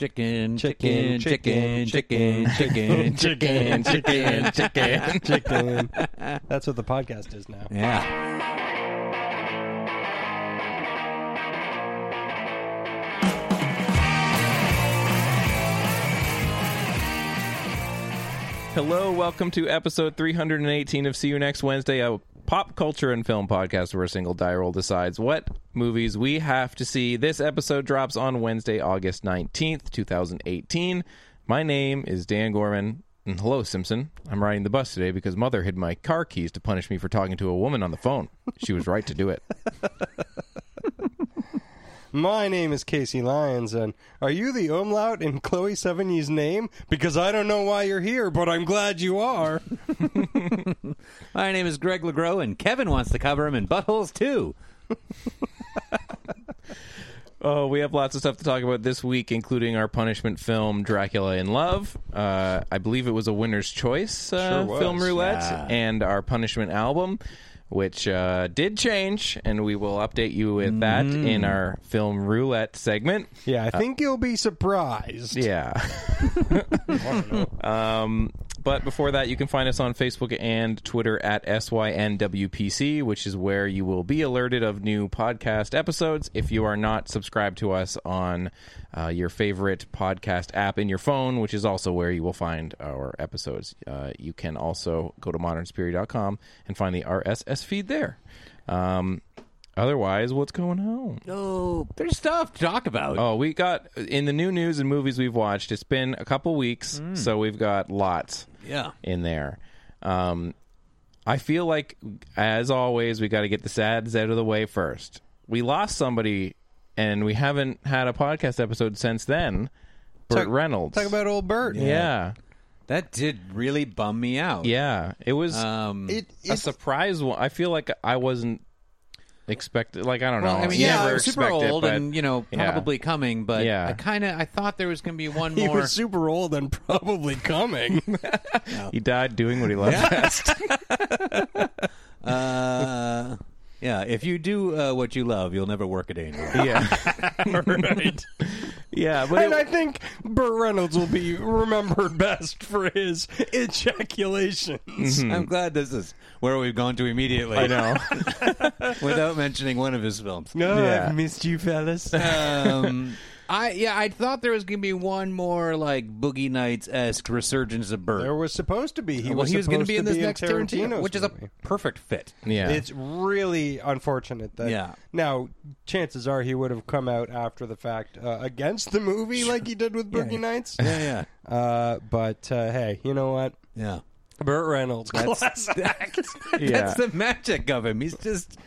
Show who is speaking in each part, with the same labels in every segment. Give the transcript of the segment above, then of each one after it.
Speaker 1: Chicken,
Speaker 2: Chicken,
Speaker 1: chicken,
Speaker 2: chicken,
Speaker 1: chicken, chicken, chicken, chicken, chicken, chicken.
Speaker 2: Chicken. That's what the podcast is now.
Speaker 1: Yeah.
Speaker 3: Hello, welcome to episode 318 of See You Next Wednesday, a pop culture and film podcast where a single die roll decides what movies we have to see. This episode drops on Wednesday, August 19th, 2018. My name is Dan Gorman. And hello, Simpson. I'm riding the bus today because mother hid my car keys to punish me for talking to a woman on the phone. She was right to do it.
Speaker 2: My name is Casey Lyons, and are you the umlaut in Chloe Sevigny's name? Because I don't know why you're here, but I'm glad you are.
Speaker 1: My name is Greg LeGros, and Kevin wants to cover him in buttholes too.
Speaker 3: Oh, we have lots of stuff to talk about this week, including our punishment film Dracula in Love. Uh, I believe it was a winner's choice uh,
Speaker 2: Sure was.
Speaker 3: film roulette,
Speaker 1: Yeah.
Speaker 3: and our punishment album, which uh, did change, and we will update you with that
Speaker 2: Mm.
Speaker 3: in our film roulette segment.
Speaker 2: Yeah, I think you'll be surprised.
Speaker 3: Yeah. um, but before that, you can find us on Facebook and Twitter at SYNWPC, which is where you will be alerted of new podcast episodes. If you are not subscribed to us on uh, your favorite podcast app in your phone, which is also where you will find our episodes, uh, you can also go to modernspeary.com and find the RSS feed there. Um, otherwise, what's going on?
Speaker 1: Oh, there's stuff to talk about.
Speaker 3: Oh, we got in the new news and movies we've watched. It's been a couple weeks,
Speaker 1: Hmm.
Speaker 3: so we've got lots
Speaker 1: Yeah.
Speaker 3: in there. Um, I feel like, as always, we got to get the sads out of the way first. We lost somebody, and we haven't had a podcast episode since then. Burt
Speaker 2: Talk-
Speaker 3: Reynolds.
Speaker 2: Talk about old Bert.
Speaker 3: yeah,
Speaker 1: That did really bum me out.
Speaker 3: yeah. It was
Speaker 1: Um,
Speaker 2: It,
Speaker 3: a
Speaker 2: it's,
Speaker 3: surprise. One. I feel like I wasn't expected. Like I don't
Speaker 1: well,
Speaker 3: know.
Speaker 1: I mean,
Speaker 3: You
Speaker 1: yeah,
Speaker 3: never
Speaker 1: super
Speaker 3: expect it,
Speaker 1: old
Speaker 3: but-
Speaker 1: and you know
Speaker 3: yeah.
Speaker 1: probably coming, but
Speaker 3: Yeah.
Speaker 1: I kind of I thought there was going to be one
Speaker 2: he
Speaker 1: more.
Speaker 2: was super old and probably coming.
Speaker 3: he died doing what he loved best.
Speaker 1: uh, yeah, if you do uh, what you love, you'll never work a day. in your life.
Speaker 3: yeah, right. Yeah, but
Speaker 2: and
Speaker 3: it,
Speaker 2: I think Burt Reynolds will be remembered best for his ejaculations.
Speaker 1: I'm glad this is where we've gone to immediately.
Speaker 3: Hmm. I know.
Speaker 1: without mentioning one of his films.
Speaker 2: No,
Speaker 3: Yeah.
Speaker 2: I've missed you, fellas.
Speaker 1: Um, I yeah, I thought there was gonna be one more like Boogie Nights esque resurgence of Burt.
Speaker 2: there was supposed to be. He
Speaker 1: well,
Speaker 2: was
Speaker 1: he was going to
Speaker 2: supposed
Speaker 1: be in this next
Speaker 2: Tarantino's
Speaker 1: Tarantino, which is a
Speaker 2: movie.
Speaker 1: perfect fit.
Speaker 3: yeah,
Speaker 2: It's really unfortunate that.
Speaker 1: Yeah.
Speaker 2: Now, chances are he would have come out after the fact uh, against the movie, like he did with Boogie Nights.
Speaker 1: Yeah, yeah,
Speaker 2: Uh, but uh, hey, you know what?
Speaker 1: yeah.
Speaker 2: Burt Reynolds, class act.
Speaker 3: Yeah.
Speaker 1: That's the magic of him. He's just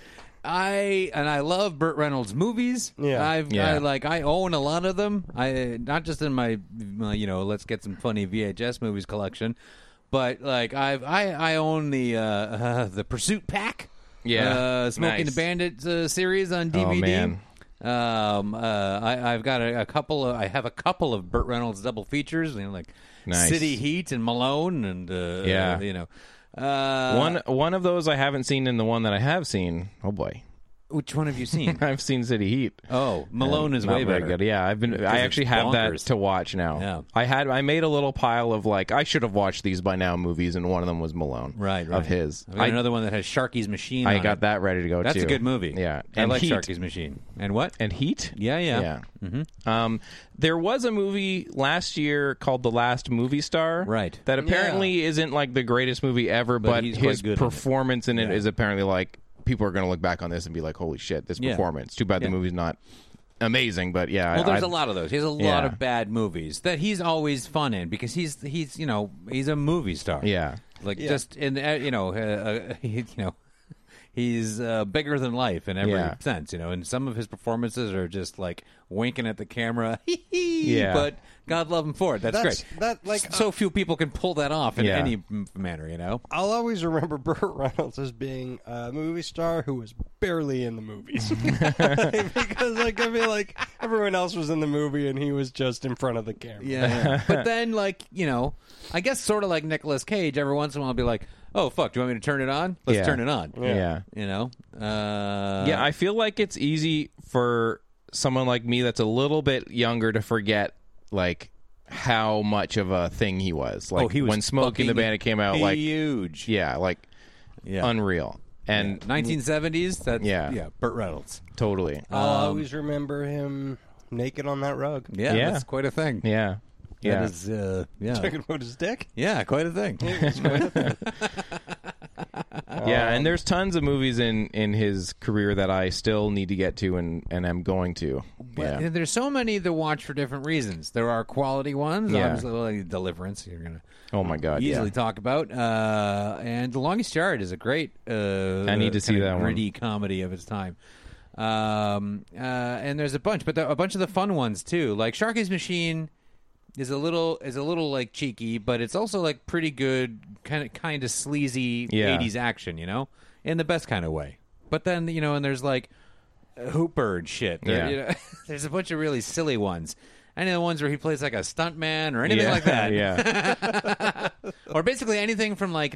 Speaker 1: I and I love Burt Reynolds movies.
Speaker 2: Yeah.
Speaker 1: I've
Speaker 3: Yeah.
Speaker 1: I like I own a lot of them. I not just in my, my you know let's get some funny VHS movies collection, but like I've I I own the uh, uh the Pursuit Pack.
Speaker 3: Yeah.
Speaker 1: uh, Smoking
Speaker 3: Nice. Oh,
Speaker 1: the Bandit uh, series on DVD.
Speaker 3: man.
Speaker 1: Um, uh, I, I've got a, a couple of I have a couple of Burt Reynolds double features, you know, like
Speaker 3: Nice.
Speaker 1: City Heat and Malone, and uh,
Speaker 3: Yeah.
Speaker 1: you know, uh,
Speaker 3: one one of those I haven't seen, and the one that I have seen. Oh boy,
Speaker 1: Which one have you seen?
Speaker 3: I've seen City Heat. Uh,
Speaker 1: oh, Malone is
Speaker 3: Not
Speaker 1: way
Speaker 3: very
Speaker 1: better.
Speaker 3: good. Yeah, I've been. I
Speaker 1: it's
Speaker 3: actually have that
Speaker 1: bonkers.
Speaker 3: to watch now.
Speaker 1: Yeah.
Speaker 3: I had. I made a little pile of like I should have watched these by now movies, and one of them was Malone.
Speaker 1: Right, right.
Speaker 3: Of his.
Speaker 1: I've got
Speaker 3: I,
Speaker 1: another one that has Sharky's Machine.
Speaker 3: I
Speaker 1: on
Speaker 3: got
Speaker 1: it.
Speaker 3: that ready to go.
Speaker 1: That's
Speaker 3: too.
Speaker 1: a good movie.
Speaker 3: Yeah,
Speaker 1: I
Speaker 3: and
Speaker 1: like
Speaker 3: Heat.
Speaker 1: Sharky's Machine. And what?
Speaker 3: and Heat.
Speaker 1: Yeah, yeah.
Speaker 3: yeah. Um, there was a movie last year called The Last Movie Star,
Speaker 1: Right.
Speaker 3: That apparently isn't like the greatest movie ever, but,
Speaker 1: he's quite
Speaker 3: his
Speaker 1: good in it.
Speaker 3: performance in it is apparently like people are going to look back on this and be like, "Holy shit, this
Speaker 1: Yeah.
Speaker 3: performance!" Too bad the movie's not amazing, but yeah,
Speaker 1: Well,
Speaker 3: I-
Speaker 1: there's
Speaker 3: I-
Speaker 1: a lot of those. He has a lot
Speaker 3: Yeah.
Speaker 1: of bad movies that he's always fun in because he's he's you know he's a movie star.
Speaker 3: Yeah.
Speaker 1: like just in uh, you know uh, uh, he, you know he's uh, bigger than life in every
Speaker 3: Yeah.
Speaker 1: sense. You know, and some of his performances are just like winking at the camera.
Speaker 3: Yeah.
Speaker 1: but God love him for it. That's,
Speaker 2: That's-
Speaker 1: great.
Speaker 2: that, like, uh,
Speaker 1: so few people can pull that off in
Speaker 3: Yeah.
Speaker 1: any m- manner. You know.
Speaker 2: I'll always remember Burt Reynolds as being a movie star who was barely in the movies. because, like, I feel like everyone else was in the movie and he was just in front of the camera.
Speaker 1: Yeah. but then, like, you know, I guess sort of like Nicolas Cage, every once in a while I'll be like, oh, fuck, do you want me to turn it on? Let's
Speaker 3: Yeah.
Speaker 1: turn it on.
Speaker 3: Yeah.
Speaker 1: You know? Uh,
Speaker 3: yeah. I feel like it's easy for someone like me that's a little bit younger to forget like how much of a thing he was. Like
Speaker 1: oh, he was
Speaker 3: when Smoke and the
Speaker 1: fucking
Speaker 3: Bandit came out, like
Speaker 1: huge.
Speaker 3: yeah, like
Speaker 1: Yeah.
Speaker 3: unreal. And
Speaker 1: 1970s? That's,
Speaker 3: Yeah.
Speaker 1: Yeah. Burt Reynolds.
Speaker 3: Totally.
Speaker 1: Uh,
Speaker 2: I'll always remember him naked on that rug.
Speaker 1: Um, Yeah,
Speaker 3: Yeah.
Speaker 1: That's quite a thing.
Speaker 3: yeah. Yeah.
Speaker 1: That is, uh, yeah.
Speaker 2: Talking about his dick.
Speaker 1: Yeah, quite a thing.
Speaker 3: yeah, and there's tons of movies in in his career that I still need to get to and and am going to.
Speaker 1: But
Speaker 3: yeah.
Speaker 1: There's so many to watch for different reasons. There are quality ones,
Speaker 3: Yeah.
Speaker 1: obviously, like Deliverance. You're gonna
Speaker 3: Oh my god.
Speaker 1: easily
Speaker 3: Yeah.
Speaker 1: talk about. Uh, and The Longest Yard is a great. Uh,
Speaker 3: I need to see
Speaker 1: kinda
Speaker 3: that one.
Speaker 1: gritty comedy of its time. Um, uh, and there's a bunch, but the, a bunch of the fun ones too. Like Sharky's Machine is a little is a little like cheeky, but it's also like pretty good, kind of kind of sleazy
Speaker 3: Yeah.
Speaker 1: '80s action, you know, in the best kind of way. But then you know, and there's like Hooper and shit. There-
Speaker 3: Yeah.
Speaker 1: you know, there's a bunch of really silly ones. Any of the ones where he plays like a stuntman or anything like that
Speaker 3: yeah.
Speaker 1: or basically anything from like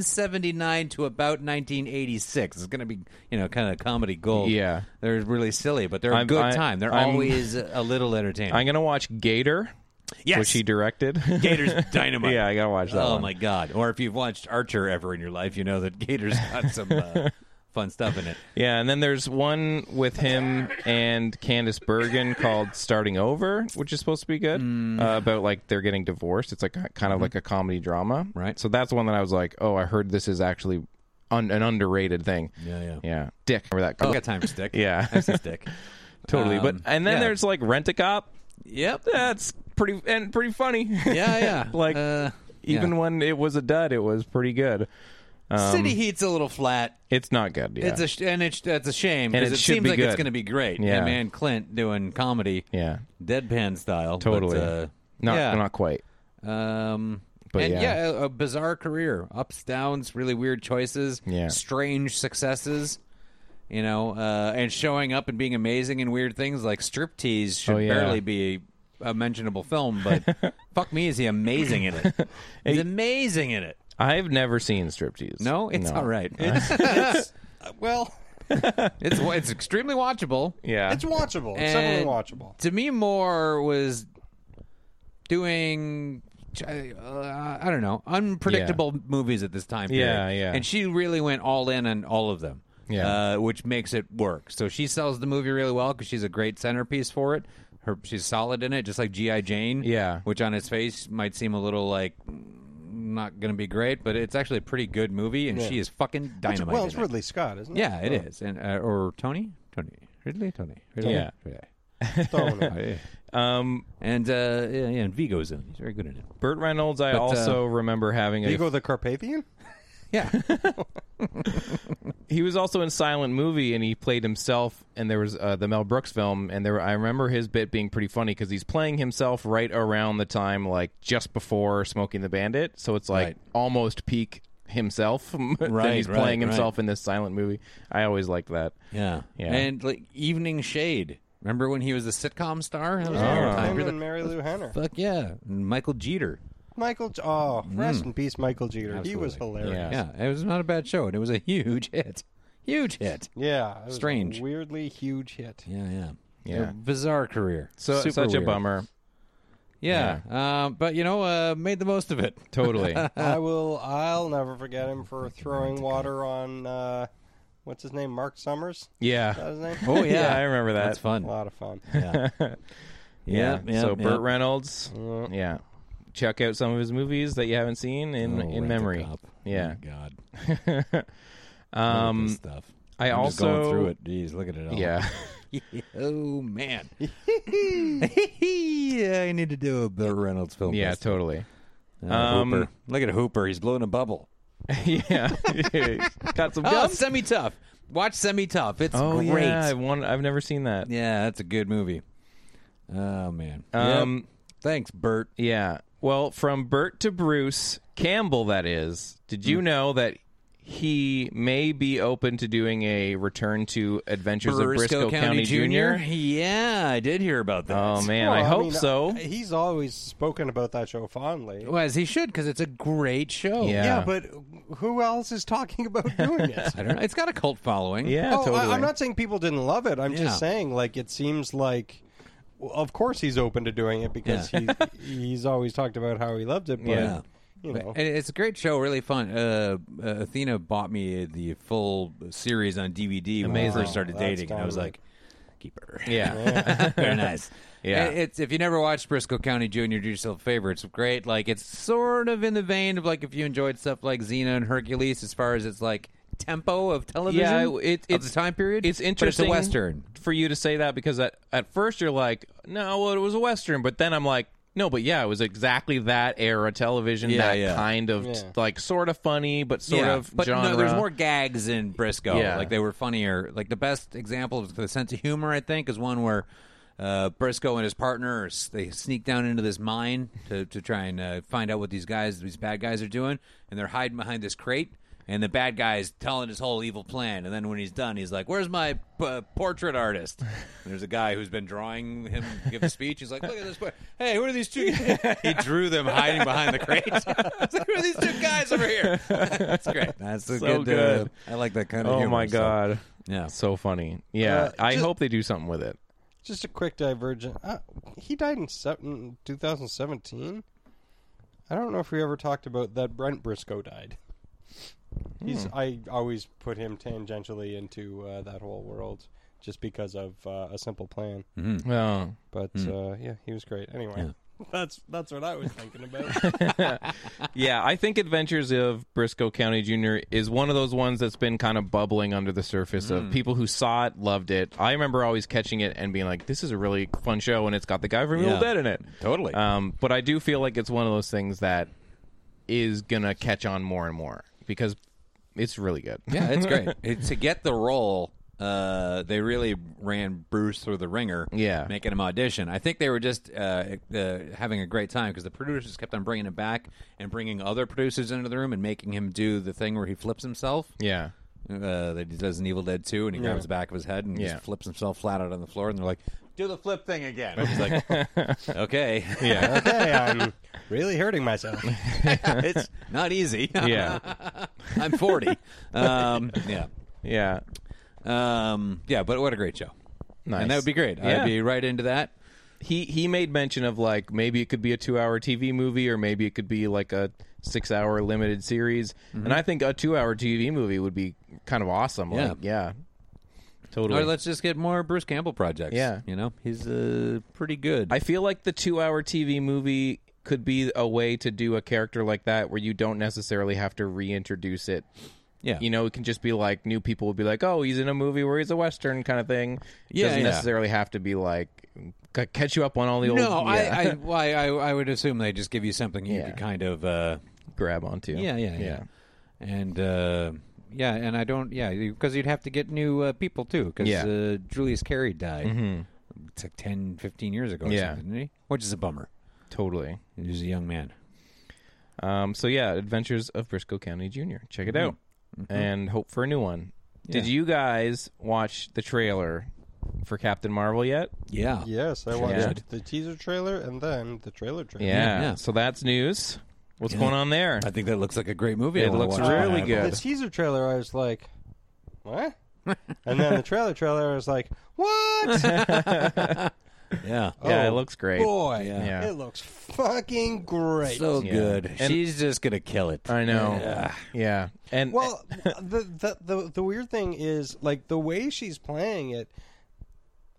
Speaker 1: 1979 to about 1986 is going to be you know kind of comedy gold.
Speaker 3: Yeah.
Speaker 1: they're really silly, but they're a
Speaker 3: I'm-
Speaker 1: good
Speaker 3: I-
Speaker 1: time. They're
Speaker 3: I'm-
Speaker 1: always a little entertaining.
Speaker 3: I'm going to watch Gator,
Speaker 1: yes,
Speaker 3: which he directed.
Speaker 1: Gator's dynamite.
Speaker 3: yeah, I got to watch that
Speaker 1: Oh
Speaker 3: one.
Speaker 1: my god! Or if you've watched Archer ever in your life, you know that Gator's got some uh, fun stuff in it.
Speaker 3: Yeah, and then there's one with him and Candice Bergen called Starting Over, which is supposed to be good.
Speaker 1: Mm.
Speaker 3: Uh, about like they're getting divorced. It's like kind of like a comedy drama.
Speaker 1: Mm-hmm. Right.
Speaker 3: So that's one that I was like, "Oh, I heard this is actually un- an underrated thing."
Speaker 1: Yeah, yeah. Oh,
Speaker 3: Yeah. Dick, remember that?
Speaker 1: I got time for stick.
Speaker 3: Yeah.
Speaker 1: I see stick.
Speaker 3: totally. but
Speaker 1: Um,
Speaker 3: and then
Speaker 1: yeah.
Speaker 3: there's like Rent a Cop.
Speaker 1: Yep.
Speaker 3: That's pretty and pretty funny.
Speaker 1: Yeah, yeah.
Speaker 3: Like,
Speaker 1: Uh,
Speaker 3: Even
Speaker 1: yeah.
Speaker 3: when it was a dud, it was pretty good.
Speaker 1: City
Speaker 3: um,
Speaker 1: Heat's a little flat.
Speaker 3: It's not good. Yeah.
Speaker 1: It's a sh- and it's that's a shame
Speaker 3: And
Speaker 1: because
Speaker 3: it
Speaker 1: it,
Speaker 3: should
Speaker 1: seems
Speaker 3: be
Speaker 1: like it's
Speaker 3: good.
Speaker 1: going to be great.
Speaker 3: Yeah.
Speaker 1: And man, Clint doing comedy,
Speaker 3: yeah.
Speaker 1: deadpan style, but,
Speaker 3: Totally.
Speaker 1: uh,
Speaker 3: Not
Speaker 1: yeah.
Speaker 3: not quite.
Speaker 1: Um,
Speaker 3: But
Speaker 1: and
Speaker 3: yeah.
Speaker 1: yeah. a, a bizarre career, ups, downs, really weird choices,
Speaker 3: Yeah.
Speaker 1: strange successes. You know, uh, and showing up and being amazing in weird things like striptease should
Speaker 3: Oh, yeah.
Speaker 1: barely be a mentionable film, but fuck me, is he amazing in it? He's amazing in it.
Speaker 3: I've never seen striptease.
Speaker 1: No, it's all right.
Speaker 2: Uh, well,
Speaker 1: it's it's extremely watchable.
Speaker 3: Yeah.
Speaker 2: it's watchable. It's definitely
Speaker 1: And
Speaker 2: watchable.
Speaker 1: To me, Moore was doing. uh, I don't know, unpredictable movies at this time period.
Speaker 3: Yeah, yeah.
Speaker 1: And she really went all in on all of them,
Speaker 3: Yeah.
Speaker 1: uh, which makes it work. So she sells the movie really well because she's a great centerpiece for it. Her, she's solid in it, just like GI Jane.
Speaker 3: Yeah.
Speaker 1: which on its face might seem a little like mm, not going to be great, but it's actually a pretty good movie, and she is fucking
Speaker 2: It's-
Speaker 1: dynamite.
Speaker 2: well, it's
Speaker 1: in it.
Speaker 2: Ridley Scott, isn't it?
Speaker 1: Yeah, it is, and uh, or Tony, Tony Ridley, Tony. Ridley?
Speaker 3: Yeah.
Speaker 1: Ridley.
Speaker 2: Totally.
Speaker 3: Um,
Speaker 1: Oh, And uh, yeah, yeah, and Vigo's in. it. He's very good in it.
Speaker 3: Burt Reynolds, I
Speaker 1: But, uh,
Speaker 3: also remember having a.
Speaker 2: Vigo the Carpathian?
Speaker 1: Yeah,
Speaker 3: he was also in Silent Movie, and he played himself. And there was uh, the Mel Brooks film, and there I remember his bit being pretty funny because he's playing himself right around the time, like just before Smoking the Bandit. So it's like
Speaker 1: Right.
Speaker 3: almost peak himself.
Speaker 1: Right,
Speaker 3: then he's
Speaker 1: right,
Speaker 3: playing
Speaker 1: right.
Speaker 3: himself in this silent movie. I always liked that.
Speaker 1: yeah,
Speaker 3: Yeah.
Speaker 1: And like Evening Shade. Remember when he was a sitcom star? That was a
Speaker 3: Oh.
Speaker 1: weird time
Speaker 2: Him
Speaker 1: period.
Speaker 2: and Mary Lou Henner.
Speaker 1: Fuck yeah, and Michael Jeter.
Speaker 2: Michael, J- oh, rest in peace, Michael Jeter. He was
Speaker 1: Mm. Absolutely.
Speaker 2: hilarious.
Speaker 3: Yeah.
Speaker 1: Yeah, it was not a bad show, and it was a huge hit. Huge hit.
Speaker 2: Yeah, it was a
Speaker 1: Strange.
Speaker 2: weirdly huge hit.
Speaker 1: Yeah, yeah.
Speaker 3: Yeah.
Speaker 1: A bizarre career.
Speaker 3: So
Speaker 1: Super
Speaker 3: such a
Speaker 1: weird.
Speaker 3: bummer.
Speaker 1: Yeah. Uh, but, you know, uh, made the most of it.
Speaker 3: Totally.
Speaker 1: Uh,
Speaker 2: I will. I'll never forget him for throwing water on uh, what's his name, Mark Summers. Is that
Speaker 3: Yeah.
Speaker 2: his name?
Speaker 1: Oh, yeah.
Speaker 3: I remember that.
Speaker 1: That's fun.
Speaker 2: A lot of fun.
Speaker 1: Yeah.
Speaker 3: Yeah. so
Speaker 1: yeah.
Speaker 3: Burt Reynolds. Yeah. Check out some of his movies that you haven't seen in
Speaker 1: Oh,
Speaker 3: in memory.
Speaker 1: Rent-A-Cop. Oh,
Speaker 3: Yeah.
Speaker 1: my God. um, stuff.
Speaker 3: I
Speaker 1: I'm just going
Speaker 3: also-
Speaker 1: through it. Jeez, look at it all.
Speaker 3: Yeah.
Speaker 1: oh man. I need to do a Burt Reynolds film.
Speaker 3: yeah,
Speaker 1: festival.
Speaker 3: totally.
Speaker 1: Uh,
Speaker 3: Um,
Speaker 1: Hooper. Look at Hooper. He's blowing a bubble.
Speaker 3: yeah. Got some
Speaker 1: Oh,
Speaker 3: guts.
Speaker 1: semi tough. Watch semi tough. It's
Speaker 3: Oh,
Speaker 1: great.
Speaker 3: yeah. I
Speaker 1: Yeah.
Speaker 3: want, I've never seen that.
Speaker 1: that's a good movie. Oh man.
Speaker 3: Um,
Speaker 1: Yep. Thanks, Burt.
Speaker 3: Yeah. Well, from Bert to Bruce Campbell, that is. Did you know that he may be open to doing a return to Adventures of Briscoe County, Jr.?
Speaker 1: Yeah, I did hear about that.
Speaker 3: Oh man,
Speaker 2: Well,
Speaker 3: I hope
Speaker 2: mean, uh,
Speaker 3: so.
Speaker 2: He's always spoken about that show fondly.
Speaker 1: Well, as he should, because it's a great show.
Speaker 3: Yeah.
Speaker 2: yeah, but who else is talking about doing it?
Speaker 1: I don't know. It's got a cult following.
Speaker 3: Yeah,
Speaker 2: oh,
Speaker 3: totally.
Speaker 2: I, am not saying people didn't love it. I'm
Speaker 1: Yeah.
Speaker 2: just saying, like, it seems like, well, of course, he's open to doing it because he he's always talked about how he loved it. But
Speaker 3: Yeah. eh,
Speaker 2: you know,
Speaker 1: And it's a great show, really fun. Uh, uh, Athena bought me the full series on DVD when we
Speaker 3: Amazing.
Speaker 1: first started
Speaker 2: Wow, that's
Speaker 1: dating, and I was
Speaker 2: dynamite.
Speaker 1: like, "Keeper,
Speaker 3: Yeah.
Speaker 1: very nice."
Speaker 3: Yeah.
Speaker 1: And it's if you never watched Briscoe County Jr., do yourself a favor. It's great. Like it's sort of in the vein of like if you enjoyed stuff like Xena and Hercules, as far as it's like tempo of television.
Speaker 3: Yeah, it-
Speaker 1: of
Speaker 3: it's-
Speaker 1: the time period.
Speaker 3: it's
Speaker 1: but
Speaker 3: interesting
Speaker 1: it's a western.
Speaker 3: for you to say that because at, at first you're like, no, well, it was a western, but then I'm like, no, but yeah, it was exactly that era television,
Speaker 1: Yeah,
Speaker 3: that
Speaker 1: yeah.
Speaker 3: kind of
Speaker 2: Yeah.
Speaker 3: like sort of funny, but sort
Speaker 1: Yeah,
Speaker 3: of
Speaker 1: but
Speaker 3: genre.
Speaker 1: No, there's more gags in Briscoe.
Speaker 3: Yeah.
Speaker 1: Like they were funnier. Like the best example of the sense of humor, I think, is one where uh, Briscoe and his partner are s- they sneak down into this mine to, to try and uh, find out what these guys, these bad guys, are doing, and they're hiding behind this crate. And the bad guy's telling his whole evil plan, and then when he's done, he's like, "Where's my p- portrait artist?" And there's a guy who's been drawing him give a speech. He's like, "Look at this! por- Hey, who are these two?" he drew them hiding behind the crate. It's like, who are these two guys over here? That's great. That's a
Speaker 3: So
Speaker 1: good. uh,
Speaker 3: good.
Speaker 1: I like that kind of.
Speaker 3: Oh
Speaker 1: humor,
Speaker 3: my
Speaker 1: so-
Speaker 3: god,
Speaker 1: Yeah.
Speaker 3: so funny. Yeah,
Speaker 2: Uh,
Speaker 3: I
Speaker 2: just-
Speaker 3: hope they do something with it.
Speaker 2: just a quick divergent. Uh, he died in se- in 2017. I don't know if we ever talked about that. Brent Briscoe died. He's.
Speaker 3: Hmm.
Speaker 2: I always put him tangentially into uh, that whole world just because of uh, a simple plan.
Speaker 3: Hmm. Well,
Speaker 2: But
Speaker 3: Hmm.
Speaker 2: uh, yeah, he was great. Anyway, that's that's what I was thinking about.
Speaker 3: yeah, I think Adventures of Briscoe County Jr. is one of those ones that's been kind of bubbling under the surface of people who saw it, loved it. I remember always catching it and being like, "This is a really fun show," and it's got the guy from Evil
Speaker 1: Yeah.
Speaker 3: Dead in it.
Speaker 1: Totally.
Speaker 3: Um, but I do feel like it's one of those things that is gonna catch on more and more because it's really good.
Speaker 1: yeah, it's great It- to get the role. Uh, they really ran Bruce through the ringer.
Speaker 3: Yeah.
Speaker 1: making him audition. I think they were just uh, uh, having a great time because the producers kept on bringing him back and bringing other producers into the room and making him do the thing where he flips himself.
Speaker 3: yeah.
Speaker 1: uh, that he does an Evil Dead 2 and he grabs the back of his head and
Speaker 3: Yeah.
Speaker 1: just flips himself flat out on the floor and they're like, do the flip thing again. And he's like, okay. Yeah.
Speaker 2: okay, I'm really hurting myself.
Speaker 1: it's not easy.
Speaker 3: Yeah.
Speaker 1: I'm 40. Um, yeah.
Speaker 3: yeah.
Speaker 1: Um, yeah, but what a great show.
Speaker 3: Nice.
Speaker 1: And that would be great.
Speaker 3: Yeah.
Speaker 1: I'd be right into that.
Speaker 3: he he made mention of like maybe it could be a two hour TV movie or maybe it could be like a six hour limited series.
Speaker 1: Mm-hmm.
Speaker 3: And I think a two hour TV movie would be kind of awesome. Yeah, like, yeah,
Speaker 1: Or
Speaker 3: totally.
Speaker 1: let's just get more Bruce Campbell projects.
Speaker 3: Yeah.
Speaker 1: You know, he's uh, pretty good.
Speaker 3: I feel like the two hour TV movie could be a way to do a character like that where you don't necessarily have to reintroduce it.
Speaker 1: yeah.
Speaker 3: You know, it can just be like new people would be like, "Oh, he's in a movie where he's a western kind of thing." It
Speaker 1: Yeah,
Speaker 3: doesn't
Speaker 1: yeah.
Speaker 3: necessarily have to be like c- catch you up on all the old.
Speaker 1: no,
Speaker 3: yeah,
Speaker 1: I, I, why I, I would assume they just give you something you
Speaker 3: Yeah.
Speaker 1: could kind of uh,
Speaker 3: grab onto.
Speaker 1: Yeah, yeah, yeah. And uh, yeah, and I don't. Yeah, because you'd have to get new uh, people too. Because
Speaker 3: Yeah. Mm-hmm.
Speaker 1: uh, Julius Carey died. It's like 10, 15 years ago. Or
Speaker 3: Yeah.
Speaker 1: something, didn't he? which is a bummer.
Speaker 3: totally.
Speaker 1: He was a young man.
Speaker 3: Um, so yeah, Adventures of Briscoe County Jr. Check it out and hope for a new one. Did
Speaker 1: Mm-hmm. Yeah.
Speaker 3: you guys watch the trailer for Captain Marvel yet?
Speaker 1: Yeah.
Speaker 2: yes, I watched
Speaker 3: Yeah.
Speaker 2: the teaser trailer and then the trailer trailer.
Speaker 3: Yeah.
Speaker 1: yeah.
Speaker 3: So that's news. What's going on there?
Speaker 1: I think that looks like a great movie. I
Speaker 3: It
Speaker 1: wanna
Speaker 3: looks
Speaker 1: watch.
Speaker 3: really
Speaker 1: Uh,
Speaker 3: good.
Speaker 2: The teaser trailer, I was like, what? and then the trailer trailer was like, what?
Speaker 1: Yeah.
Speaker 3: yeah, it
Speaker 2: Oh,
Speaker 3: looks great.
Speaker 2: Boy,
Speaker 3: Yeah.
Speaker 2: it looks fucking great.
Speaker 1: So
Speaker 3: Yeah.
Speaker 1: good.
Speaker 3: And-
Speaker 1: She's just gonna kill it.
Speaker 3: I know. Yeah. And
Speaker 2: well, the, the the the weird thing is like the way she's playing it.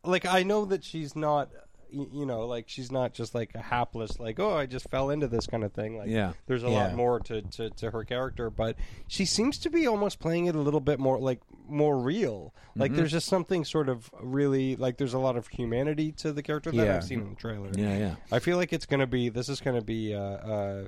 Speaker 2: Like I know that she's not, y- you know, like she's not just like a hapless, like oh I just fell into this kind of thing. Like
Speaker 1: Yeah.
Speaker 2: there's a
Speaker 3: Yeah.
Speaker 2: lot more to, to to her character, but she seems to be almost playing it a little bit more like more real. Like
Speaker 3: Mm-hmm.
Speaker 2: there's just something sort of really like there's a lot of humanity to the character that
Speaker 3: Yeah.
Speaker 2: I've seen in the trailer.
Speaker 1: Yeah, yeah.
Speaker 2: I feel like it's going to be this is going to be uh, uh,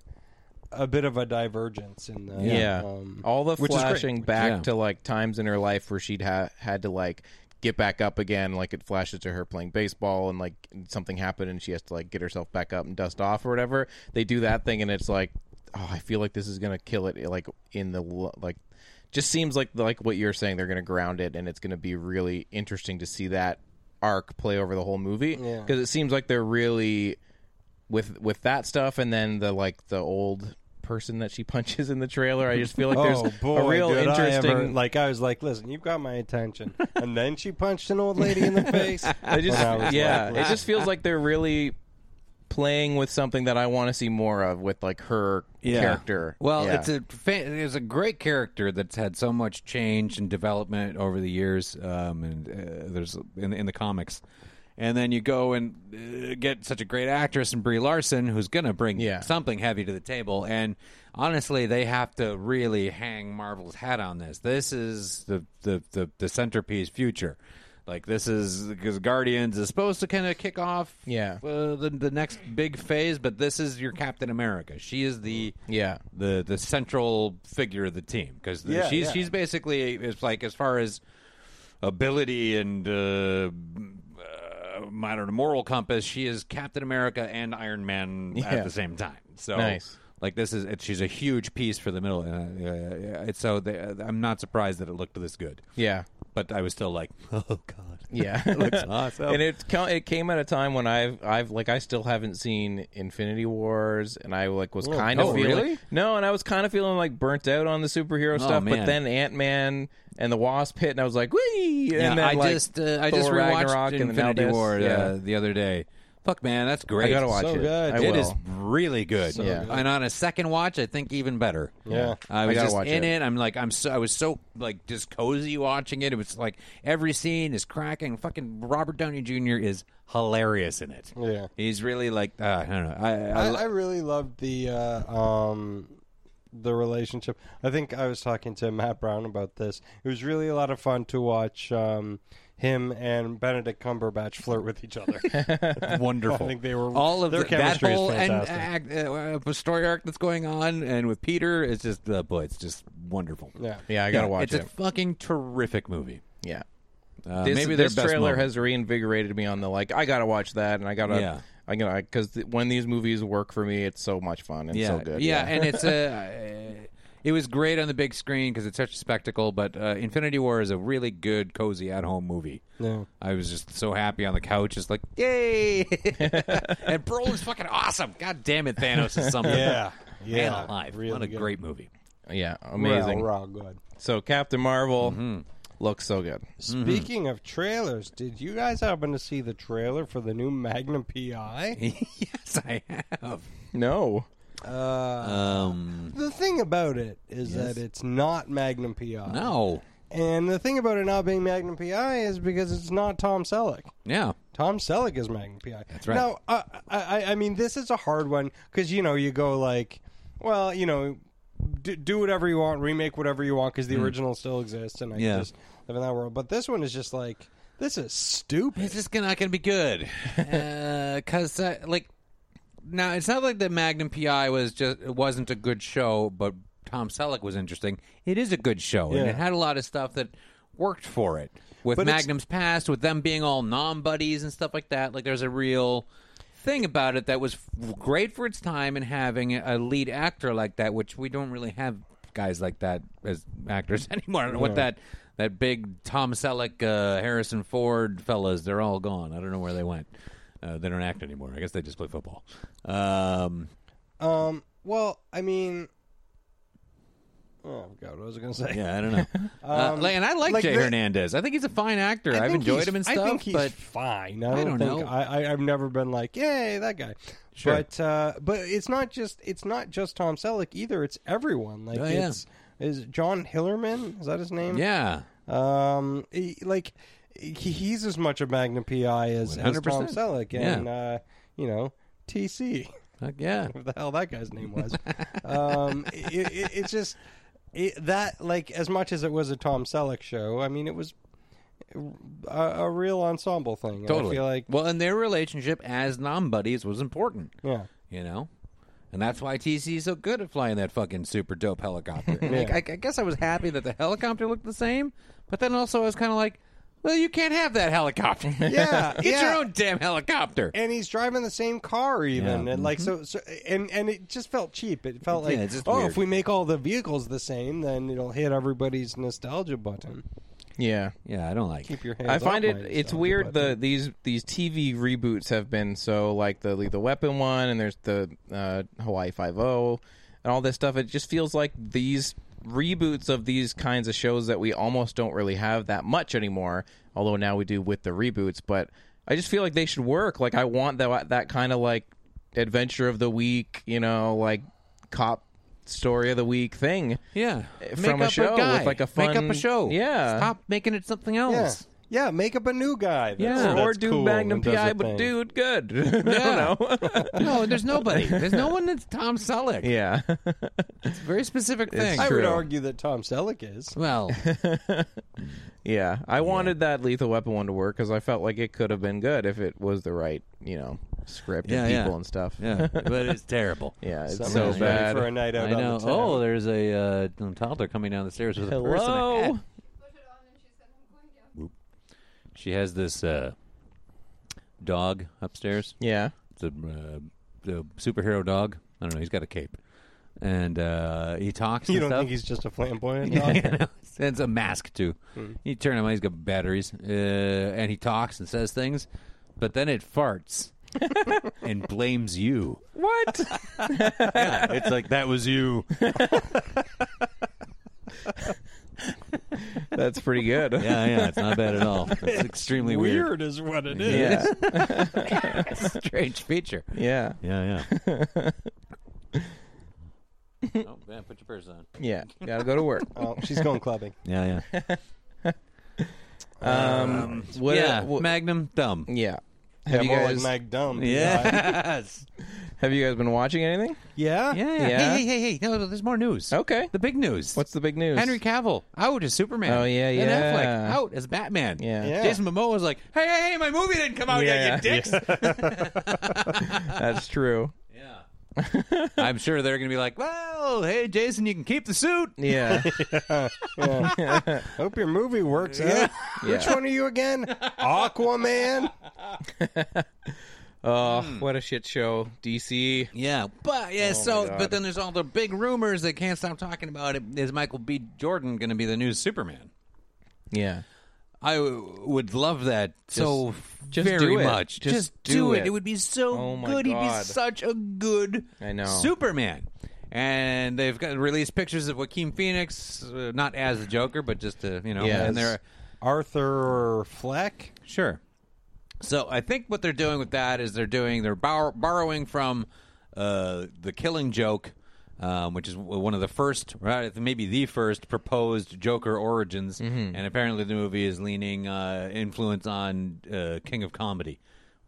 Speaker 2: a bit of a divergence in the
Speaker 3: yeah.
Speaker 2: um,
Speaker 3: All the
Speaker 2: which is great.
Speaker 3: flashing back
Speaker 1: yeah.
Speaker 3: to like times in her life where she'd ha- had to like get back up again like it flashes to her playing baseball and like something happened and she has to like get herself back up and dust off or whatever. They do that thing and it's like oh, I feel like this is going to kill it like in the lo- like just seems like like what you're saying they're going to ground it and it's going to be really interesting to see that arc play over the whole movie
Speaker 2: Yeah.
Speaker 3: because it seems like they're really with with that stuff and then the like the old person that she punches in the trailer i just feel like there's
Speaker 2: oh boy,
Speaker 3: a real
Speaker 2: did I
Speaker 3: interesting
Speaker 2: ever- like I was like, listen, you've got my attention, and then she punched an old lady in the face.
Speaker 3: I just
Speaker 2: And I was
Speaker 3: yeah
Speaker 2: like,
Speaker 3: it just feels like they're really playing with something that i want to see more of with like her character
Speaker 1: Well,
Speaker 3: Yeah.
Speaker 1: it's a fa- it's a great character that's had so much change and development over the years, um, and uh, there's in in the comics, and then you go and uh, get such a great actress in Brie Larson, who's gonna bring
Speaker 3: Yeah.
Speaker 1: something heavy to the table. And honestly, they have to really hang Marvel's hat on this. This is the the the, the centerpiece future. Like this is because Guardians is supposed to kind of kick off
Speaker 3: Yeah.
Speaker 1: uh, the the next big phase, but this is your Captain America. She is the
Speaker 3: Yeah.
Speaker 1: the the central figure of the team because
Speaker 2: Yeah,
Speaker 1: she's
Speaker 2: yeah.
Speaker 1: she's basically it's like as far as ability and uh, uh, modern moral compass, she is Captain America and Iron Man
Speaker 3: Yeah.
Speaker 1: at the same time. So
Speaker 3: Nice.
Speaker 1: Like this is it, she's a huge piece for the middle, and uh, uh, it's so they, I'm not surprised that it looked this good.
Speaker 3: yeah
Speaker 1: But I was still like, oh god,
Speaker 3: Yeah,
Speaker 1: it looks awesome.
Speaker 3: And it co- it came at a time when I've I've like I still haven't seen Infinity Wars, and I like was kind of
Speaker 1: Oh,
Speaker 3: feeling
Speaker 1: really? Oh,
Speaker 3: no, and I was kind of feeling like burnt out on the superhero stuff. But
Speaker 1: man.
Speaker 3: then Ant Man and the Wasp hit, and I was like, wee! And
Speaker 1: Yeah,
Speaker 3: then
Speaker 1: I
Speaker 3: like,
Speaker 1: just uh, I
Speaker 3: Thor
Speaker 1: just rewatched
Speaker 3: Ragnarok and now
Speaker 1: Infinity
Speaker 3: this.
Speaker 1: War uh,
Speaker 3: Yeah.
Speaker 1: the other day. Fuck man, that's great.
Speaker 3: I gotta watch
Speaker 2: so
Speaker 3: it.
Speaker 2: good.
Speaker 3: I
Speaker 1: It
Speaker 3: will.
Speaker 1: is really good.
Speaker 3: Yeah. good.
Speaker 1: And on a second watch, I think even better.
Speaker 2: Yeah.
Speaker 1: I
Speaker 3: I
Speaker 1: was
Speaker 3: gotta
Speaker 1: just
Speaker 3: watch
Speaker 1: in
Speaker 3: it.
Speaker 1: it. I'm like, I'm so, I was so like just cozy watching it. It was like every scene is cracking. Fucking Robert Downey Jr. is hilarious in it.
Speaker 2: Yeah.
Speaker 1: he's really like, uh, I don't know. I, I,
Speaker 2: I, I really loved the uh, um, the relationship. I think I was talking to Matt Brown about this. It was really a lot of fun to watch um, him and Benedict Cumberbatch flirt with each other.
Speaker 1: wonderful.
Speaker 2: I think they were-
Speaker 1: all of
Speaker 2: their
Speaker 1: the, that
Speaker 2: chemistry is
Speaker 1: whole and,
Speaker 2: fantastic.
Speaker 1: uh, act- uh, story arc that's going on, and with Peter, it's just uh, boy, it's just wonderful.
Speaker 2: yeah.
Speaker 3: yeah, I gotta watch
Speaker 1: it's
Speaker 3: it.
Speaker 1: a fucking terrific movie.
Speaker 3: yeah,
Speaker 1: Uh,
Speaker 3: this,
Speaker 1: maybe their
Speaker 3: this
Speaker 1: best
Speaker 3: trailer
Speaker 1: moment.
Speaker 3: has reinvigorated me on the like I gotta watch that, and I gotta
Speaker 1: Yeah.
Speaker 3: I gotta because th- when these movies work for me, it's so much fun and so good.
Speaker 1: Yeah, and it's a. uh, It was great on the big screen because it's such a spectacle. But uh, Infinity War is a really good, cozy at-home movie.
Speaker 2: Yeah.
Speaker 1: I was just so happy on the couch, just like yay! and Brolin's fucking awesome. God damn it, Thanos is something.
Speaker 2: Yeah.
Speaker 1: Man
Speaker 2: Yeah,
Speaker 1: alive,
Speaker 2: really
Speaker 1: what a
Speaker 2: good.
Speaker 1: great movie.
Speaker 3: yeah, amazing.
Speaker 2: Raw, raw, good.
Speaker 3: So Captain Marvel looks so good.
Speaker 2: Speaking of trailers, did you guys happen to see the trailer for the new Magnum PI?
Speaker 1: yes, I have.
Speaker 3: No.
Speaker 1: Um,
Speaker 2: the thing about it is that it's not Magnum PI.
Speaker 1: no,
Speaker 2: And the thing about it not being Magnum PI is because it's not Tom Selleck.
Speaker 1: yeah,
Speaker 2: Tom Selleck is Magnum PI. That's
Speaker 1: right.
Speaker 2: Now, uh, I, I, I mean, this is a hard one because you know you go like, well, you know, do, do whatever you want, remake whatever you want because the original still exists, and I
Speaker 1: Mm. Yeah.
Speaker 2: just live in that world. But this one is just like, this is stupid.
Speaker 1: It's just gonna- not going to be good because uh, like now it's not like the Magnum PI was just it wasn't a good show, but Tom Selleck was interesting. It is a good show, and
Speaker 2: Yeah.
Speaker 1: it had a lot of stuff that worked for it with
Speaker 2: But it's-
Speaker 1: Magnum's past, with them being all non buddies and stuff like that. Like there's a real thing about it that was f- great for its time and having a lead actor like that, which we don't really have guys like that as actors anymore. I don't know what that that big Tom Selleck, uh, Harrison Ford fellas, they're all gone. I don't know where they went. Uh, they don't act anymore. I guess they just play football. Um,
Speaker 2: Um, well, I mean, oh God, what was I going to say?
Speaker 1: Yeah, I don't know. uh, like, and I like,
Speaker 2: like
Speaker 1: Jay
Speaker 2: the-
Speaker 1: Hernandez. I think he's a fine actor.
Speaker 2: I
Speaker 1: I've
Speaker 2: think
Speaker 1: enjoyed
Speaker 2: he's-
Speaker 1: him and stuff.
Speaker 2: I think he's
Speaker 1: but
Speaker 2: fine. I
Speaker 1: I
Speaker 2: don't,
Speaker 1: don't
Speaker 2: think
Speaker 1: know.
Speaker 2: I, I I've never been like, yay, that guy.
Speaker 1: Sure.
Speaker 2: But uh, but it's not just it's not just Tom Selleck either. It's everyone. Like
Speaker 1: Oh, yeah.
Speaker 2: it's is John Hillerman. Is that his name?
Speaker 1: yeah,
Speaker 2: Um, he- like he, he's as much a Magna PI as, as Tom
Speaker 1: 100%.
Speaker 2: Selleck, and uh, you know TC.
Speaker 1: Fuck yeah.
Speaker 2: whatever the hell that guy's name was. um, it, it, it's just it, that, like, as much as it was a Tom Selleck show, I mean, it was a, a real ensemble thing. and
Speaker 1: Totally.
Speaker 2: I feel like,
Speaker 1: well, and their relationship as non buddies was important.
Speaker 2: yeah.
Speaker 1: you know. And that's why TC is so good at flying that fucking super dope helicopter. And I, I guess I was happy that the helicopter looked the same, but then also I was kind of like, well, you can't have that helicopter.
Speaker 2: Yeah,
Speaker 1: get
Speaker 2: yeah.
Speaker 1: your own damn helicopter.
Speaker 2: And he's driving the same car, even, and like
Speaker 3: Mm-hmm.
Speaker 2: so, so, and and it just felt cheap. It felt like,
Speaker 1: Yeah, it's just
Speaker 2: oh,
Speaker 1: weird.
Speaker 2: if we make all the vehicles the same, then it'll hit everybody's nostalgia button.
Speaker 3: Yeah.
Speaker 1: yeah, I don't like.
Speaker 2: Keep
Speaker 1: it.
Speaker 2: your hands.
Speaker 3: I find
Speaker 2: off
Speaker 3: it
Speaker 2: my
Speaker 3: it's
Speaker 2: nostalgia
Speaker 3: weird
Speaker 2: button.
Speaker 3: the these these TV reboots have been so like the Lethal Weapon one and there's the uh, Hawaii Five O and all this stuff. It just feels like these reboots of these kinds of shows that we almost don't really have that much anymore. Although now we do with the reboots, but I just feel like they should work. Like I want that that kind of like adventure of the week, you know, like cop story of the week thing.
Speaker 1: Yeah,
Speaker 3: From
Speaker 1: make
Speaker 3: a
Speaker 1: up
Speaker 3: show with,
Speaker 1: guy.
Speaker 3: like, a
Speaker 1: make up
Speaker 3: fun-
Speaker 1: a show.
Speaker 3: Yeah.
Speaker 1: stop making it something
Speaker 2: yeah,
Speaker 1: else.
Speaker 2: yeah, make up a new guy. That's,
Speaker 3: Yeah, or
Speaker 2: that's
Speaker 3: do
Speaker 2: cool
Speaker 3: Magnum
Speaker 2: and does
Speaker 3: PI,
Speaker 2: a
Speaker 3: but
Speaker 2: thing.
Speaker 3: dude, good. I don't know.
Speaker 1: no, there's nobody. There's no one that's Tom Selleck.
Speaker 3: yeah.
Speaker 1: It's a very specific thing.
Speaker 2: I would
Speaker 3: True.
Speaker 2: argue that Tom Selleck is.
Speaker 1: Well,
Speaker 3: Yeah, I wanted that Lethal Weapon one to work because I felt like it could have been good if it was the right, you know, script
Speaker 1: yeah,
Speaker 3: and
Speaker 1: yeah.
Speaker 3: people and stuff.
Speaker 1: Yeah, but it's terrible.
Speaker 3: yeah, it's
Speaker 2: Someone's
Speaker 3: so
Speaker 2: ready
Speaker 3: bad.
Speaker 2: for a night out
Speaker 1: I
Speaker 2: on
Speaker 1: know.
Speaker 2: the town.
Speaker 1: Oh, there's a uh, toddler coming down the stairs with a person.
Speaker 3: Hello.
Speaker 1: She has this uh, dog upstairs.
Speaker 3: Yeah,
Speaker 1: It's a, uh, the superhero dog. I don't know. He's got a cape, and uh, he talks.
Speaker 2: You
Speaker 1: and
Speaker 2: don't
Speaker 1: stuff.
Speaker 2: think he's just a flamboyant dog?
Speaker 1: it's a mask too. You turn him on. He's got batteries, uh, and he talks and says things, but then it farts and blames you. What? yeah, it's like that was you.
Speaker 3: that's pretty good.
Speaker 1: Yeah, yeah. It's not bad at all. It's extremely weird.
Speaker 2: Weird is what it is.
Speaker 3: yeah,
Speaker 1: Strange feature.
Speaker 3: yeah,
Speaker 1: Yeah, yeah. oh man, put your purse on.
Speaker 3: yeah. Gotta go to work.
Speaker 2: Oh, she's going clubbing.
Speaker 1: Yeah, yeah.
Speaker 3: Um, what,
Speaker 1: yeah,
Speaker 3: what-
Speaker 1: uh, Magnum thumb.
Speaker 3: yeah. Have
Speaker 2: yeah,
Speaker 3: you
Speaker 2: more
Speaker 3: guys
Speaker 2: like Mag Dumb.
Speaker 1: Yes.
Speaker 3: have you guys been watching anything?
Speaker 2: yeah.
Speaker 1: yeah, Oh. yeah.
Speaker 3: Yeah.
Speaker 1: Hey, hey, hey, hey. No, there's more news.
Speaker 3: Okay.
Speaker 1: The big news.
Speaker 3: What's the big news?
Speaker 1: Henry Cavill out as Superman.
Speaker 3: Oh, yeah,
Speaker 1: Ben Affleck
Speaker 3: yeah.
Speaker 1: out as Batman.
Speaker 3: Yeah.
Speaker 2: Yeah.
Speaker 1: Jason Momoa was like, "Hey, hey, hey, my movie didn't come out
Speaker 3: Yeah,
Speaker 1: yet, you dicks."
Speaker 3: That's true.
Speaker 1: Yeah. I'm sure they're going to be like, "Well, hey, Jason, you can keep the suit."
Speaker 3: Yeah,
Speaker 2: Hope your movie works out. Which one are you again? Aquaman?
Speaker 3: oh,
Speaker 2: Hmm.
Speaker 3: what a shit show, DC.
Speaker 1: Yeah, but yeah,
Speaker 3: Oh, my
Speaker 1: so
Speaker 3: God.
Speaker 1: but then there's all the big rumors that can't stop talking about it. Is Michael B. Jordan going to be the new Superman?
Speaker 3: Yeah,
Speaker 1: I w- would love that so
Speaker 3: just
Speaker 1: very
Speaker 3: do it.
Speaker 1: much.
Speaker 3: Just
Speaker 1: do,
Speaker 3: do
Speaker 1: it.
Speaker 3: it.
Speaker 1: It would be so
Speaker 3: Oh my
Speaker 1: good. He'd be
Speaker 3: God.
Speaker 1: such a good
Speaker 3: I know.
Speaker 1: Superman. And they've got released pictures of Joaquin Phoenix, uh, not as the Joker, but just to you know,
Speaker 3: Yes.
Speaker 1: and they're
Speaker 2: Arthur Fleck?
Speaker 1: Sure. So I think what they're doing with that is they're doing they're bor- borrowing from uh, the Killing Joke, um, which is w- one of the first, right, maybe the first proposed Joker origins, and apparently the movie is leaning uh, influence on uh, King of Comedy.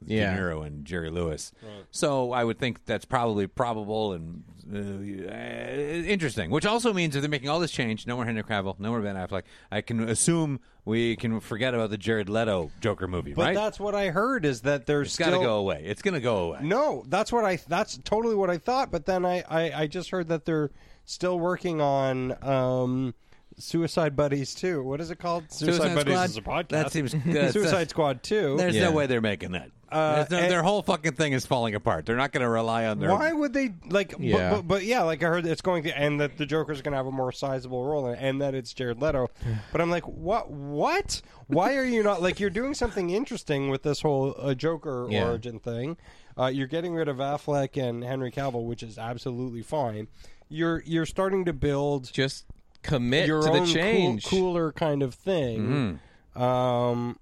Speaker 1: with
Speaker 3: Yeah.
Speaker 1: De Niro and Jerry Lewis, so I would think that's probably probable and uh, uh, interesting. Which also means if they're making all this change, no more Henry Cavill, no more Ben Affleck. I can assume we can forget about the Jared Leto Joker movie,
Speaker 2: But
Speaker 1: right?
Speaker 2: that's what I heard is that there's
Speaker 1: It's
Speaker 2: still...
Speaker 1: got to go away. It's going to go away.
Speaker 2: No, that's what I. That's totally what I thought. But then I, I, I just heard that they're still working on um, Suicide Buddies too. What is it called?
Speaker 1: That seems good.
Speaker 2: Suicide Squad two.
Speaker 1: There's
Speaker 3: Yeah.
Speaker 1: no way they're making that.
Speaker 2: Uh,
Speaker 1: There's no,
Speaker 2: and-
Speaker 1: their whole fucking thing is falling apart. They're not going to rely on their.
Speaker 2: Why would they like?
Speaker 3: Yeah.
Speaker 2: But, but, but yeah, like I heard it's going to, and that the Joker's going to have a more sizable role, in it, and that it's Jared Leto. But I'm like, what? What? Why are you not like? You're doing something interesting with this whole uh, Joker
Speaker 3: Yeah.
Speaker 2: origin thing. Uh, you're getting rid of Affleck and Henry Cavill, which is absolutely fine. You're you're starting to build
Speaker 3: Just Commit
Speaker 2: your
Speaker 3: to
Speaker 2: own
Speaker 3: the
Speaker 2: cool-
Speaker 3: change. Mm-hmm.
Speaker 2: cooler kind of thing. Um,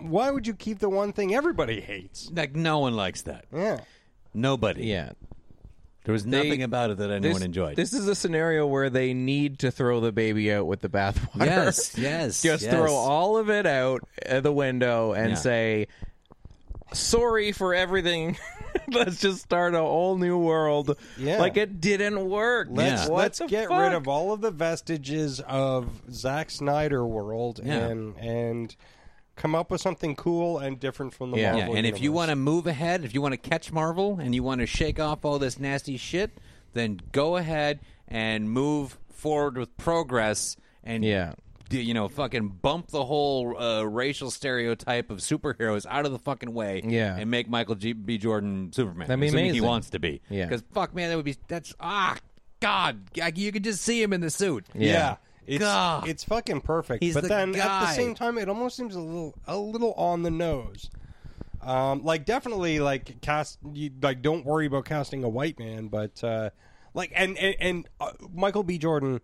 Speaker 2: why would you keep the one thing everybody hates?
Speaker 1: Like no one likes that.
Speaker 2: Yeah.
Speaker 1: Nobody.
Speaker 3: Yeah.
Speaker 1: There was nothing about it that anyone
Speaker 3: This,
Speaker 1: enjoyed.
Speaker 3: this is a scenario where they need to throw the baby out with the bathwater.
Speaker 1: yes, yes.
Speaker 3: Just
Speaker 1: yes.
Speaker 3: throw all of it out uh, the window and
Speaker 1: Yeah.
Speaker 3: say, sorry for everything. Let's just start a whole new world.
Speaker 2: Yeah.
Speaker 3: Like it didn't work.
Speaker 1: Let's- Yeah.
Speaker 3: What
Speaker 2: Let's
Speaker 3: the
Speaker 2: get
Speaker 3: fuck?
Speaker 2: rid of all of the vestiges of Zack Snyder world
Speaker 1: Yeah.
Speaker 2: and and come up with something cool and different from the
Speaker 3: Yeah.
Speaker 2: Marvel
Speaker 1: Yeah, and if you want to move ahead, if you want to catch Marvel and you want to shake off all this nasty shit, then go ahead and move forward with progress and
Speaker 3: Yeah.
Speaker 1: d- you know, fucking bump the whole uh, racial stereotype of superheroes out of the fucking way
Speaker 3: Yeah.
Speaker 1: and make Michael G- B Jordan Superman.
Speaker 3: That'd be
Speaker 1: assuming he
Speaker 3: amazing.
Speaker 1: wants to be.
Speaker 3: Yeah.
Speaker 1: Cuz fuck man, that would be that's ah god, like, you could just see him in the suit.
Speaker 2: yeah,
Speaker 3: Yeah.
Speaker 2: It's,
Speaker 1: God.
Speaker 2: it's fucking perfect.
Speaker 1: He's
Speaker 2: but
Speaker 1: the
Speaker 2: then at the
Speaker 1: guy.
Speaker 2: same time, it almost seems a little a little on the nose. Um, like definitely like cast you, like don't worry about casting a white man, but uh, like and and, and uh, Michael B. Jordan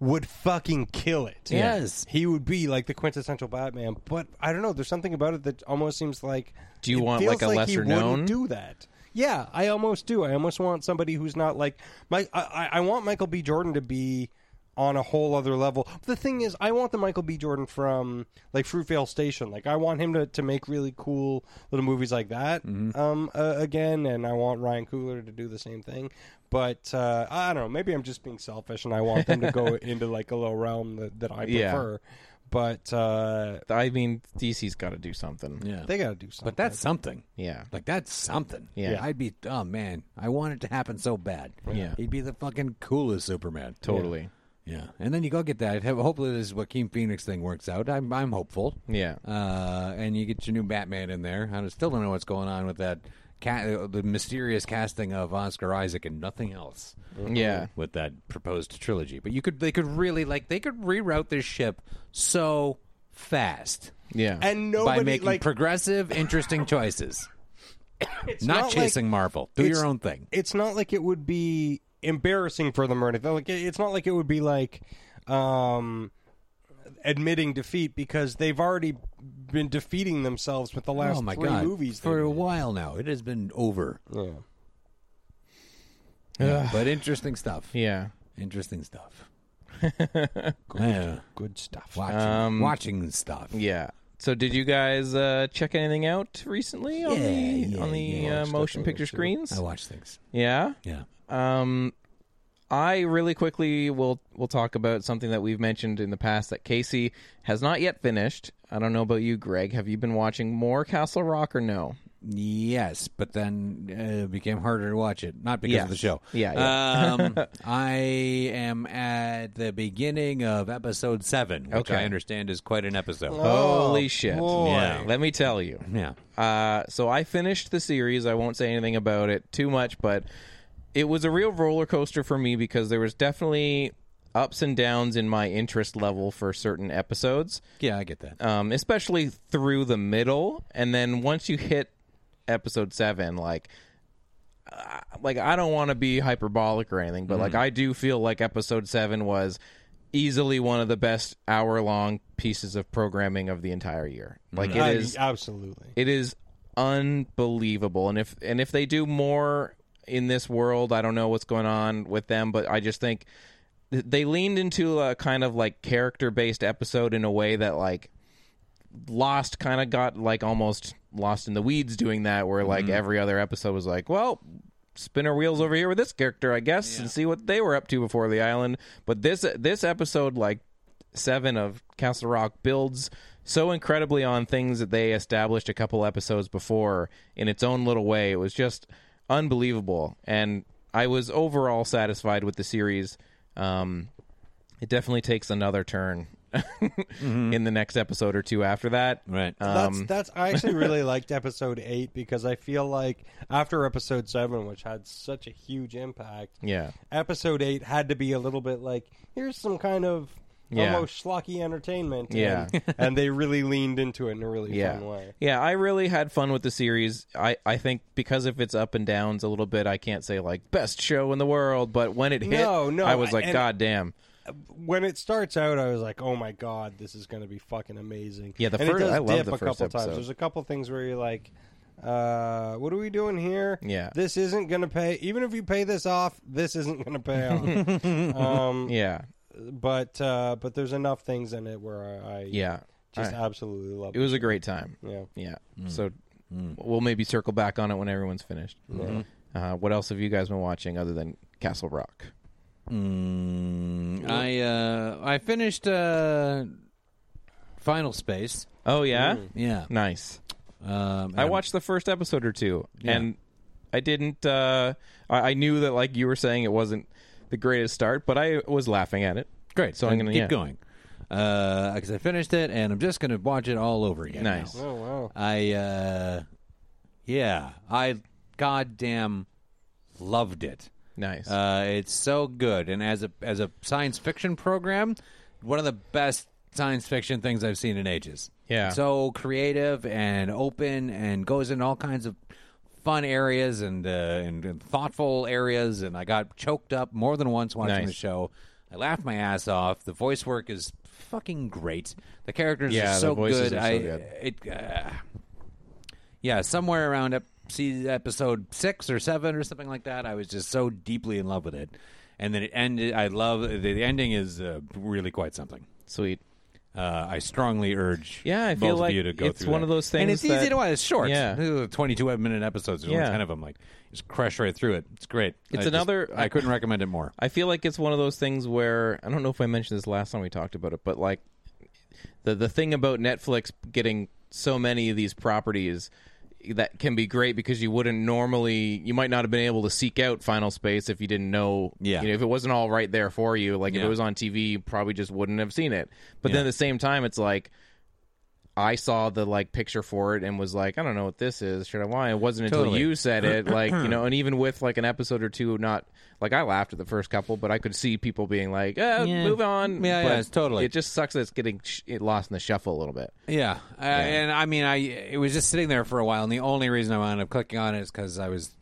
Speaker 2: would fucking kill it.
Speaker 1: Yes.
Speaker 2: he would be like the quintessential Batman. But I don't know. There's something about it that almost seems like.
Speaker 3: Do you
Speaker 2: it
Speaker 3: want,
Speaker 2: feels
Speaker 3: like, a
Speaker 2: he
Speaker 3: lesser
Speaker 2: wouldn't
Speaker 3: known?
Speaker 2: Do that. Yeah, I almost do. I almost want somebody who's not like my. I, I- I want Michael B. Jordan to be on a whole other level. The thing is, I want the Michael B. Jordan from like Fruitvale Station. Like, I want him to, to make really cool little movies like that um, uh, again, and I want Ryan Coogler to do the same thing. But uh, I don't know. Maybe I'm just being selfish, and I want them to go into like a little realm that, that I
Speaker 3: Yeah.
Speaker 2: prefer. But uh,
Speaker 3: I mean, DC's got to do something.
Speaker 1: Yeah.
Speaker 2: they got to do something.
Speaker 1: But that's something.
Speaker 3: Yeah.
Speaker 1: Like that's something.
Speaker 3: Yeah.
Speaker 1: I'd be oh man, I want it to happen so bad.
Speaker 3: Yeah.
Speaker 1: He'd be the fucking coolest Superman.
Speaker 3: Totally.
Speaker 1: Yeah. And then you go get that. Ho- Hopefully this Joaquin Phoenix thing works out. I'm I'm hopeful.
Speaker 3: Yeah.
Speaker 1: Uh and you get your new Batman in there. I still don't know what's going on with that ca- the mysterious casting of Oscar Isaac and nothing else
Speaker 3: Yeah.
Speaker 1: with that proposed trilogy. But you could they could really like they could reroute this ship so fast
Speaker 3: Yeah.
Speaker 2: and nobody
Speaker 1: by making
Speaker 2: like
Speaker 1: progressive, interesting choices. not,
Speaker 2: not like-
Speaker 1: chasing Marvel. Do
Speaker 2: it's-
Speaker 1: your own thing.
Speaker 2: it's not like it would be embarrassing for them or anything. Like it- it's not like it would be like um, admitting defeat because they've already been defeating themselves with the last
Speaker 1: Oh my
Speaker 2: three
Speaker 1: god!
Speaker 2: movies.
Speaker 1: for
Speaker 2: they've
Speaker 1: a
Speaker 2: made.
Speaker 1: while now, it has been over.
Speaker 2: yeah.
Speaker 1: Yeah, but interesting stuff.
Speaker 3: yeah.
Speaker 1: Interesting stuff. yeah.
Speaker 2: good stuff.
Speaker 1: Watching, watching stuff.
Speaker 3: Um, Yeah. So did you guys uh, check anything out recently on
Speaker 1: Yeah,
Speaker 3: the
Speaker 1: yeah,
Speaker 3: on the
Speaker 1: yeah.
Speaker 3: uh, motion picture screens?
Speaker 1: I watch things.
Speaker 3: Yeah.
Speaker 1: Yeah.
Speaker 3: Um, I really quickly will will talk about something that we've mentioned in the past that Casey has not yet finished. I don't know about you, Greg. Have you been watching more Castle Rock or no?
Speaker 1: Yes, but then uh, it became harder to watch it. Not because of the
Speaker 3: Yes.
Speaker 1: show.
Speaker 3: Yeah,
Speaker 1: Um, I am at the beginning of episode seven, which
Speaker 3: Okay. Oh.
Speaker 1: I understand is quite an episode.
Speaker 3: Holy shit!
Speaker 1: Yeah.
Speaker 3: Let me tell you.
Speaker 1: Yeah.
Speaker 3: Uh, so I finished the series. I won't say anything about it too much, but it was a real roller coaster for me because there was definitely ups and downs in my interest level for certain episodes.
Speaker 1: Yeah, I get that.
Speaker 3: um, especially through the middle, and then once you hit episode seven, like, uh, like I don't want to be hyperbolic or anything, but like I do feel like episode seven was easily one of the best hour long pieces of programming of the entire year. Like it is
Speaker 2: Mm-hmm. I- absolutely.
Speaker 3: it is unbelievable and if and if they do more in this world i don't know what's going on with them but i just think th- they leaned into a kind of like character based episode in a way that like lost kind of got like almost lost in the weeds doing that where like every other episode was like well spin our wheels over here with this character i guess and see what they were up to before the island but this this episode like seven of Castle Rock builds so incredibly on things that they established a couple episodes before in its own little way. It was just unbelievable, and I was overall satisfied with the series. Um, it definitely takes another turn in the next episode or two after that. Uh,
Speaker 1: right.
Speaker 3: Um,
Speaker 2: That's that's. I actually really liked episode eight because I feel like after episode seven, which had such a huge impact,
Speaker 3: Yeah.
Speaker 2: episode eight had to be a little bit like here's some kind of
Speaker 3: Yeah.
Speaker 2: almost schlocky entertainment. and-
Speaker 3: Yeah.
Speaker 2: and they really leaned into it in a really
Speaker 3: yeah.
Speaker 2: fun way.
Speaker 3: Yeah, I really had fun with the series. I, I think because of its up and downs a little bit, I can't say like best show in the world, but when it hit,
Speaker 2: No, no,
Speaker 3: I was like,
Speaker 2: and-
Speaker 3: God damn.
Speaker 2: When it starts out, I was like, "Oh my god, this is going to be fucking amazing."
Speaker 3: Yeah, the
Speaker 2: and
Speaker 3: fir-
Speaker 2: it does
Speaker 3: I love
Speaker 2: dip
Speaker 3: the
Speaker 2: a
Speaker 3: first
Speaker 2: couple
Speaker 3: episode.
Speaker 2: times. There's a couple things where you're like, uh, "What are we doing here?"
Speaker 3: Yeah.
Speaker 2: this isn't going to pay. Even if you pay this off, this isn't going to pay off. um,
Speaker 3: Yeah.
Speaker 2: but uh, but there's enough things in it where I, I
Speaker 3: Yeah.
Speaker 2: just
Speaker 3: I-
Speaker 2: absolutely love
Speaker 3: it was a great time.
Speaker 2: Yeah.
Speaker 3: Yeah. So we'll maybe circle back on it when everyone's finished. Uh, what else have you guys been watching other than Castle Rock?
Speaker 1: Mm, I uh, I finished uh, Final Space.
Speaker 3: Oh yeah.
Speaker 2: Mm.
Speaker 1: Yeah,
Speaker 3: Nice.
Speaker 1: um,
Speaker 3: I watched the first episode or two, and I didn't. Uh, I, I knew that, like you were saying, it wasn't the greatest start, but I was laughing at it.
Speaker 1: Great,
Speaker 3: So
Speaker 1: so
Speaker 3: I'm
Speaker 1: I'm
Speaker 3: gonna-
Speaker 1: gonna keep
Speaker 3: yeah.
Speaker 1: going because I finished it, and I'm just gonna watch it all over again. now.
Speaker 3: Nice.
Speaker 2: Oh wow.
Speaker 1: I uh, yeah, I goddamn loved it.
Speaker 3: Nice.
Speaker 1: Uh, it's so good, and as a as a science fiction program, one of the best science fiction things I've seen in ages.
Speaker 3: Yeah.
Speaker 1: so creative and open, and goes in all kinds of fun areas and uh, and, and thoughtful areas. And I got choked up more than once watching
Speaker 3: Nice.
Speaker 1: the show. I laughed my ass off. The voice work is fucking great. The characters
Speaker 3: Yeah,
Speaker 1: are
Speaker 3: the
Speaker 1: so
Speaker 3: voices
Speaker 1: good.
Speaker 3: are so
Speaker 1: I
Speaker 3: good.
Speaker 1: it. Uh, yeah, somewhere around ep- see episode six or seven or something like that. I was just so deeply in love with it, and then it ended. I love the, the ending is uh, really quite something.
Speaker 3: Sweet.
Speaker 1: Uh, I strongly urge
Speaker 3: Yeah, I
Speaker 1: both
Speaker 3: feel
Speaker 1: of
Speaker 3: like
Speaker 1: you to go
Speaker 3: it's
Speaker 1: through
Speaker 3: one
Speaker 1: that.
Speaker 3: of those
Speaker 1: and
Speaker 3: things
Speaker 1: it's
Speaker 3: that-
Speaker 1: easy to watch. It's short.
Speaker 3: Yeah.
Speaker 1: twenty-two minute episodes. There's
Speaker 3: Yeah.
Speaker 1: only ten of them. Like just crush right through it. It's great.
Speaker 3: It's
Speaker 1: I just-
Speaker 3: another-
Speaker 1: I couldn't recommend it more.
Speaker 3: I feel like it's one of those things where I don't know if I mentioned this last time we talked about it, but like the the thing about Netflix getting so many of these properties that can be great because you wouldn't normally you might not have been able to seek out Final Space if you didn't know
Speaker 1: Yeah.
Speaker 3: you know, if it wasn't all right there for you like if it
Speaker 1: Yeah.
Speaker 3: was on TV you probably just wouldn't have seen it but then at the same time it's like I saw the like picture for it and was like, I don't know what this is. Should I? Why? It wasn't until
Speaker 1: Totally.
Speaker 3: you said it, like you know. And even with like an episode or two, not like I laughed at the first couple, but I could see people being like, eh,
Speaker 1: Yeah.
Speaker 3: "Move on."
Speaker 1: Yeah, yeah,
Speaker 3: But
Speaker 1: it's totally-
Speaker 3: It just sucks that it's getting sh- it lost in the shuffle a little bit.
Speaker 1: Yeah. Uh, and I mean, I it was just sitting there for a while, and the only reason I wound up clicking on it is because I was.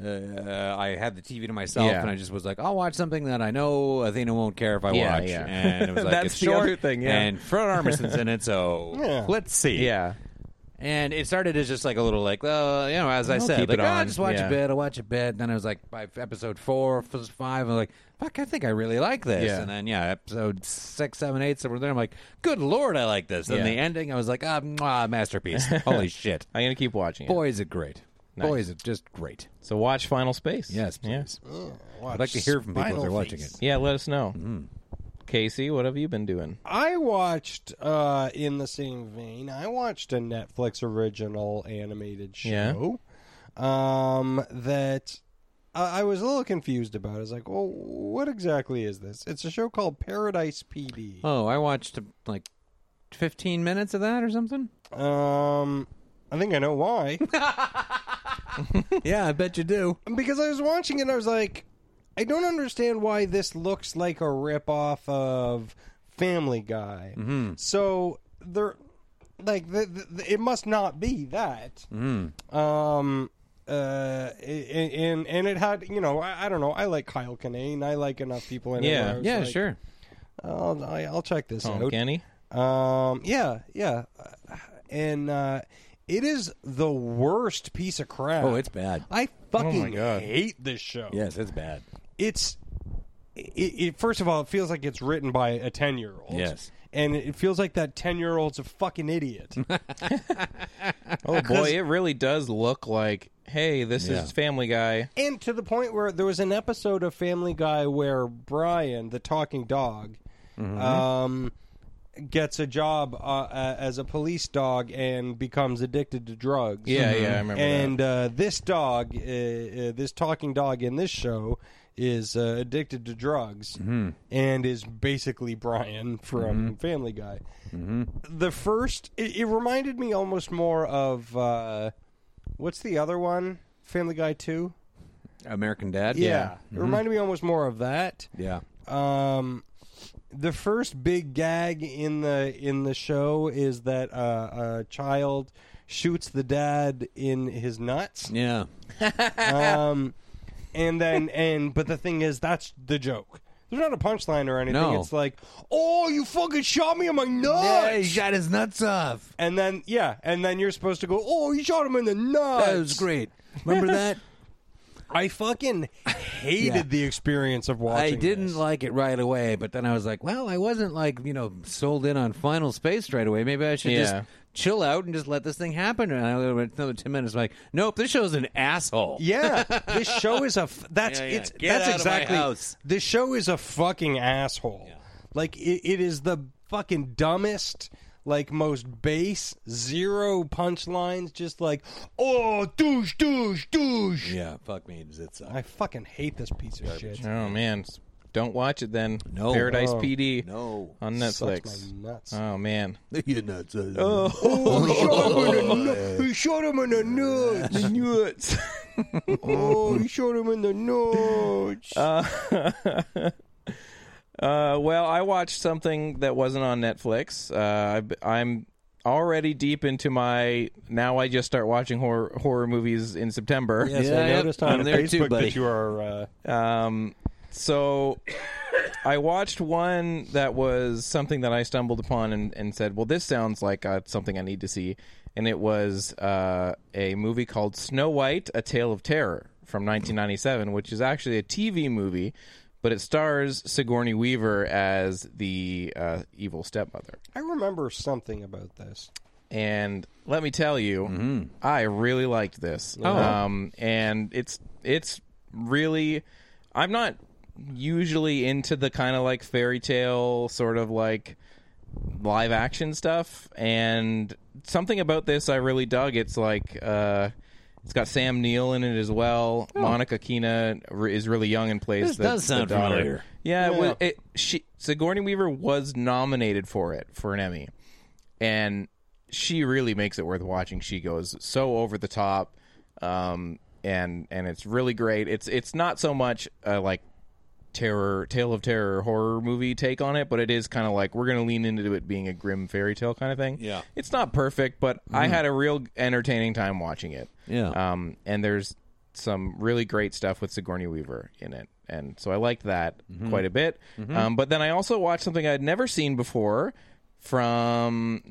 Speaker 1: Uh, I had the TV to myself,
Speaker 3: Yeah.
Speaker 1: and I just was like, "I'll watch something that I know Athena won't care if I
Speaker 3: Yeah,
Speaker 1: watch."
Speaker 3: yeah.
Speaker 1: And it was like,
Speaker 3: That's
Speaker 1: "It's
Speaker 3: the
Speaker 1: short
Speaker 3: other thing, yeah.
Speaker 1: and Fred Armisen's in it, so
Speaker 2: Yeah.
Speaker 1: let's see."
Speaker 3: Yeah,
Speaker 1: And it started as just like a little like, well, you know, as I said,
Speaker 3: keep
Speaker 1: like,
Speaker 3: it
Speaker 1: "Ah, I'll
Speaker 3: on."
Speaker 1: just watch
Speaker 3: Yeah.
Speaker 1: a bit, I'll watch a bit. And then I was like, by episode four, f- five, I'm like, fuck, I think I really like this.
Speaker 3: Yeah.
Speaker 1: And then, yeah, episode six, seven, eight, somewhere there, I'm like, good lord, I like this. And
Speaker 3: Yeah.
Speaker 1: the ending, I was like, ah, mwah, masterpiece. Holy shit.
Speaker 3: I'm gonna keep watching it.
Speaker 1: Boy, is it great. Boy, is it just great.
Speaker 3: So watch Final Space.
Speaker 1: Yes,
Speaker 3: yeah,
Speaker 1: please. I'd like to hear from people if they're watching it.
Speaker 3: yeah. Let us know,
Speaker 1: Mm.
Speaker 3: Casey. What have you been doing?
Speaker 2: I watched uh, in the same vein. I watched a Netflix original animated
Speaker 3: Yeah.
Speaker 2: show um, that I, I was a little confused about. I was like, "Well, what exactly is this?" It's a show called Paradise PD.
Speaker 1: Oh, I watched like 15 minutes of that or something?
Speaker 2: Um, I think I know why.
Speaker 1: yeah, I bet you do.
Speaker 2: because I was watching it, and I was like, I don't understand why this looks like a ripoff of Family Guy.
Speaker 1: Mm-hmm.
Speaker 2: So they're like, the, the, the- it must not be that.
Speaker 1: Mm-hmm.
Speaker 2: Um, uh, a- a- and and it had you know I, I don't know I like Kyle Kinane I like enough people in it
Speaker 3: Yeah.
Speaker 2: where I was
Speaker 1: Yeah,
Speaker 2: like,
Speaker 1: sure.
Speaker 2: I'll, I- I'll check this
Speaker 3: Tom
Speaker 2: out
Speaker 3: Kenny.
Speaker 2: um, yeah, yeah, and uh, it is the worst piece of crap.
Speaker 1: Oh, it's bad.
Speaker 2: I
Speaker 3: my
Speaker 2: fucking
Speaker 3: God.
Speaker 2: hate this show.
Speaker 1: Yes, it's bad.
Speaker 2: it's it, it. First of all, it feels like it's written by a ten year old.
Speaker 1: Yes.
Speaker 2: and it feels like that ten year old's a fucking idiot.
Speaker 3: Oh boy, it really does look like. Hey, this
Speaker 1: Yeah.
Speaker 3: is Family Guy.
Speaker 2: and to the point where there was an episode of Family Guy where Brian, the talking dog,
Speaker 3: Mm-hmm.
Speaker 2: um, gets a job uh, uh, as a police dog and becomes addicted to drugs.
Speaker 3: Yeah, yeah, I remember
Speaker 2: And Uh, this dog, uh, uh, this talking dog in this show, is uh, addicted to drugs
Speaker 3: Mm-hmm.
Speaker 2: and is basically Brian from Family Guy.
Speaker 3: Mm-hmm.
Speaker 2: The first, it, it reminded me almost more of uh, what's the other one? Family Guy Two.
Speaker 1: American Dad? Mm-hmm.
Speaker 2: Uh, Yeah. It reminded me almost more of that.
Speaker 1: Yeah.
Speaker 2: Um, the first big gag in the in the show is that uh, a child shoots the dad in his nuts.
Speaker 1: Yeah.
Speaker 2: um, and then and but the thing is that's the joke. There's not a punchline or anything.
Speaker 1: No.
Speaker 2: It's like, oh, you fucking shot me in my nuts.
Speaker 1: shot his nuts off.
Speaker 2: And then yeah, and then you're supposed to go, oh, you shot him in the nuts.
Speaker 1: great. Remember that?
Speaker 2: I fucking hated
Speaker 1: Yeah.
Speaker 2: the experience of watching.
Speaker 1: I didn't
Speaker 2: this.
Speaker 1: like it right away, but then I was like, well, I wasn't like, you know, sold in on Final Space right away. Maybe I should
Speaker 3: Yeah.
Speaker 1: just chill out and just let this thing happen. And I went another 10 minutes, like, nope, this show's an asshole.
Speaker 2: Yeah, this show is a f- that's
Speaker 1: Yeah, yeah.
Speaker 2: it's
Speaker 1: Get
Speaker 2: that's
Speaker 1: out of my
Speaker 2: exactly
Speaker 1: house.
Speaker 2: this show is a fucking asshole. Like it, it is the fucking dumbest, like most base zero punchlines. Just like oh douche douche douche.
Speaker 1: Yeah, fuck me. uh, It sucks.
Speaker 2: I fucking hate this piece of shit.
Speaker 3: Oh man, don't watch it then.
Speaker 1: No.
Speaker 3: Paradise
Speaker 2: Oh.
Speaker 3: PD
Speaker 1: No.
Speaker 3: on
Speaker 2: Sucks
Speaker 3: Netflix.
Speaker 2: my nuts.
Speaker 3: Oh man,
Speaker 1: You're nuts.
Speaker 2: Oh, he shot him in the nu- he
Speaker 1: Oh,
Speaker 2: shot him in the nuts.
Speaker 3: nuts.
Speaker 2: Oh, he shot him in the nuts.
Speaker 3: Uh, well, I watched something that wasn't on Netflix. Uh, I, am already deep into my now. I just start watching horror horror movies in September.
Speaker 2: Yes,
Speaker 1: Yeah,
Speaker 2: I
Speaker 1: yep.
Speaker 2: noticed on
Speaker 1: I'm there
Speaker 2: Facebook
Speaker 1: too, buddy.
Speaker 2: that you are. Uh,
Speaker 3: Um, so I watched one that was something that I stumbled upon and, and said, "Well, this sounds like uh, something I need to see," and it was uh, a movie called Snow White: A Tale of Terror from 1997, which is actually a TV movie. But it stars Sigourney Weaver as the uh, evil stepmother.
Speaker 2: I remember something about this.
Speaker 3: and let me tell you,
Speaker 1: Mm-hmm.
Speaker 3: I really liked this.
Speaker 1: Oh.
Speaker 3: Um, and it's it's really, I'm not usually into the kind of like fairy tale sort of like live action stuff, and something about this I really dug. It's like. Uh, it's got Sam Neill in it as well. Monica Keena re- is really young and plays.
Speaker 1: Oh. This
Speaker 3: the,
Speaker 1: does
Speaker 3: the
Speaker 1: sound
Speaker 3: daughter.
Speaker 1: familiar.
Speaker 3: Yeah, It,
Speaker 2: Yeah.
Speaker 3: was, it she Sigourney Weaver was nominated for it for an Emmy, and she really makes it worth watching. She goes so over the top, um, and and it's really great. It's it's not so much uh, like terror tale of terror horror movie take on it but it is kind of like we're going to lean into it being a grim fairy tale kind of thing
Speaker 1: Yeah.
Speaker 3: it's not perfect but i had a real entertaining time watching it
Speaker 1: Yeah.
Speaker 3: um and there's some really great stuff with sigourney weaver in it and so i liked that
Speaker 1: Mm-hmm.
Speaker 3: quite a bit um, but then i also watched something i'd never seen before from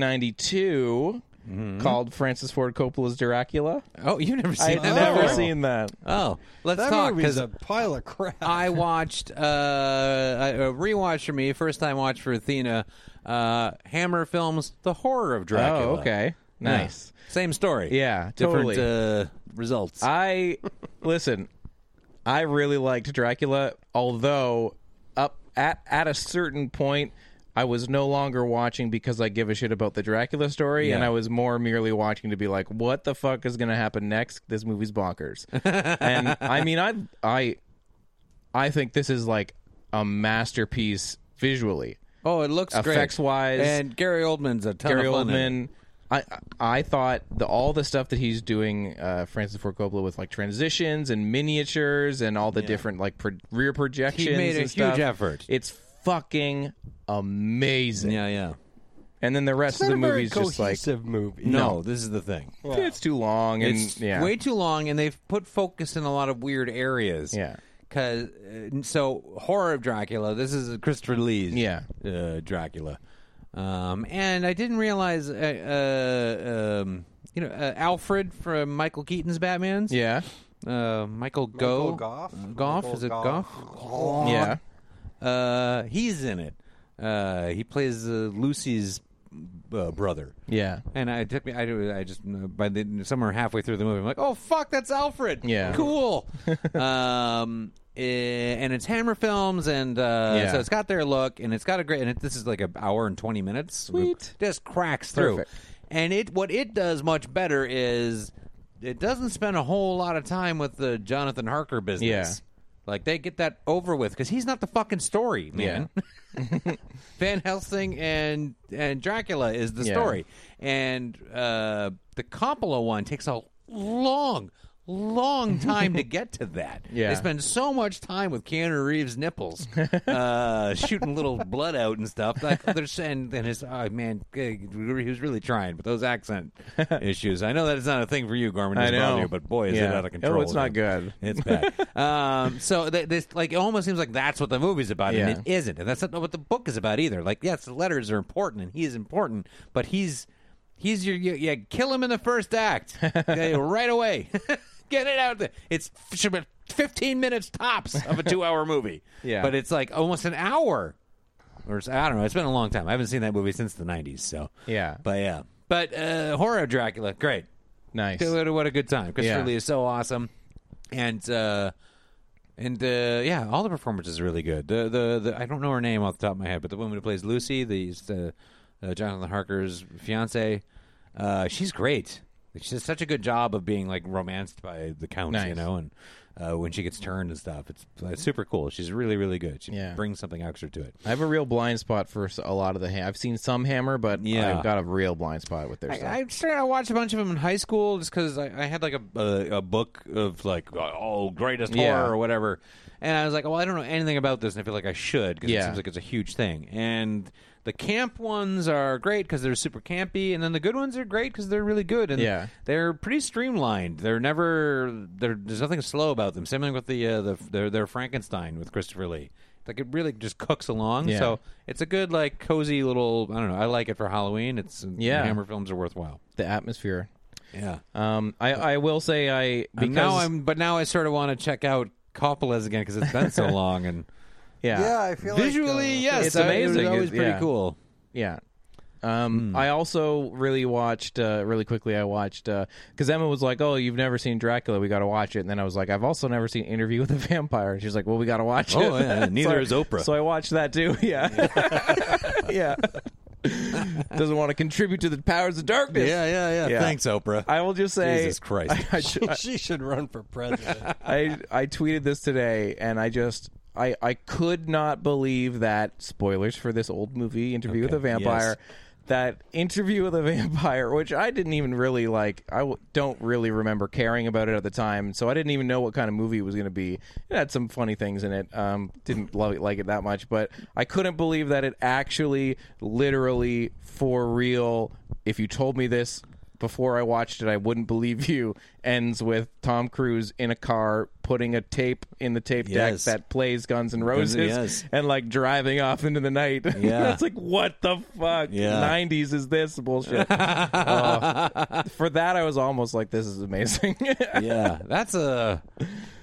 Speaker 3: 1992
Speaker 1: Mm-hmm.
Speaker 3: called francis ford coppola's dracula
Speaker 1: oh, you've never
Speaker 3: i
Speaker 1: seen
Speaker 3: had
Speaker 1: that?
Speaker 3: never
Speaker 1: before?
Speaker 3: seen that
Speaker 1: Oh, let's
Speaker 2: That
Speaker 1: talk
Speaker 2: movie's
Speaker 1: because
Speaker 2: a pile of crap.
Speaker 1: I watched uh, a a rewatch for me, first time watch for Athena. Uh, Hammer Films, The Horror of Dracula.
Speaker 3: oh okay
Speaker 1: Yeah.
Speaker 3: nice
Speaker 1: Same story.
Speaker 3: Yeah,
Speaker 1: different
Speaker 3: totally.
Speaker 1: uh, results.
Speaker 3: I listen. I really liked Dracula, although up at at a certain point, I was no longer watching because I give a shit about the Dracula story, and
Speaker 1: Yeah.
Speaker 3: I was more merely watching to be like, what the fuck is going to happen next? This movie's bonkers, and I mean, I I I think this is like a masterpiece visually.
Speaker 1: oh, it looks great.
Speaker 3: effects-wise-
Speaker 1: and Gary Oldman's a ton
Speaker 3: Gary
Speaker 1: of fun in it.
Speaker 3: Oldman. I I thought the all the stuff that he's doing, uh, Francis Ford Coppola with like transitions and miniatures and all the different like pro- rear projections.
Speaker 1: made a
Speaker 3: and stuff,
Speaker 1: huge effort.
Speaker 3: It's fucking amazing.
Speaker 1: Yeah, yeah.
Speaker 3: And then the rest
Speaker 2: It's not
Speaker 3: of the
Speaker 2: a very
Speaker 3: movie's just like
Speaker 2: cohesive movie.
Speaker 1: No, this is the thing.
Speaker 3: it's too long and
Speaker 1: It's
Speaker 3: yeah,
Speaker 1: way too long, and they've put focus in a lot of weird areas.
Speaker 3: Yeah.
Speaker 1: Cause uh, so horror of Dracula. This is Christopher Lee's.
Speaker 3: Yeah.
Speaker 1: Uh, Dracula. Um, and I didn't realize, uh, uh, um, you know, uh, Alfred from Michael Keaton's Batman's.
Speaker 3: yeah,
Speaker 1: Uh, Michael Go.
Speaker 2: Goff?
Speaker 1: Uh, Goff
Speaker 2: Michael
Speaker 1: is it
Speaker 2: Goff. Oh,
Speaker 1: Goff?
Speaker 3: yeah.
Speaker 1: Uh, he's in it. Uh, he plays uh, Lucy's uh, brother.
Speaker 3: Yeah.
Speaker 1: And I it took me. I, do- I just by the somewhere halfway through the movie, I'm like, oh fuck, that's Alfred.
Speaker 3: Yeah.
Speaker 1: cool. um, eh, and it's Hammer Films, and uh,
Speaker 3: Yeah.
Speaker 1: so it's got their look, and it's got a great. And it, this is like an hour and twenty minutes.
Speaker 3: Sweet.
Speaker 1: just cracks through.
Speaker 3: Perfect.
Speaker 1: And it what it does much better is it doesn't spend a whole lot of time with the Jonathan Harker business.
Speaker 3: Yeah.
Speaker 1: Like they get that over with because he's not the fucking story, man. Van Helsing and and Dracula is the
Speaker 3: Yeah.
Speaker 1: story, and uh, the Coppola one takes a long, long time to get to that.
Speaker 3: Yeah.
Speaker 1: They spend so much time with Keanu Reeves' nipples, uh, shooting little blood out and stuff. Like there's and, and his oh man, he was really trying. But those accent issues, I know that it's not a thing for you, Garmin.
Speaker 3: I
Speaker 1: doesn't bother
Speaker 3: know.
Speaker 1: you, but boy, is it
Speaker 3: Yeah.
Speaker 1: out of control.
Speaker 3: Oh, it's not
Speaker 1: dude.
Speaker 3: good.
Speaker 1: It's bad. um, so th- this like it almost seems like that's what the movie's about,
Speaker 3: Yeah.
Speaker 1: and it isn't, and that's not what the book is about either. Like, yes, the letters are important, and he is important, but he's he's your you, you kill him in the first act Okay, right away. Get it out there. It's f- should be fifteen minutes tops of a two-hour movie.
Speaker 3: Yeah.
Speaker 1: but it's like almost an hour, or it's- I don't know. It's been a long time. I haven't seen that movie since the '90s. So
Speaker 3: Yeah.
Speaker 1: but yeah, but uh, horror Dracula, great.
Speaker 3: Nice.
Speaker 1: Dude, what a good time. Chris
Speaker 3: Yeah.
Speaker 1: Lee is so awesome, and uh, and uh, yeah, all the performances are really good. The, the the I don't know her name off the top of my head, but the woman who plays Lucy, the uh, uh, Jonathan Harker's fiance, uh, she's great. She does such a good job of being like romanced by the count, you
Speaker 3: Nice.
Speaker 1: know, and uh, when she gets turned and stuff, it's, it's super cool. She's really really good. She
Speaker 3: Yeah.
Speaker 1: brings something extra to it.
Speaker 3: I have a real blind spot for s- a lot of the. Ha- I've seen some Hammer, but
Speaker 1: Yeah.
Speaker 3: I've got a real blind spot with their stuff.
Speaker 1: I, I started. I watched a bunch of them in high school just because I, I had like a, a a book of like oh greatest
Speaker 3: Yeah.
Speaker 1: horror or whatever, and I was like, well, I don't know anything about this, and I feel like I should because it
Speaker 3: Yeah.
Speaker 1: seems like it's a huge thing. And the camp ones are great because they're super campy, and then the good ones are great because they're really good and
Speaker 3: Yeah.
Speaker 1: they're pretty streamlined. They're never they're, there's nothing slow about them. Same thing with the uh, the their, their Frankenstein with Christopher Lee. Like it really just cooks along.
Speaker 3: Yeah.
Speaker 1: So it's a good like cozy little. I don't know. I like it for Halloween. It's
Speaker 3: Yeah.
Speaker 1: Hammer films are worthwhile.
Speaker 3: the atmosphere.
Speaker 1: Yeah.
Speaker 3: Um, I, I will say I because
Speaker 1: Because now I'm, but now I sort of want to check out Coppola's again because it's been so long and
Speaker 3: yeah
Speaker 2: Yeah, I feel
Speaker 1: visually,
Speaker 2: like, uh,
Speaker 1: yes,
Speaker 3: It's
Speaker 1: I- It was
Speaker 3: amazing.
Speaker 1: always
Speaker 3: It-
Speaker 1: pretty
Speaker 3: yeah.
Speaker 1: cool.
Speaker 3: Yeah.
Speaker 1: Hmm.
Speaker 3: Um, I also really watched uh, really quickly. I watched because Emma was like, "Oh, you've never seen Dracula? We got to watch it." And then I was like, "I've also never seen Interview with a Vampire." And she was like, "Well, we got to watch it."
Speaker 1: Oh, yeah, neither
Speaker 3: So I-
Speaker 1: is Oprah.
Speaker 3: So I watched that too. Yeah, yeah. Doesn't want to contribute to the powers of darkness.
Speaker 1: yeah,
Speaker 3: Yeah. Thanks,
Speaker 1: Oprah.
Speaker 3: I will just say,
Speaker 1: Jesus Christ.
Speaker 3: I, I ju-
Speaker 2: she should run for president.
Speaker 3: I I tweeted this today, and I just I I could not believe that spoilers for this old movie, Interview with a Vampire. That interview with a vampire, which I didn't even really like, I w- don't really remember caring about it at the time, so I didn't even know what kind of movie it was going to be. It had some funny things in it. Um, didn't love it like it that much, but I couldn't believe that it actually, literally, for real. If you told me this before I watched it, I wouldn't believe you. Ends with Tom Cruise in a car putting a tape in the tape
Speaker 1: Yes.
Speaker 3: deck that plays Guns N' Roses
Speaker 1: yes.
Speaker 3: and like driving off into the night.
Speaker 1: Yeah.
Speaker 3: it's like what the fuck?
Speaker 1: Yeah.
Speaker 3: Nineties is this bullshit? Oh. for that, I was almost like, this is amazing.
Speaker 1: yeah, that's a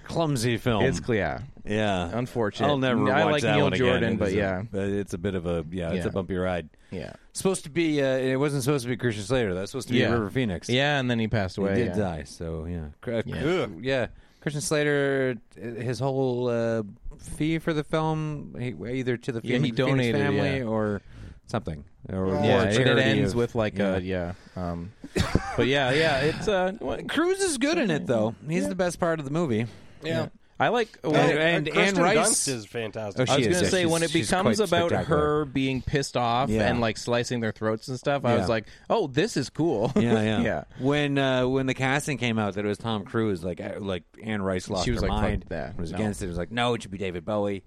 Speaker 1: clumsy film.
Speaker 3: it's yeah,
Speaker 1: Yeah,
Speaker 3: Unfortunate.
Speaker 1: I'll never.
Speaker 3: I
Speaker 1: watch
Speaker 3: like
Speaker 1: that
Speaker 3: Neil
Speaker 1: one again.
Speaker 3: Jordan,
Speaker 1: It
Speaker 3: but
Speaker 1: is a-
Speaker 3: yeah.
Speaker 1: but it's a bit of a yeah, it's
Speaker 3: Yeah.
Speaker 1: a bumpy ride.
Speaker 3: yeah,
Speaker 1: supposed to be. Uh, it wasn't supposed to be Christian Slater. That's supposed to be
Speaker 3: yeah.
Speaker 1: River Phoenix.
Speaker 3: Yeah, and then he passed
Speaker 1: he
Speaker 3: away.
Speaker 1: did
Speaker 3: yeah.
Speaker 1: die. So yeah, Cr- uh, yeah.
Speaker 2: Ugh.
Speaker 1: Christian Slater, uh, his whole uh, fee for the film, he, either to the
Speaker 3: Yeah,
Speaker 1: Phoenix,
Speaker 3: he donated,
Speaker 1: Phoenix family
Speaker 3: yeah.
Speaker 1: or something, or,
Speaker 3: Yeah,
Speaker 1: or a
Speaker 3: and it
Speaker 1: charity
Speaker 3: ends
Speaker 1: of-
Speaker 3: with like
Speaker 1: yeah.
Speaker 3: a yeah. Um, but yeah, yeah, it's uh, what-
Speaker 1: Cruz is good in it though. He's the best part of the movie.
Speaker 2: yeah.
Speaker 3: I like. well,
Speaker 1: And- and-
Speaker 2: Kristen
Speaker 1: and Rice-
Speaker 2: Oh, Dunst is fantastic.
Speaker 1: Oh, she
Speaker 3: I was
Speaker 1: is,
Speaker 3: gonna
Speaker 1: yeah,
Speaker 3: say
Speaker 1: she's-
Speaker 3: when it
Speaker 1: she's
Speaker 3: becomes
Speaker 1: quite
Speaker 3: about
Speaker 1: spectacular.
Speaker 3: her being pissed off
Speaker 1: Yeah.
Speaker 3: and like slicing their throats and stuff, I
Speaker 1: Yeah.
Speaker 3: was like, oh, this is cool.
Speaker 1: yeah, yeah.
Speaker 3: yeah.
Speaker 1: When uh, when the casting came out that it was Tom Cruise, like uh, like Anne Rice lost
Speaker 3: She was
Speaker 1: her
Speaker 3: like, fuck
Speaker 1: mind.
Speaker 3: that,
Speaker 1: was
Speaker 3: no.
Speaker 1: against it. It was like, no, it should be David Bowie.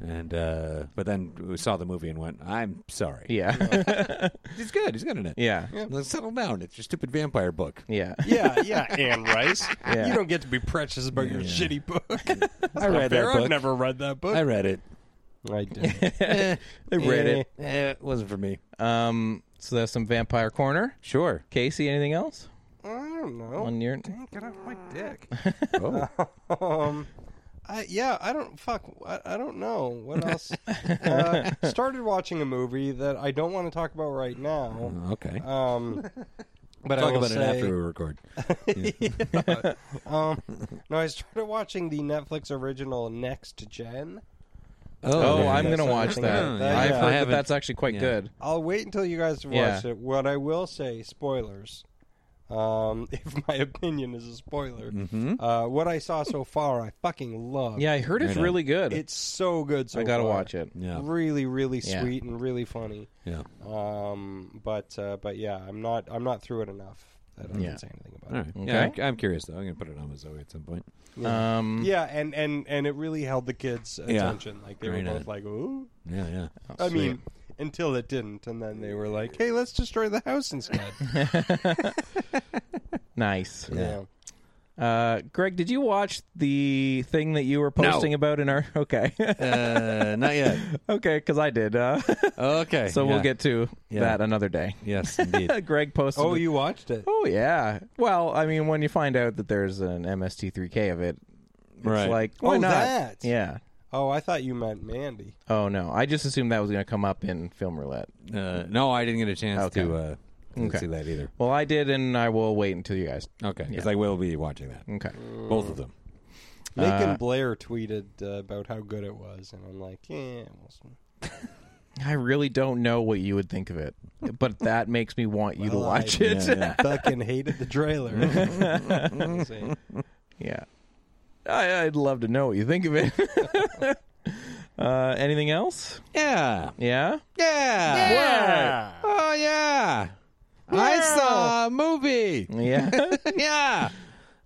Speaker 1: And uh, but then we saw the movie and went, I'm sorry.
Speaker 3: Yeah.
Speaker 1: he's good. He's good in it.
Speaker 3: Yeah. Yeah.
Speaker 1: Like, settle down. It's your stupid vampire book.
Speaker 3: yeah.
Speaker 2: yeah, yeah, Anne Rice.
Speaker 3: Yeah.
Speaker 2: You don't get to be precious about your shitty book. I
Speaker 1: read that book.
Speaker 2: I've never read that book.
Speaker 1: I read it.
Speaker 2: I did.
Speaker 1: I
Speaker 3: read it.
Speaker 1: it wasn't for me.
Speaker 3: Um, so that's some vampire corner.
Speaker 1: Sure.
Speaker 3: Casey, anything else?
Speaker 2: I don't know.
Speaker 3: On your
Speaker 2: Get off my dick.
Speaker 1: Oh.
Speaker 2: Um, I, yeah, I don't fuck. I, I don't know what else. uh, started watching a movie that I don't want to talk about right now.
Speaker 1: okay.
Speaker 2: Um, but I
Speaker 1: Talk
Speaker 2: will
Speaker 1: about it
Speaker 2: say-
Speaker 1: after we record.
Speaker 2: Um, no, I started watching the Netflix original Next Gen.
Speaker 3: Oh,
Speaker 1: yeah.
Speaker 3: I'm
Speaker 2: that's
Speaker 3: gonna
Speaker 2: what
Speaker 3: watch
Speaker 2: I'm
Speaker 3: that.
Speaker 2: thinking. Yeah.
Speaker 3: I've heard
Speaker 2: Yeah.
Speaker 1: I
Speaker 3: that
Speaker 1: haven't-
Speaker 3: that's actually quite
Speaker 1: yeah.
Speaker 3: good.
Speaker 2: I'll wait until you guys have
Speaker 3: Yeah.
Speaker 2: watched it. What I will say, spoilers. Um, if my opinion is a spoiler, uh, what I saw so far, I fucking love.
Speaker 3: Mm-hmm. Yeah, I heard it's
Speaker 1: Right on.
Speaker 3: really good.
Speaker 2: it's so good. So
Speaker 3: I gotta
Speaker 2: far.
Speaker 3: watch it.
Speaker 1: Yeah.
Speaker 2: Really, really
Speaker 3: Yeah.
Speaker 2: sweet and really funny.
Speaker 1: Yeah.
Speaker 2: Um, but uh, but yeah, I'm not I'm not through it enough. I don't
Speaker 3: Yeah.
Speaker 2: yeah. say anything about
Speaker 1: All
Speaker 2: it.
Speaker 1: right. Yeah,
Speaker 3: Okay.
Speaker 1: I'm, I'm curious though. I'm gonna put it on with Zoe at some point.
Speaker 3: Um,
Speaker 2: Yeah, and and and it really held the kids'
Speaker 1: Yeah.
Speaker 2: attention. Like they
Speaker 1: Right
Speaker 2: were
Speaker 1: on.
Speaker 2: both like, "Ooh."
Speaker 1: Yeah, yeah.
Speaker 2: I mean, until it didn't, and then they were like, "Hey, let's destroy the house instead."
Speaker 3: nice.
Speaker 2: yeah.
Speaker 3: Uh, Greg, did you watch the thing that you were posting about in our? Okay,
Speaker 1: Uh, not yet.
Speaker 3: okay, because I did. Uh,
Speaker 1: Okay.
Speaker 3: so we'll
Speaker 1: yeah.
Speaker 3: get to
Speaker 1: Yeah.
Speaker 3: that another day.
Speaker 1: Yes, indeed.
Speaker 3: Greg posted.
Speaker 2: Oh, you watched it?
Speaker 3: Oh yeah. Well, I mean, when you find out that there's an MST3K of it, it's
Speaker 1: Right.
Speaker 3: like why
Speaker 2: Oh,
Speaker 3: not?
Speaker 2: that.
Speaker 3: Yeah.
Speaker 2: Oh, I thought you meant Mandy.
Speaker 3: Oh no, I just assumed that was going to come up in film roulette.
Speaker 1: Uh, no, I didn't get a chance
Speaker 3: Okay.
Speaker 1: to uh, to
Speaker 3: Okay.
Speaker 1: see that either.
Speaker 3: Well, I did, and I will wait until you guys.
Speaker 2: Oh.
Speaker 1: Okay, because I will be watching that.
Speaker 3: Okay.
Speaker 1: Both of them.
Speaker 2: Macon Blair tweeted uh, about how good it was, and I'm like, "Yeah." Well,
Speaker 3: I really don't know what you would think of it, but that makes me want you to
Speaker 2: Well, I-
Speaker 3: watch it. Yeah.
Speaker 2: fucking hated the trailer. Let's see.
Speaker 3: I, I'd love to know what you think of it. uh, anything else?
Speaker 1: Yeah.
Speaker 3: Yeah.
Speaker 1: Yeah. What? Oh yeah. I saw a movie.
Speaker 3: Yeah.
Speaker 1: yeah.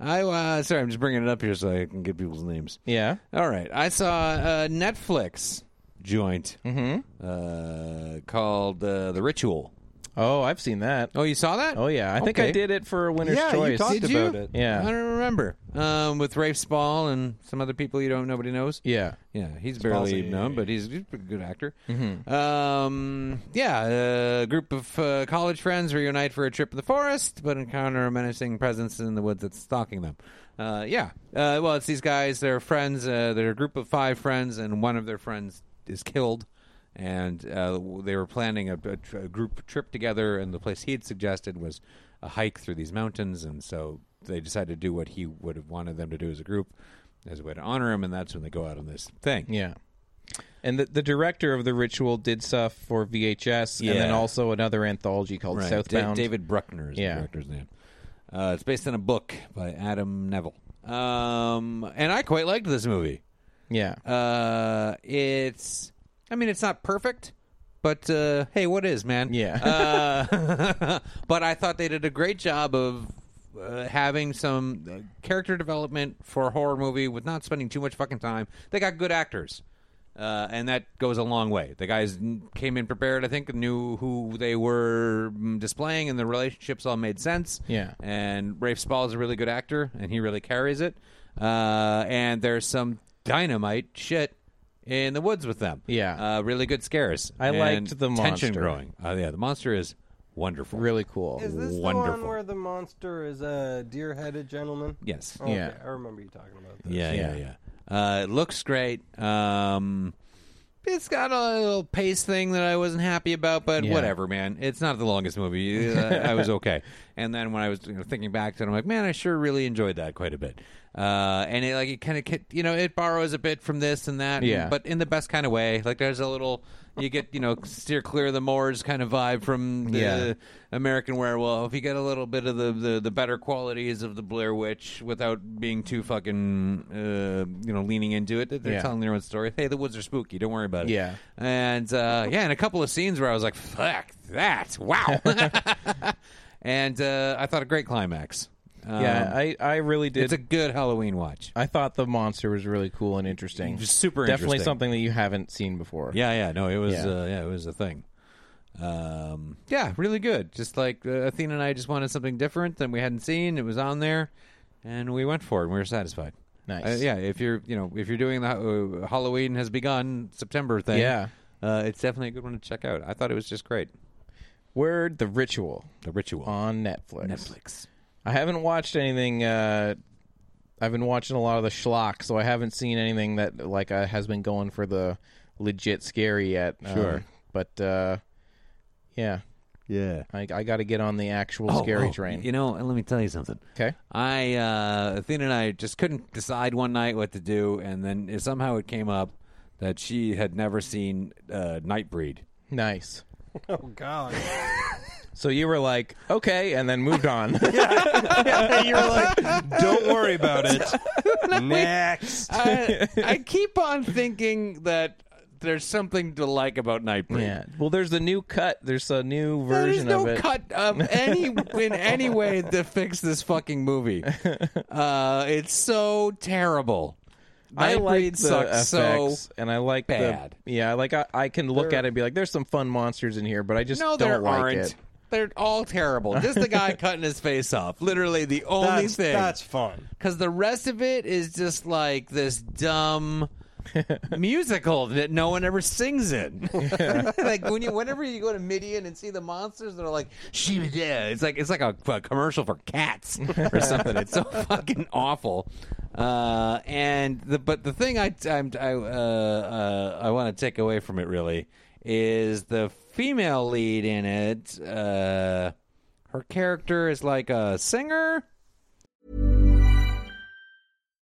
Speaker 1: I uh, sorry, I'm just bringing it up here so I can get people's names.
Speaker 3: yeah.
Speaker 1: All right, I saw a Netflix joint
Speaker 3: Mm-hmm.
Speaker 1: uh, called uh, The Ritual.
Speaker 3: Oh, I've seen that.
Speaker 1: Oh, you saw that?
Speaker 3: Oh yeah, I think I
Speaker 1: Okay.
Speaker 3: did it for Winner's
Speaker 2: Yeah, you
Speaker 3: Choice.
Speaker 2: talked
Speaker 1: Did
Speaker 2: about
Speaker 1: you?
Speaker 2: it.
Speaker 3: Yeah.
Speaker 1: I don't remember. Um, with Rafe Spall and some other people you don't nobody knows.
Speaker 3: Yeah.
Speaker 1: Yeah, he's barely
Speaker 2: yeah,
Speaker 1: known,
Speaker 2: yeah,
Speaker 1: but he's, he's a good actor. Um, yeah, a group of uh, college friends reunite for a trip in the forest, but encounter a menacing presence in the woods that's stalking them. Uh, yeah, uh, well, it's these guys. They're friends. Uh, they're a group of five friends, and one of their friends is killed. And uh, w- they were planning a, a, tr- a group trip together, and the place he had suggested was a hike through these mountains. And so they decided to do what he would have wanted them to do as a group, as a way to honor him. And that's when they go out on this thing.
Speaker 3: Yeah. And the, the director of the ritual did stuff for VHS and then
Speaker 1: Yeah.
Speaker 3: also another anthology called
Speaker 1: Right.
Speaker 3: Southbound.
Speaker 1: Da- David Bruckner is
Speaker 3: Yeah.
Speaker 1: the director's name. Uh, it's based on a book by Adam Neville. Um, and I quite liked this movie.
Speaker 3: Yeah.
Speaker 1: Uh, it's, I mean, it's not perfect, but uh, hey, what is, man?
Speaker 3: Yeah.
Speaker 1: uh, but I thought they did a great job of uh, having some uh, character development for a horror movie with not spending too much fucking time. They got good actors. Uh, and that goes a long way. The guys n- came in prepared, I think, knew who they were mm, displaying, and the relationships all made sense.
Speaker 3: Yeah.
Speaker 1: And Rafe Spall is a really good actor, and he really carries it. Uh, and there's some dynamite shit in the woods with them.
Speaker 3: Yeah.
Speaker 1: Uh, really good scares.
Speaker 3: I
Speaker 1: And
Speaker 3: liked the
Speaker 1: Tension
Speaker 3: monster.
Speaker 1: growing. Uh, yeah, the monster is wonderful.
Speaker 3: really cool.
Speaker 2: Is this the one
Speaker 1: Wonderful.
Speaker 2: where the monster is a deer-headed gentleman?
Speaker 1: Yes.
Speaker 2: Okay,
Speaker 3: Yeah.
Speaker 2: I remember you talking about this.
Speaker 1: Yeah, yeah, yeah. Uh, it looks great. Um, it's got a little pace thing that I wasn't happy about, but
Speaker 3: Yeah.
Speaker 1: whatever, man. It's not the longest movie. Uh, I was okay. And then when I was you know, thinking back to it, I'm like, man, I sure really enjoyed that quite a bit. Uh, and it like it kind of you know it borrows a bit from this and that,
Speaker 3: Yeah.
Speaker 1: and- but in the best kind of way. Like there's a little you get you know steer clear of the moors kind of vibe from the
Speaker 3: Yeah.
Speaker 1: American Werewolf. You get a little bit of the, the, the better qualities of the Blair Witch without being too fucking, uh, you know, leaning into it. They're
Speaker 3: Yeah.
Speaker 1: telling their own story. Hey, the woods are spooky. Don't worry about it.
Speaker 3: Yeah.
Speaker 1: And, uh, yeah, and a couple of scenes where I was like, fuck that. Wow. and uh, I thought a great climax. Um,
Speaker 3: yeah, I, I really did.
Speaker 1: it's a good Halloween watch.
Speaker 3: I thought the monster was really cool and interesting.
Speaker 1: Super
Speaker 3: Definitely
Speaker 1: interesting.
Speaker 3: something that you haven't seen before.
Speaker 1: Yeah, yeah, no, it was,
Speaker 3: Yeah.
Speaker 1: Uh, yeah, it was a thing. Um, yeah, really good. Just like uh, Athena and I just wanted something different than we hadn't seen. It was on there, and we went for it. and We were satisfied.
Speaker 3: Nice.
Speaker 1: Uh, yeah, if you're, you know, if you're doing the uh, Halloween has begun September thing,
Speaker 3: Yeah.
Speaker 1: uh, it's definitely a good one to check out. I thought it was just great.
Speaker 3: Word the ritual
Speaker 1: The ritual
Speaker 3: on Netflix.
Speaker 1: Netflix.
Speaker 3: I haven't watched anything uh I've been watching a lot of the schlock, so I haven't seen anything that like uh, has been going for the legit scary yet. Um,
Speaker 1: Sure.
Speaker 3: but uh yeah,
Speaker 1: Yeah.
Speaker 3: I, I got to get on the actual
Speaker 2: Oh,
Speaker 3: scary train.
Speaker 1: Oh, You know, and let me tell you something.
Speaker 3: Okay.
Speaker 1: I uh, Athena and I just couldn't decide one night what to do, and then it, somehow it came up that she had never seen uh, Nightbreed.
Speaker 3: nice.
Speaker 2: Oh God!
Speaker 3: So you were like, okay, and then moved on.
Speaker 2: you were like, "Don't worry about it." Next.
Speaker 1: I, I keep on thinking that there's something to like about Nightbreed.
Speaker 3: Yeah. Well, there's the new cut. There's a new
Speaker 1: There is
Speaker 3: version
Speaker 1: no
Speaker 3: of it.
Speaker 1: cut of any in any way to fix this fucking movie. Uh, it's so terrible.
Speaker 3: I like
Speaker 1: Nightbreed
Speaker 3: the
Speaker 1: sucks so.
Speaker 3: effects, and I like
Speaker 1: bad.
Speaker 3: the yeah. Like I, I can look at it and be like, "There's some fun monsters in here," but I just
Speaker 1: No,
Speaker 3: don't
Speaker 1: there
Speaker 3: like
Speaker 1: aren't.
Speaker 3: it.
Speaker 1: They're all terrible. Just the guy cutting his face off. Literally the only
Speaker 2: that's,
Speaker 1: thing.
Speaker 2: that's fun.
Speaker 1: because the rest of it is just like this dumb musical that no one ever sings in. like when you, whenever you go to Midian and see the monsters, they're like, "She was there." It's like it's like a, a commercial for cats or something. it's so fucking awful. Uh, and the but the thing I I'm, I uh, uh, I want to take away from it really is the female lead in it. Uh, her character is like a singer.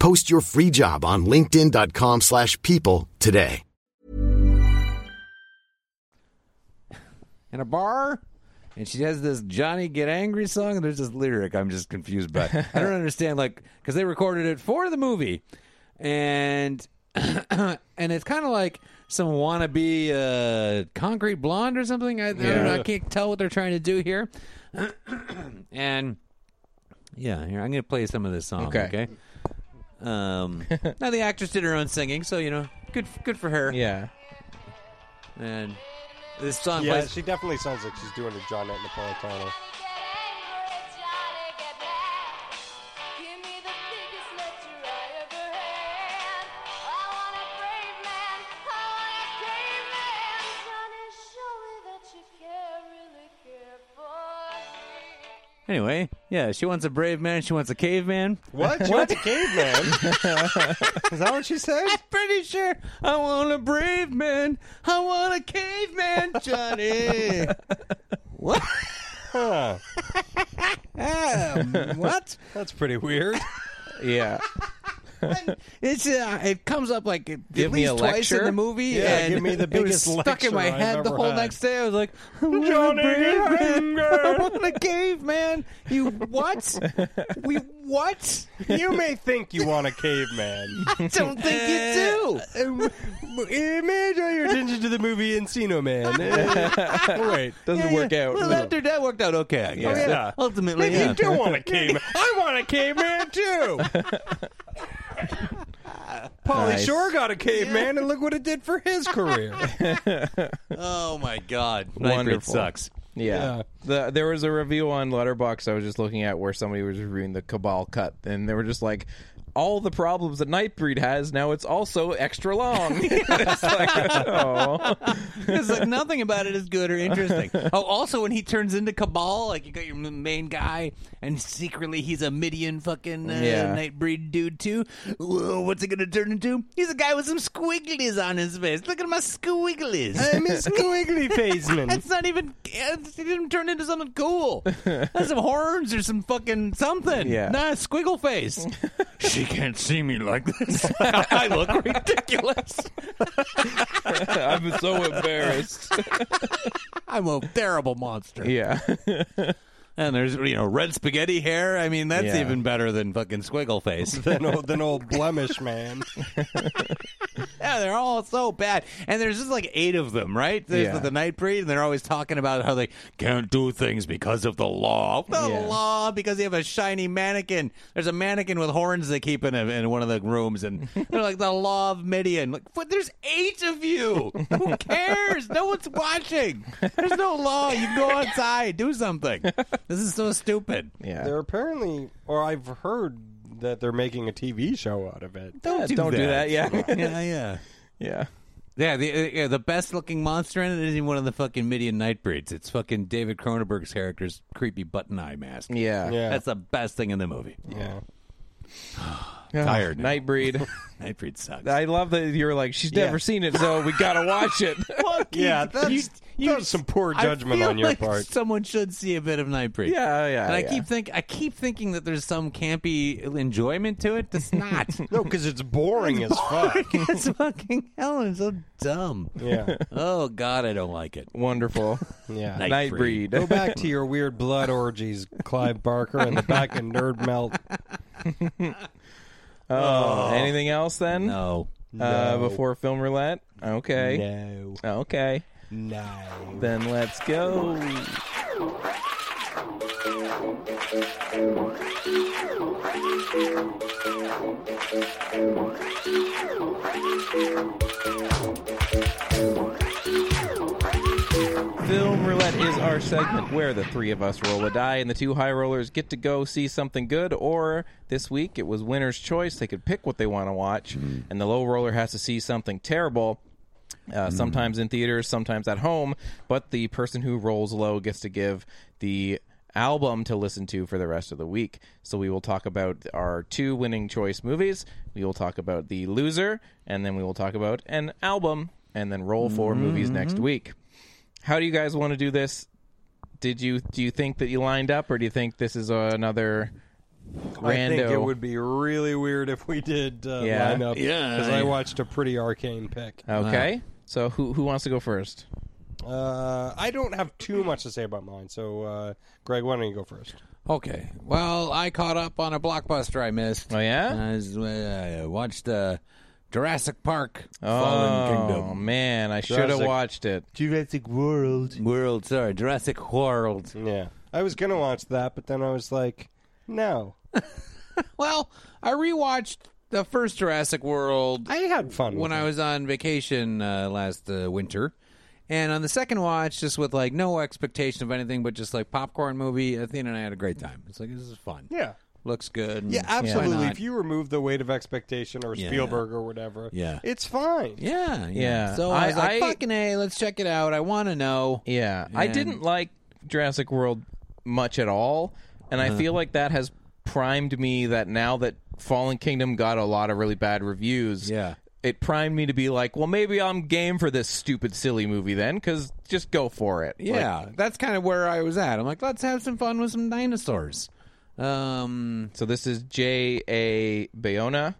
Speaker 4: Post your free job on linkedin.com/people slash people today.
Speaker 1: in a bar and she has this Johnny Get Angry song and there's this lyric I'm just confused by. I don't understand like cuz they recorded it for the movie. And and it's kind of like some wannabe uh, concrete blonde or something. I, I don't know. I can't tell what they're trying to do here. and yeah, here I'm going to play some of this song, okay?
Speaker 3: Okay.
Speaker 1: Um now the actress did her own singing, so you know, good good for her.
Speaker 3: Yeah.
Speaker 1: And this song
Speaker 2: Yeah,
Speaker 1: plays
Speaker 2: she definitely sounds like she's doing a John Napolitano.
Speaker 1: Anyway, yeah, she wants a brave man. She wants a caveman.
Speaker 2: What? She wants a caveman. Is that what she said?
Speaker 1: I'm pretty sure I want a brave man. I want a caveman, Johnny. what?
Speaker 2: Huh.
Speaker 1: Um, what?
Speaker 2: That's pretty weird.
Speaker 3: Yeah.
Speaker 1: It's uh, it comes up like at
Speaker 3: Give me
Speaker 1: least
Speaker 3: a
Speaker 1: twice in
Speaker 3: lecture?
Speaker 1: the movie.
Speaker 2: Yeah,
Speaker 1: and
Speaker 2: give me the
Speaker 1: it was
Speaker 2: biggest
Speaker 1: stuck in my
Speaker 2: lecture I've
Speaker 1: head the
Speaker 2: ever
Speaker 1: whole
Speaker 2: had.
Speaker 1: next day. I was like, I want
Speaker 2: Johnny,
Speaker 1: a
Speaker 2: get
Speaker 1: brave man. I
Speaker 2: angry.
Speaker 1: want a caveman. You what? we what?
Speaker 2: You may think you want a caveman.
Speaker 1: I don't think you do.
Speaker 2: Um, it may draw your attention to the movie Encino Man. Uh, wait.
Speaker 3: Doesn't work out.
Speaker 1: Well, after that worked out okay. I guess.
Speaker 2: Yeah. Yeah.
Speaker 1: Ultimately, yeah.
Speaker 2: You do want a caveman. I want a caveman too. Polly
Speaker 3: Nice.
Speaker 2: Shore got a caveman, and look what it did for his career.
Speaker 1: Oh my god,
Speaker 3: Wonderful.
Speaker 1: sucks.
Speaker 3: Yeah. The, there was a review on Letterbox I was just looking at where somebody was reviewing the Cabal cut, and they were just like, all the problems that Nightbreed has, now it's also extra long. It's like, oh.
Speaker 1: It's like nothing about it is good or interesting. Oh, also when he turns into Cabal, like you got your m- main guy, and secretly he's a Midian fucking uh,
Speaker 3: Yeah.
Speaker 1: Nightbreed dude too. Whoa, what's he gonna turn into? He's a guy with some squigglies on his face. Look at my squigglies.
Speaker 2: I'm a squiggly face man.
Speaker 1: That's not even. He didn't turn into something cool. That's some horns or some fucking something.
Speaker 3: Yeah.
Speaker 1: Nah, squiggle face. she can't see me like this. I look ridiculous.
Speaker 3: I'm so embarrassed.
Speaker 1: I'm a terrible monster.
Speaker 3: Yeah.
Speaker 1: and there's you know red spaghetti hair. I mean, that's
Speaker 3: Yeah.
Speaker 1: even better than fucking squiggle face.
Speaker 2: Than old, than old blemish man.
Speaker 1: yeah, they're all so bad, and there's just like eight of them, right? There's
Speaker 3: Yeah.
Speaker 1: the, the night breed, and they're always talking about how they can't do things because of the law. The
Speaker 3: Yeah.
Speaker 1: law because they have a shiny mannequin. There's a mannequin with horns they keep in a, in one of the rooms, and they're like the law of Midian. Like, but there's eight of you. Who cares? no one's watching. There's no law. You can go outside, do something. This is so stupid.
Speaker 3: Yeah.
Speaker 2: They're apparently, or I've heard that they're making a TV show out of it.
Speaker 1: Don't
Speaker 3: Yeah,
Speaker 1: do
Speaker 3: don't
Speaker 1: that.
Speaker 3: do that, yeah.
Speaker 1: yeah, yeah.
Speaker 3: yeah.
Speaker 1: Yeah, the uh, yeah, the best looking monster in it isn't even one of the fucking Midian Nightbreeds. It's fucking David Cronenberg's character's creepy button eye mask.
Speaker 3: Yeah.
Speaker 2: Yeah.
Speaker 1: That's the best thing in the movie.
Speaker 2: yeah.
Speaker 1: Tired now.
Speaker 3: Nightbreed.
Speaker 1: Nightbreed sucks.
Speaker 3: I love that you were like, she's never seen it, so we gotta watch it.
Speaker 2: Yeah, that's, that's some poor judgment
Speaker 1: I feel
Speaker 2: on your
Speaker 1: like
Speaker 2: part.
Speaker 1: Someone should see a bit of Nightbreed.
Speaker 3: Yeah, yeah,
Speaker 1: And I
Speaker 3: yeah.
Speaker 1: keep think I keep thinking that there's some campy enjoyment to it. That's not.
Speaker 2: No, because it's boring as fuck.
Speaker 1: it's fucking hell. It's so dumb.
Speaker 2: Yeah,
Speaker 1: Oh God, I don't like it.
Speaker 3: Wonderful.
Speaker 2: yeah.
Speaker 3: Nightbreed.
Speaker 1: Nightbreed.
Speaker 2: Go back to your weird blood orgies, Clive Barker, and the back of Nerd Melt.
Speaker 3: Oh, anything else then?
Speaker 1: No.
Speaker 3: Uh, before film roulette? Okay.
Speaker 2: No,
Speaker 3: Okay.
Speaker 2: no.
Speaker 3: Then let's go. Film Roulette is our segment where the three of us roll a die and the two high rollers get to go see something good, or this week it was winner's choice. They could pick what they want to watch, and the low roller has to see something terrible uh, sometimes in theaters, sometimes at home. But the person who rolls low gets to give the album to listen to for the rest of the week. So we will talk about our two winning choice movies. We will talk about the loser, and then we will talk about an album, and then roll 4 movies next week. How do you guys want to do this? Did you do you think that you lined up, or do you think this is uh, another rando?
Speaker 2: I think it would be really weird if we did uh,
Speaker 3: Yeah.
Speaker 2: line up.
Speaker 1: Yeah. Oh.
Speaker 2: because I watched a pretty arcane pick.
Speaker 3: okay. So who who wants to go first?
Speaker 2: Uh, I don't have too much to say about mine, so uh, Greg, why don't you go first?
Speaker 1: Okay. Well, I caught up on a blockbuster I missed.
Speaker 3: Oh, yeah?
Speaker 1: I was- I watched uh, Jurassic Park:
Speaker 3: oh
Speaker 1: Fallen Kingdom.
Speaker 3: man, I should have
Speaker 2: Jurassic-
Speaker 3: watched it.
Speaker 1: Jurassic World. World. Sorry, Jurassic World.
Speaker 2: Yeah, I was gonna watch that, but then I was like, no,
Speaker 1: Well, I rewatched the first Jurassic World
Speaker 2: I had fun
Speaker 1: when
Speaker 2: with
Speaker 1: I
Speaker 2: it.
Speaker 1: was on vacation uh, last uh, winter. And on the second watch, just with like no expectation of anything, but just like popcorn movie, Athena and I had a great time. It's like this is fun.
Speaker 2: Yeah.
Speaker 1: looks good. and
Speaker 2: Yeah,
Speaker 1: why
Speaker 2: absolutely.
Speaker 1: not?
Speaker 2: If you remove the weight of expectation or
Speaker 1: Yeah.
Speaker 2: Spielberg or whatever,
Speaker 1: Yeah.
Speaker 2: it's fine.
Speaker 1: Yeah, yeah.
Speaker 3: Yeah.
Speaker 1: So I, was
Speaker 3: I-
Speaker 1: like,
Speaker 3: I-
Speaker 1: fucking A, let's check it out. I want to know.
Speaker 3: Yeah, I
Speaker 1: And-
Speaker 3: didn't like Jurassic World much at all, and
Speaker 1: Uh-huh.
Speaker 3: I feel like that has primed me that now that Fallen Kingdom got a lot of really bad reviews,
Speaker 1: Yeah.
Speaker 3: it primed me to be like, well, maybe I'm game for this stupid, silly movie then, because just go for it. Like,
Speaker 1: Yeah, that's kind of where I was at. I'm like, let's have some fun with some dinosaurs. Um,
Speaker 3: so this is J. A. Bayona.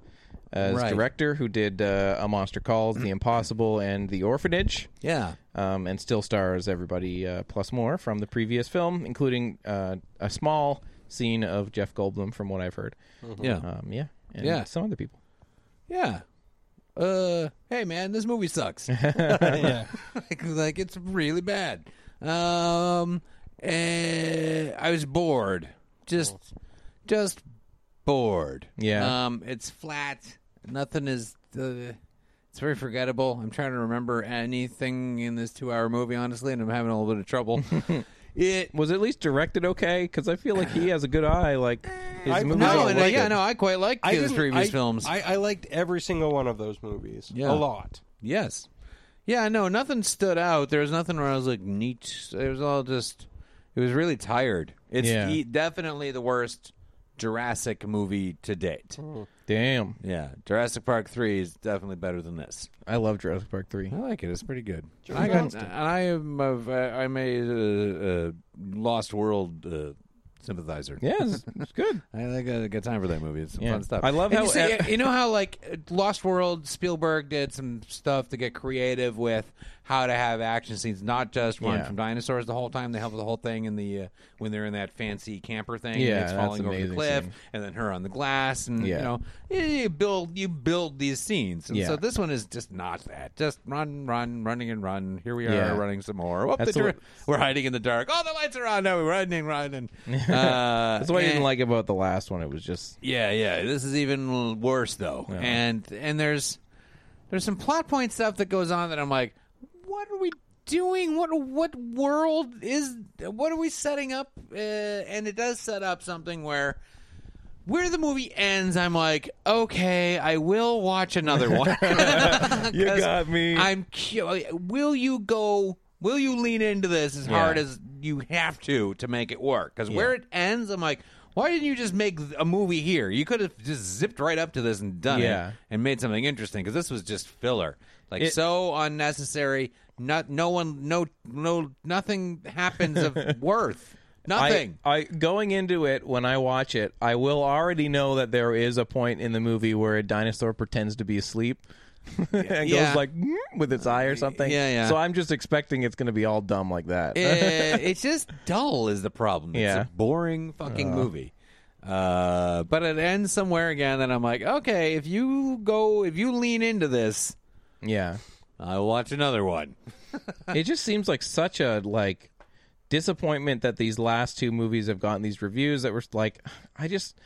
Speaker 3: As
Speaker 1: Right.
Speaker 3: director, who did uh, A Monster Calls, The Impossible, and The Orphanage.
Speaker 1: yeah,
Speaker 3: um, and still stars everybody uh, plus more from the previous film, including uh, a small scene of Jeff Goldblum, from what I've heard.
Speaker 1: yeah,
Speaker 3: Um, yeah, and
Speaker 1: Yeah.
Speaker 3: some other people.
Speaker 1: yeah. Uh, hey man, this movie sucks.
Speaker 2: yeah.
Speaker 1: like, like, it's really bad. Um, eh, I was bored. Just, just bored.
Speaker 3: Yeah.
Speaker 1: Um, it's flat. Nothing is. Uh, it's very forgettable. I'm trying to remember anything in this two-hour movie, honestly, and I'm having a little bit of trouble. it
Speaker 3: Was at least directed okay because I feel like he has a good eye. Like his
Speaker 2: I-
Speaker 3: movies.
Speaker 1: no,
Speaker 2: I
Speaker 1: and, uh,
Speaker 2: like
Speaker 1: yeah,
Speaker 2: it.
Speaker 1: no, I quite like
Speaker 2: I
Speaker 1: his
Speaker 2: didn't-
Speaker 1: previous
Speaker 2: I-
Speaker 1: films.
Speaker 2: I, I liked every single one of those movies.
Speaker 1: Yeah.
Speaker 2: A lot.
Speaker 1: Yes. Yeah, no, nothing stood out. There was nothing where I was like neat. It was all just it was really tired. It's
Speaker 3: Yeah.
Speaker 1: e- definitely the worst Jurassic movie to date.
Speaker 3: Damn,
Speaker 1: Yeah, Jurassic Park 3 is definitely better than this.
Speaker 3: I love Jurassic Park three.
Speaker 1: I like it. It's pretty good. I got I am of uh, I'm a uh, uh, Lost World uh, sympathizer.
Speaker 3: Yeah, it's, it's good.
Speaker 1: I think I got time for that movie. It's some
Speaker 3: Yeah.
Speaker 1: fun stuff.
Speaker 3: I love
Speaker 1: And
Speaker 3: how- uh,
Speaker 1: you, see- you know how like Lost World Spielberg did some stuff to get creative with how to have action scenes, not just one
Speaker 3: Yeah.
Speaker 1: from dinosaurs the whole time. They have the whole thing in the uh, when they're in that fancy camper thing. and
Speaker 3: Yeah,
Speaker 1: it's
Speaker 3: that's
Speaker 1: falling over the
Speaker 3: amazing
Speaker 1: cliff,
Speaker 3: scene.
Speaker 1: and then her on the glass, and you
Speaker 3: Yeah.
Speaker 1: know you- you build you build these scenes. And
Speaker 3: Yeah.
Speaker 1: so this one is just not that. Just run, run, running and run. Here we are
Speaker 3: Yeah.
Speaker 1: running some more. Whoop,
Speaker 3: That's
Speaker 1: the
Speaker 3: the-
Speaker 1: dir- we're hiding in the dark. Oh, the lights are on. Now we're running, running. Uh,
Speaker 3: That's what I didn't
Speaker 1: and-
Speaker 3: like about the last one. It was just
Speaker 1: yeah, yeah. This is even worse though. And and there's there's some plot point stuff that goes on that I'm like, what are we doing? What what world is what are we setting up? Uh, and it does set up something where where the movie ends, I'm like, okay, I will watch another one.
Speaker 3: You
Speaker 1: 'Cause
Speaker 3: got me.
Speaker 1: I'm. Cu- will you go? Will you lean into this as hard as you have to to make it work? Because where it ends, I'm like, why didn't you just make a movie here? You could have just zipped right up to this and done
Speaker 3: Yeah.
Speaker 1: it and made something interesting. Because this was just filler, like
Speaker 3: It-
Speaker 1: so unnecessary. Not no one, no no nothing happens of worth. Nothing.
Speaker 3: I, I going into it when I watch it, I will already know that there is a point in the movie where a dinosaur pretends to be asleep and
Speaker 1: Yeah.
Speaker 3: goes like "Mm," with its eye or something.
Speaker 1: Yeah, yeah.
Speaker 3: So I'm just expecting it's going to be all dumb like that.
Speaker 1: Eh, it's just dull is the problem. It's
Speaker 3: Yeah.
Speaker 1: a boring fucking movie. Uh, but it ends somewhere again, and I'm like, okay, if you go, if you lean into this,
Speaker 3: yeah.
Speaker 1: I'll watch another one.
Speaker 3: it just seems like such a like disappointment that these last two movies have gotten these reviews that were like i just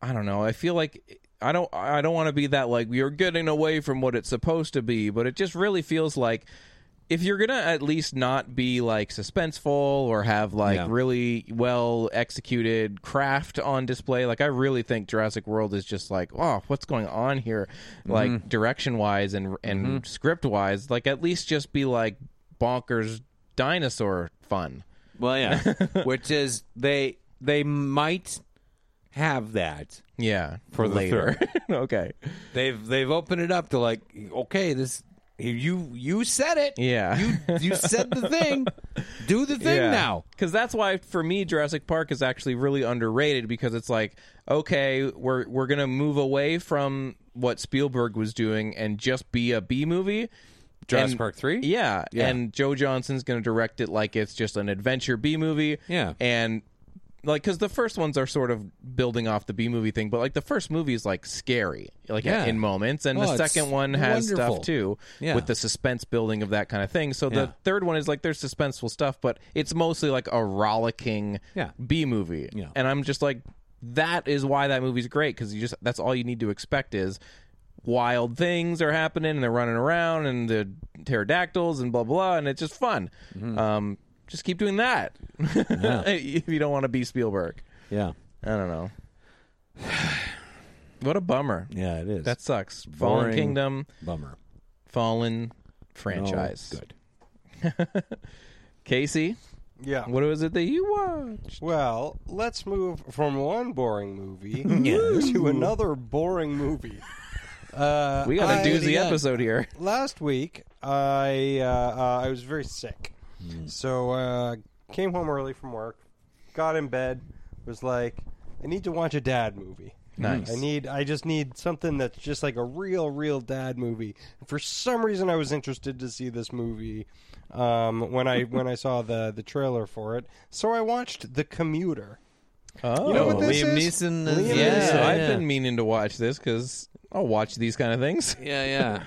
Speaker 3: i don't know i feel like i don't i don't want to be that like you're getting away from what it's supposed to be but it just really feels like if you're gonna at least not be like suspenseful or have like
Speaker 1: Yeah.
Speaker 3: really well executed craft on display like i really think jurassic world is just like oh what's going on here
Speaker 1: Mm-hmm.
Speaker 3: like direction wise and and script wise like at least just be like bonkers dinosaur fun
Speaker 1: Well, yeah, which is they they might have that.
Speaker 3: yeah
Speaker 1: For the
Speaker 3: later okay
Speaker 1: They've they've opened it up to like, okay, this you you said it.
Speaker 3: Yeah.
Speaker 1: you you said the thing. Do the thing now.
Speaker 3: Because that's why, for me, Jurassic Park is actually really underrated because it's like, okay, we're we're gonna move away from what Spielberg was doing and just be a B movie.
Speaker 1: Jurassic
Speaker 3: And-
Speaker 1: Park 3?
Speaker 3: yeah,
Speaker 1: Yeah.
Speaker 3: and Joe Johnson's gonna direct it like it's just an adventure B movie.
Speaker 1: Yeah.
Speaker 3: and like because the first ones are sort of building off the B movie thing, but like the first movie is like scary, like
Speaker 1: Yeah.
Speaker 3: in moments, and
Speaker 1: Well,
Speaker 3: the
Speaker 1: it's
Speaker 3: second one has
Speaker 1: wonderful.
Speaker 3: stuff too
Speaker 1: Yeah.
Speaker 3: with the suspense building of that kind of thing. So
Speaker 1: Yeah.
Speaker 3: the third one is like there's suspenseful stuff, but it's mostly like a rollicking
Speaker 1: Yeah.
Speaker 3: B movie.
Speaker 1: Yeah.
Speaker 3: And I'm just like, that is why that movie's great because you just that's all you need to expect is wild things are happening and they're running around and the pterodactyls and blah blah, and it's just fun.
Speaker 1: Mm-hmm.
Speaker 3: Um, just keep doing that if you don't want to be Spielberg.
Speaker 1: Yeah,
Speaker 3: I don't know. What a bummer.
Speaker 1: yeah, it is.
Speaker 3: That sucks. Fallen
Speaker 1: Boring.
Speaker 3: Kingdom,
Speaker 1: bummer.
Speaker 3: Fallen franchise.
Speaker 1: No Oh, good.
Speaker 3: Casey,
Speaker 2: Yeah.
Speaker 3: what was it that you watched?
Speaker 2: Well, let's move from one boring movie to another boring movie. Uh,
Speaker 3: We got
Speaker 2: I-
Speaker 3: a doozy episode here.
Speaker 2: Last week, I uh, uh, I was very sick,
Speaker 3: Hmm.
Speaker 2: so uh, came home early from work, got in bed, was like, I need to watch a dad movie.
Speaker 3: Nice.
Speaker 2: I need. I just need something that's just like a real, real dad movie. And for some reason, I was interested to see this movie um, when I when I saw the the trailer for it. So I watched The Commuter.
Speaker 3: Oh,
Speaker 2: You know what this
Speaker 1: Liam
Speaker 2: is?
Speaker 1: Neeson is-
Speaker 2: Liam
Speaker 1: yeah.
Speaker 2: Neeson.
Speaker 3: I've been meaning to watch this because I'll watch these kind of things.
Speaker 1: Yeah,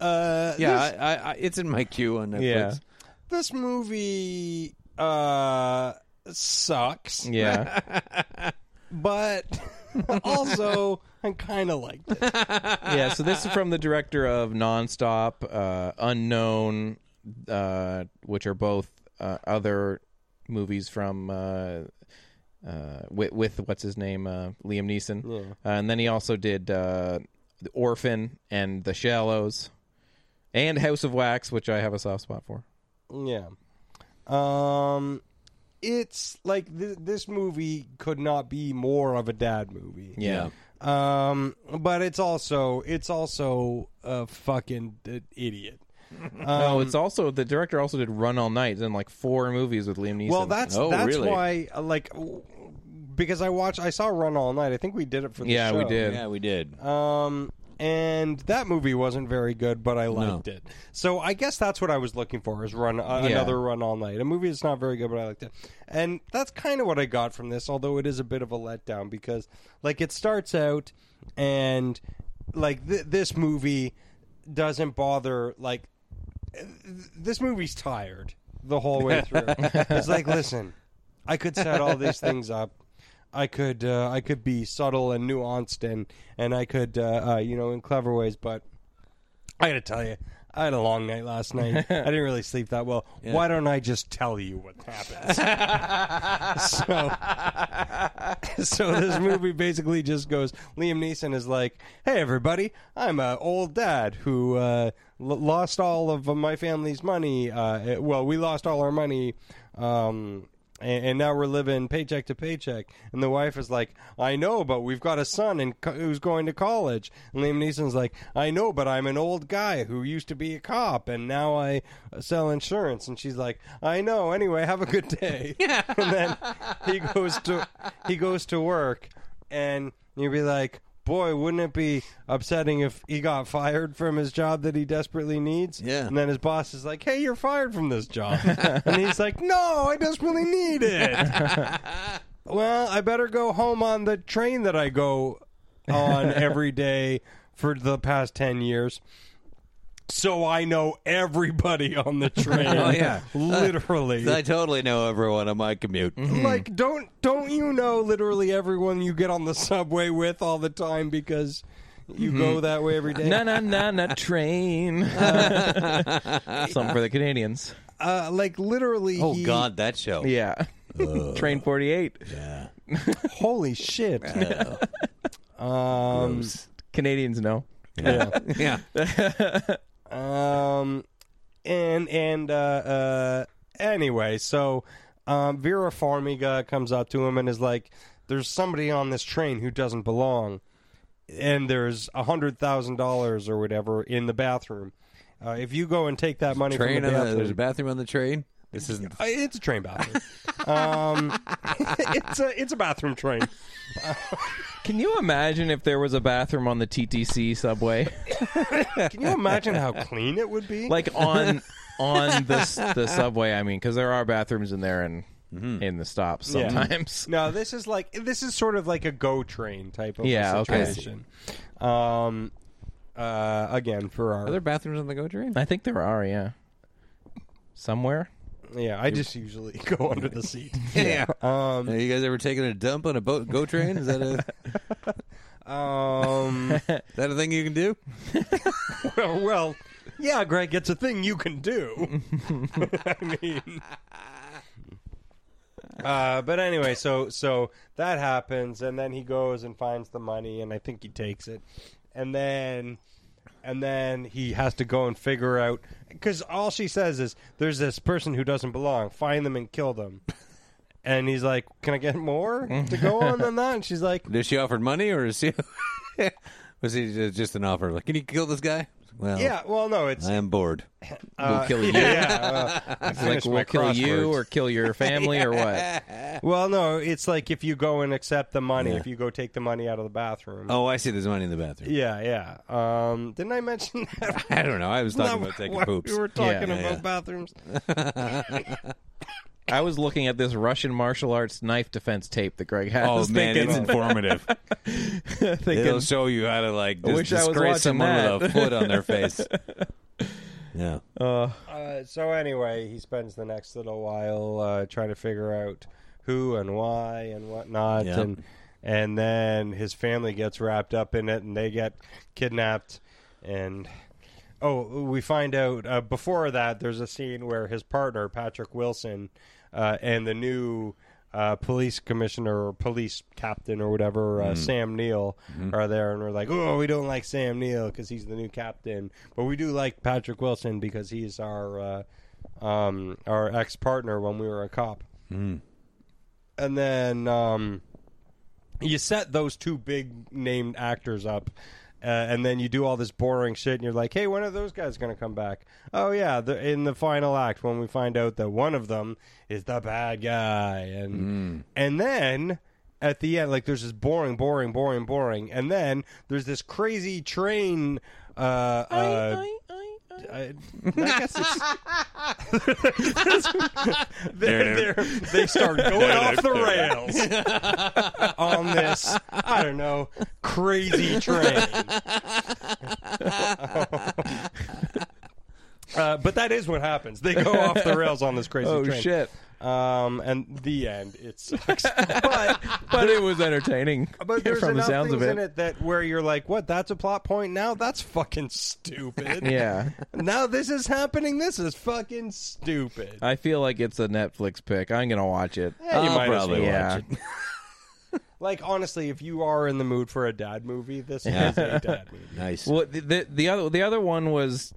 Speaker 1: yeah.
Speaker 2: Uh,
Speaker 1: Yeah, I, I, I, it's in my queue on Netflix.
Speaker 3: Yeah.
Speaker 2: this movie uh sucks
Speaker 3: Yeah,
Speaker 2: but also i kind of liked it
Speaker 3: yeah. So this is from the director of Nonstop, uh, Unknown, uh, which are both uh, other movies from uh, uh, with, with what's his name, uh, Liam Neeson, Uh, and then he also did uh, The Orphan and The Shallows, and House of Wax, which I have a soft spot for.
Speaker 2: yeah um it's like th- this movie could not be more of a dad movie
Speaker 3: Yeah.
Speaker 2: um but it's also it's also a fucking d- idiot
Speaker 3: oh, it's also the director also did Run All Night and like four movies with Liam Neeson.
Speaker 2: Well, that's
Speaker 5: Oh,
Speaker 2: that's
Speaker 5: really?
Speaker 2: why uh, like w- because I watched I saw Run All Night. I think we did it for the
Speaker 3: yeah,
Speaker 2: show.
Speaker 3: we did.
Speaker 5: Yeah, we did.
Speaker 2: Um, and that movie wasn't very good, but I liked it. So I guess that's what I was looking for is run uh,
Speaker 3: Yeah.
Speaker 2: another run all night. A movie that's not very good, but I liked it. And that's kind of what I got from this, although it is a bit of a letdown because like it starts out and like th- this movie doesn't bother like this movie's tired the whole way through. it's like, listen, I could set all these things up. I could uh, I could be subtle and nuanced and and I could uh, uh, you know in clever ways, but I gotta tell you, I had a long night last night. I didn't really sleep that well. Why don't I just tell you what happens? so, so this movie basically just goes. Liam Neeson is like, "Hey everybody, I'm a old dad who uh, l- lost all of my family's money. Uh, eh, well, we lost all our money." Um, and, and now we're living paycheck to paycheck. And the wife is like, I know, but we've got a son and co- who's going to college. And Liam Neeson's like, I know, but I'm an old guy who used to be a cop and now I uh, sell insurance. And she's like, I know. Anyway, have a good day. and then he goes to he goes to work, and you'd be like. Boy, wouldn't it be upsetting if he got fired from his job that he desperately needs?
Speaker 5: Yeah.
Speaker 2: And then his boss is like, "Hey, you're fired from this job," and he's like, "No, I desperately need it." well, I better go home on the train that I go on every day for the past ten years. So I know everybody on the train. oh
Speaker 1: yeah. Uh,
Speaker 2: literally.
Speaker 5: I totally know everyone on my commute.
Speaker 2: Mm-hmm. like don't don't you know literally everyone you get on the subway with all the time because
Speaker 5: Mm-hmm.
Speaker 2: you go that way every day.
Speaker 3: Na na na na train. Something for the Canadians.
Speaker 2: Uh, like literally.
Speaker 5: oh
Speaker 2: he-
Speaker 5: God, that show.
Speaker 3: Yeah. train 48.
Speaker 2: Holy shit!
Speaker 3: Canadians know.
Speaker 1: yeah.
Speaker 2: Um, and and uh, uh, anyway, so um, Vera Farmiga comes up to him and is like, "There's somebody on this train who doesn't belong, and there's a hundred thousand dollars or whatever in the bathroom. Uh, if you go and take that money
Speaker 5: Train
Speaker 2: from the
Speaker 5: on the-
Speaker 2: bathroom,
Speaker 5: there's a bathroom on the train. This isn't.
Speaker 2: Uh, it's a train bathroom. um, it's a it's a bathroom train.
Speaker 3: Can you imagine if there was a bathroom on the TTC subway?
Speaker 2: Can you imagine how clean it would be?
Speaker 3: like on on the s- the subway, I mean, cuz there are bathrooms in there and in the stops
Speaker 2: Yeah.
Speaker 3: sometimes.
Speaker 2: No, this is like this is sort of like a go train type of
Speaker 3: Yeah,
Speaker 2: a
Speaker 3: okay.
Speaker 2: situation. Um, uh, again for our
Speaker 1: Are there bathrooms on the go train?
Speaker 3: I think there are, yeah. Somewhere?
Speaker 2: yeah, I just usually go under the seat.
Speaker 5: Yeah. Um, you guys ever taken a dump on a boat go train? Is that a is
Speaker 2: Um,
Speaker 5: that a thing you can do?
Speaker 2: well, well, yeah, Greg, it's a thing you can do. I mean, uh, but anyway, so so that happens, and then he goes and finds the money, and I think he takes it, and then and then he has to go and figure out because all she says is, "There's this person who doesn't belong. Find them and kill them." And he's like, "Can I get more to go on than that?" And she's like,
Speaker 5: Did she offer money or is she? was he ju- just an offer? Like, can you kill this guy? Well,
Speaker 2: "Yeah, well, no, it's uh,
Speaker 5: I am bored.
Speaker 3: we'll kill you.
Speaker 2: yeah." uh, I
Speaker 3: Like
Speaker 2: finished my
Speaker 3: we'll kill you
Speaker 2: crosswords.
Speaker 3: or kill your family or what?
Speaker 2: Well, no, it's like if you go and accept the money, if you go take the money out of the bathroom.
Speaker 5: Oh, I see. There's money in the bathroom.
Speaker 2: Yeah, yeah. Um, didn't I mention that?
Speaker 5: I don't know. I was talking about taking
Speaker 2: When
Speaker 5: poops.
Speaker 2: We were talking
Speaker 3: Yeah,
Speaker 2: about
Speaker 5: yeah.
Speaker 2: bathrooms.
Speaker 3: I was looking at this Russian martial arts knife defense tape that Greg had. I
Speaker 5: Oh
Speaker 3: was
Speaker 5: man,
Speaker 3: thinking,
Speaker 5: it's informative.
Speaker 3: thinking-
Speaker 5: It'll show you how to like
Speaker 3: I
Speaker 5: dis-
Speaker 3: wish I was watching
Speaker 5: disgrace someone
Speaker 3: that.
Speaker 5: with a foot on their face. yeah,
Speaker 2: Uh, so anyway, he spends the next little while uh, trying to figure out who and why and whatnot,
Speaker 5: Yeah.
Speaker 2: and and then his family gets wrapped up in it, and they get kidnapped, and oh, we find out uh, before that there's a scene where his partner Patrick Wilson uh, and the new. Uh, police commissioner or police captain or whatever, uh, Sam Neill, are there, and we're like, oh, we don't like Sam Neill because he's the new captain, but we do like Patrick Wilson because he's our uh, um, our ex partner when we were a cop and then um, you set those two big named actors up uh, and then you do all this boring shit, and you're like, "Hey, when are those guys going to come back?" Oh yeah, the, in the final act when we find out that one of them is the bad guy, and and then at the end, like there's this boring, boring, boring, boring, and then there's this crazy train. Uh, uh, I, I guess it's they're, they're, they start going off the rails on this. I don't know crazy train. Uh, but that is what happens. They go off the rails on this crazy
Speaker 3: Oh,
Speaker 2: train.
Speaker 3: shit.
Speaker 2: Um, and the end. It sucks. but
Speaker 3: But it was entertaining
Speaker 2: but there's
Speaker 3: from the
Speaker 2: enough
Speaker 3: sounds
Speaker 2: things
Speaker 3: of it.
Speaker 2: in it that where you're like, what? That's a plot point now. That's fucking stupid.
Speaker 3: Yeah.
Speaker 2: Now this is happening. This is fucking stupid.
Speaker 3: I feel like it's a Netflix pick. I'm gonna watch it.
Speaker 2: Yeah, you
Speaker 1: I'll
Speaker 2: might as
Speaker 1: probably
Speaker 2: well.
Speaker 3: yeah.
Speaker 2: Like honestly, if you are in the mood for a dad movie, this is a dad movie.
Speaker 1: Nice.
Speaker 3: Well, the, the the other the other one was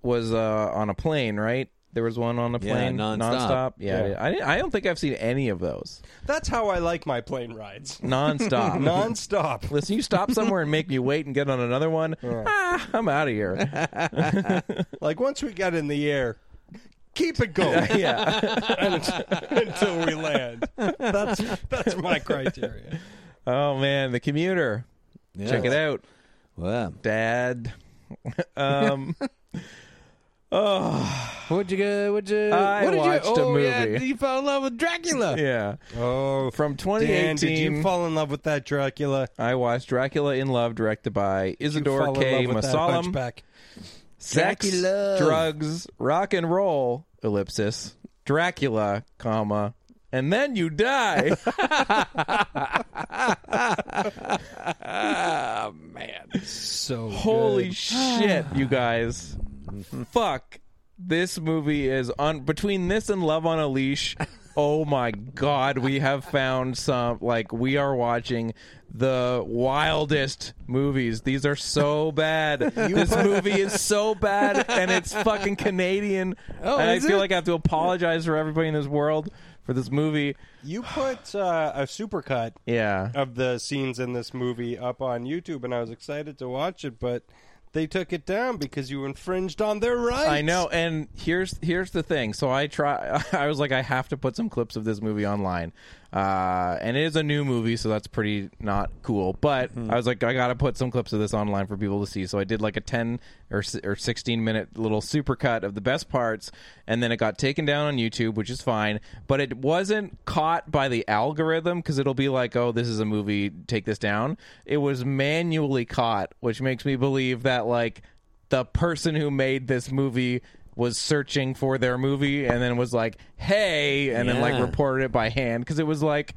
Speaker 3: was uh, on a plane, right? There was one on a
Speaker 1: Yeah,
Speaker 3: plane,
Speaker 1: nonstop.
Speaker 3: Yeah, I, didn't- I don't think I've seen any of those
Speaker 2: That's how I like my plane rides.
Speaker 3: nonstop.
Speaker 2: Nonstop.
Speaker 3: Listen, you stop somewhere and make me wait and get on another one. Ah, I'm out of here.
Speaker 2: Like once we got in the air, keep it going
Speaker 3: yeah.
Speaker 2: until we land. That's that's my criteria.
Speaker 3: Oh man, the commuter.
Speaker 1: Yeah.
Speaker 3: Check it out,
Speaker 1: Wow.
Speaker 3: Dad. um. Oh
Speaker 1: What'd you go? What'd you?
Speaker 3: I
Speaker 1: what did
Speaker 3: watched
Speaker 1: you,
Speaker 3: a
Speaker 1: oh, Yeah,
Speaker 3: movie.
Speaker 1: you fell in love with Dracula.
Speaker 3: yeah.
Speaker 2: Oh,
Speaker 3: From
Speaker 2: Dan, did
Speaker 3: 2018,
Speaker 2: you fall in love with that Dracula?
Speaker 3: I watched Dracula in Love, directed by
Speaker 2: Did you
Speaker 3: Isidore
Speaker 2: fall in
Speaker 3: K.
Speaker 2: love with that
Speaker 3: Masalam.
Speaker 2: hunchback?
Speaker 3: sex,
Speaker 1: Dracula.
Speaker 3: drugs, rock and roll, ellipsis, Dracula, comma, and then you die.
Speaker 1: Ah, man.
Speaker 2: So
Speaker 3: Holy
Speaker 2: good.
Speaker 3: shit, you guys. Fuck. This movie is on between this and Love on a Leash. Oh my god, we have found some like we are watching the wildest movies. These are so bad. this movie is so bad and it's fucking Canadian.
Speaker 1: Oh,
Speaker 3: and I
Speaker 1: is
Speaker 3: feel
Speaker 1: it?
Speaker 3: like I have to apologize for everybody in this world for this movie.
Speaker 2: You put uh, a supercut
Speaker 3: Yeah.
Speaker 2: of the scenes in this movie up on YouTube, and I was excited to watch it, but they took it down because you infringed on their rights.
Speaker 3: I know, and here's here's the thing. So I try. I was like, I have to put some clips of this movie online, uh, and it is a new movie, so that's pretty not cool. But I was like, I gotta put some clips of this online for people to see. So I did like a ten or s- or sixteen minute little supercut of the best parts, and then it got taken down on YouTube, which is fine. But it wasn't caught by the algorithm because it'll be like, oh, this is a movie, take this down. It was manually caught, which makes me believe that like the person who made this movie was searching for their movie and then was like, "Hey," and then like
Speaker 1: Yeah.
Speaker 3: reported it by hand because it was like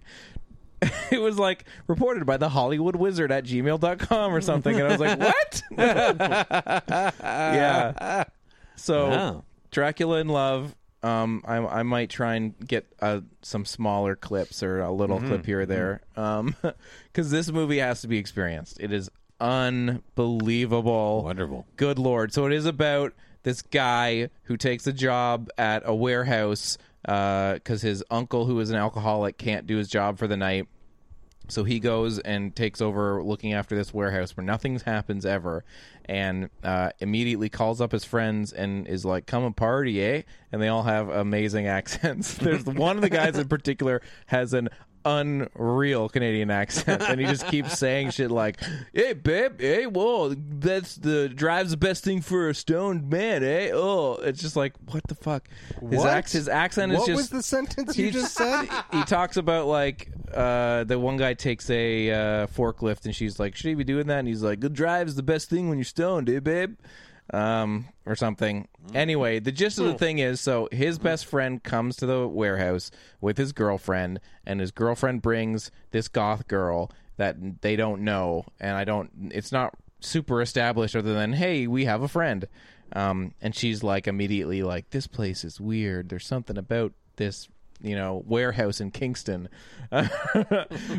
Speaker 3: it was like reported by the Hollywood Wizard at gmail.com or something and I was like, "What?" yeah. So
Speaker 1: Wow.
Speaker 3: Dracula in Love um, I, I might try and get uh, some smaller clips or a little
Speaker 1: Mm-hmm.
Speaker 3: clip here or there, because this movie has to be experienced. It is unbelievable
Speaker 1: Wonderful.
Speaker 3: good lord so it is about this guy who takes a job at a warehouse because his uncle who is an alcoholic can't do his job for the night so he goes and takes over looking after this warehouse where nothing happens ever and uh, immediately calls up his friends and is like, come and party, eh? And they all have amazing accents. There's one of the guys in particular has an unreal Canadian accent and he just keeps saying shit like, hey, babe, hey, whoa, that's the drive's the best thing for a stoned man, eh? Oh, it's just like, what the fuck? His,
Speaker 2: What?
Speaker 3: ac- his accent is
Speaker 2: What
Speaker 3: just.
Speaker 2: was the sentence you
Speaker 3: He-
Speaker 2: just said?
Speaker 3: he talks about like uh, the one guy takes a uh, forklift and she's like, "Should he be doing that?" And he's like, "Good drive's the best thing when you're stoned, eh, babe?" Um, or something. Anyway, the gist of the thing is, so his best friend comes to the warehouse with his girlfriend, and his girlfriend brings this goth girl that they don't know, and I don't. It's not super established other than hey we have a friend um and she's like immediately like this place is weird there's something about this you know warehouse in Kingston,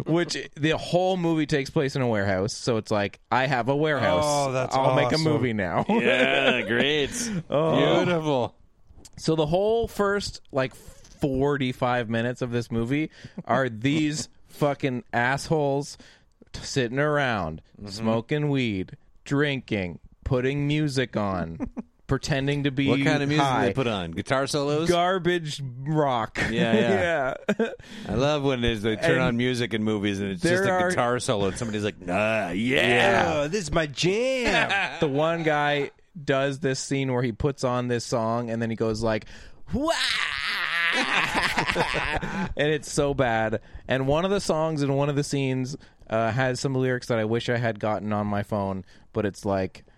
Speaker 3: which the whole movie takes place in a warehouse. So it's like I have a warehouse.
Speaker 2: Oh, that's
Speaker 3: I'll make a
Speaker 2: awesome.
Speaker 3: movie now.
Speaker 5: Yeah, great. Oh.
Speaker 1: Beautiful.
Speaker 3: So the whole first like 45 minutes of this movie are
Speaker 5: Mm-hmm.
Speaker 3: these fucking assholes t- sitting around smoking weed, drinking, putting music on, pretending to be
Speaker 5: What kind of music do
Speaker 3: high.
Speaker 5: they put on? Guitar solos?
Speaker 3: Garbage rock.
Speaker 5: Yeah, yeah.
Speaker 3: yeah.
Speaker 5: I love when there's, they turn
Speaker 3: And
Speaker 5: on music in movies and it's just a
Speaker 3: there are-
Speaker 5: guitar solo and somebody's like, nah, yeah.
Speaker 2: Uh, this is my jam.
Speaker 3: the one guy does this scene where he puts on this song and then he goes like "Wah!" and it's so bad and one of the songs in one of the scenes uh, has some lyrics that i wish i had gotten on my phone but it's like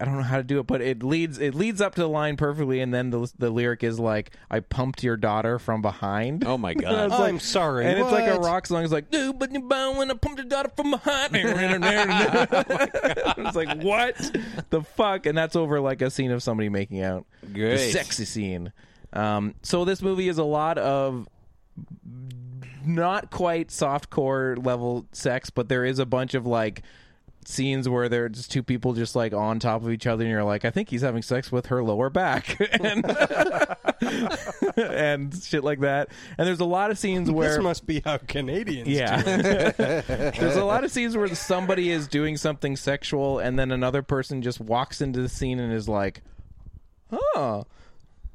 Speaker 3: I don't know how to do it, but it leads it leads up to the line perfectly, and then the the lyric is like, "I pumped your daughter from behind."
Speaker 5: Oh, my
Speaker 3: And I was
Speaker 5: God.
Speaker 2: Oh, I'm sorry,
Speaker 3: And it's like a
Speaker 2: what?
Speaker 3: rock song. It's like, dude, but you bow when I pumped your daughter from behind. it's like, what the fuck? And that's over like a scene of somebody making out.
Speaker 5: Great.
Speaker 3: The sexy scene. Um, so this movie is a lot of not quite softcore level sex, but there is a bunch of like scenes where there are just two people just like on top of each other and you're like, I think he's having sex with her lower back and, and shit like that. And there's a lot of scenes where
Speaker 2: this must be how Canadians.
Speaker 3: yeah. There's a lot of scenes where somebody is doing something sexual and then another person just walks into the scene and is like, oh,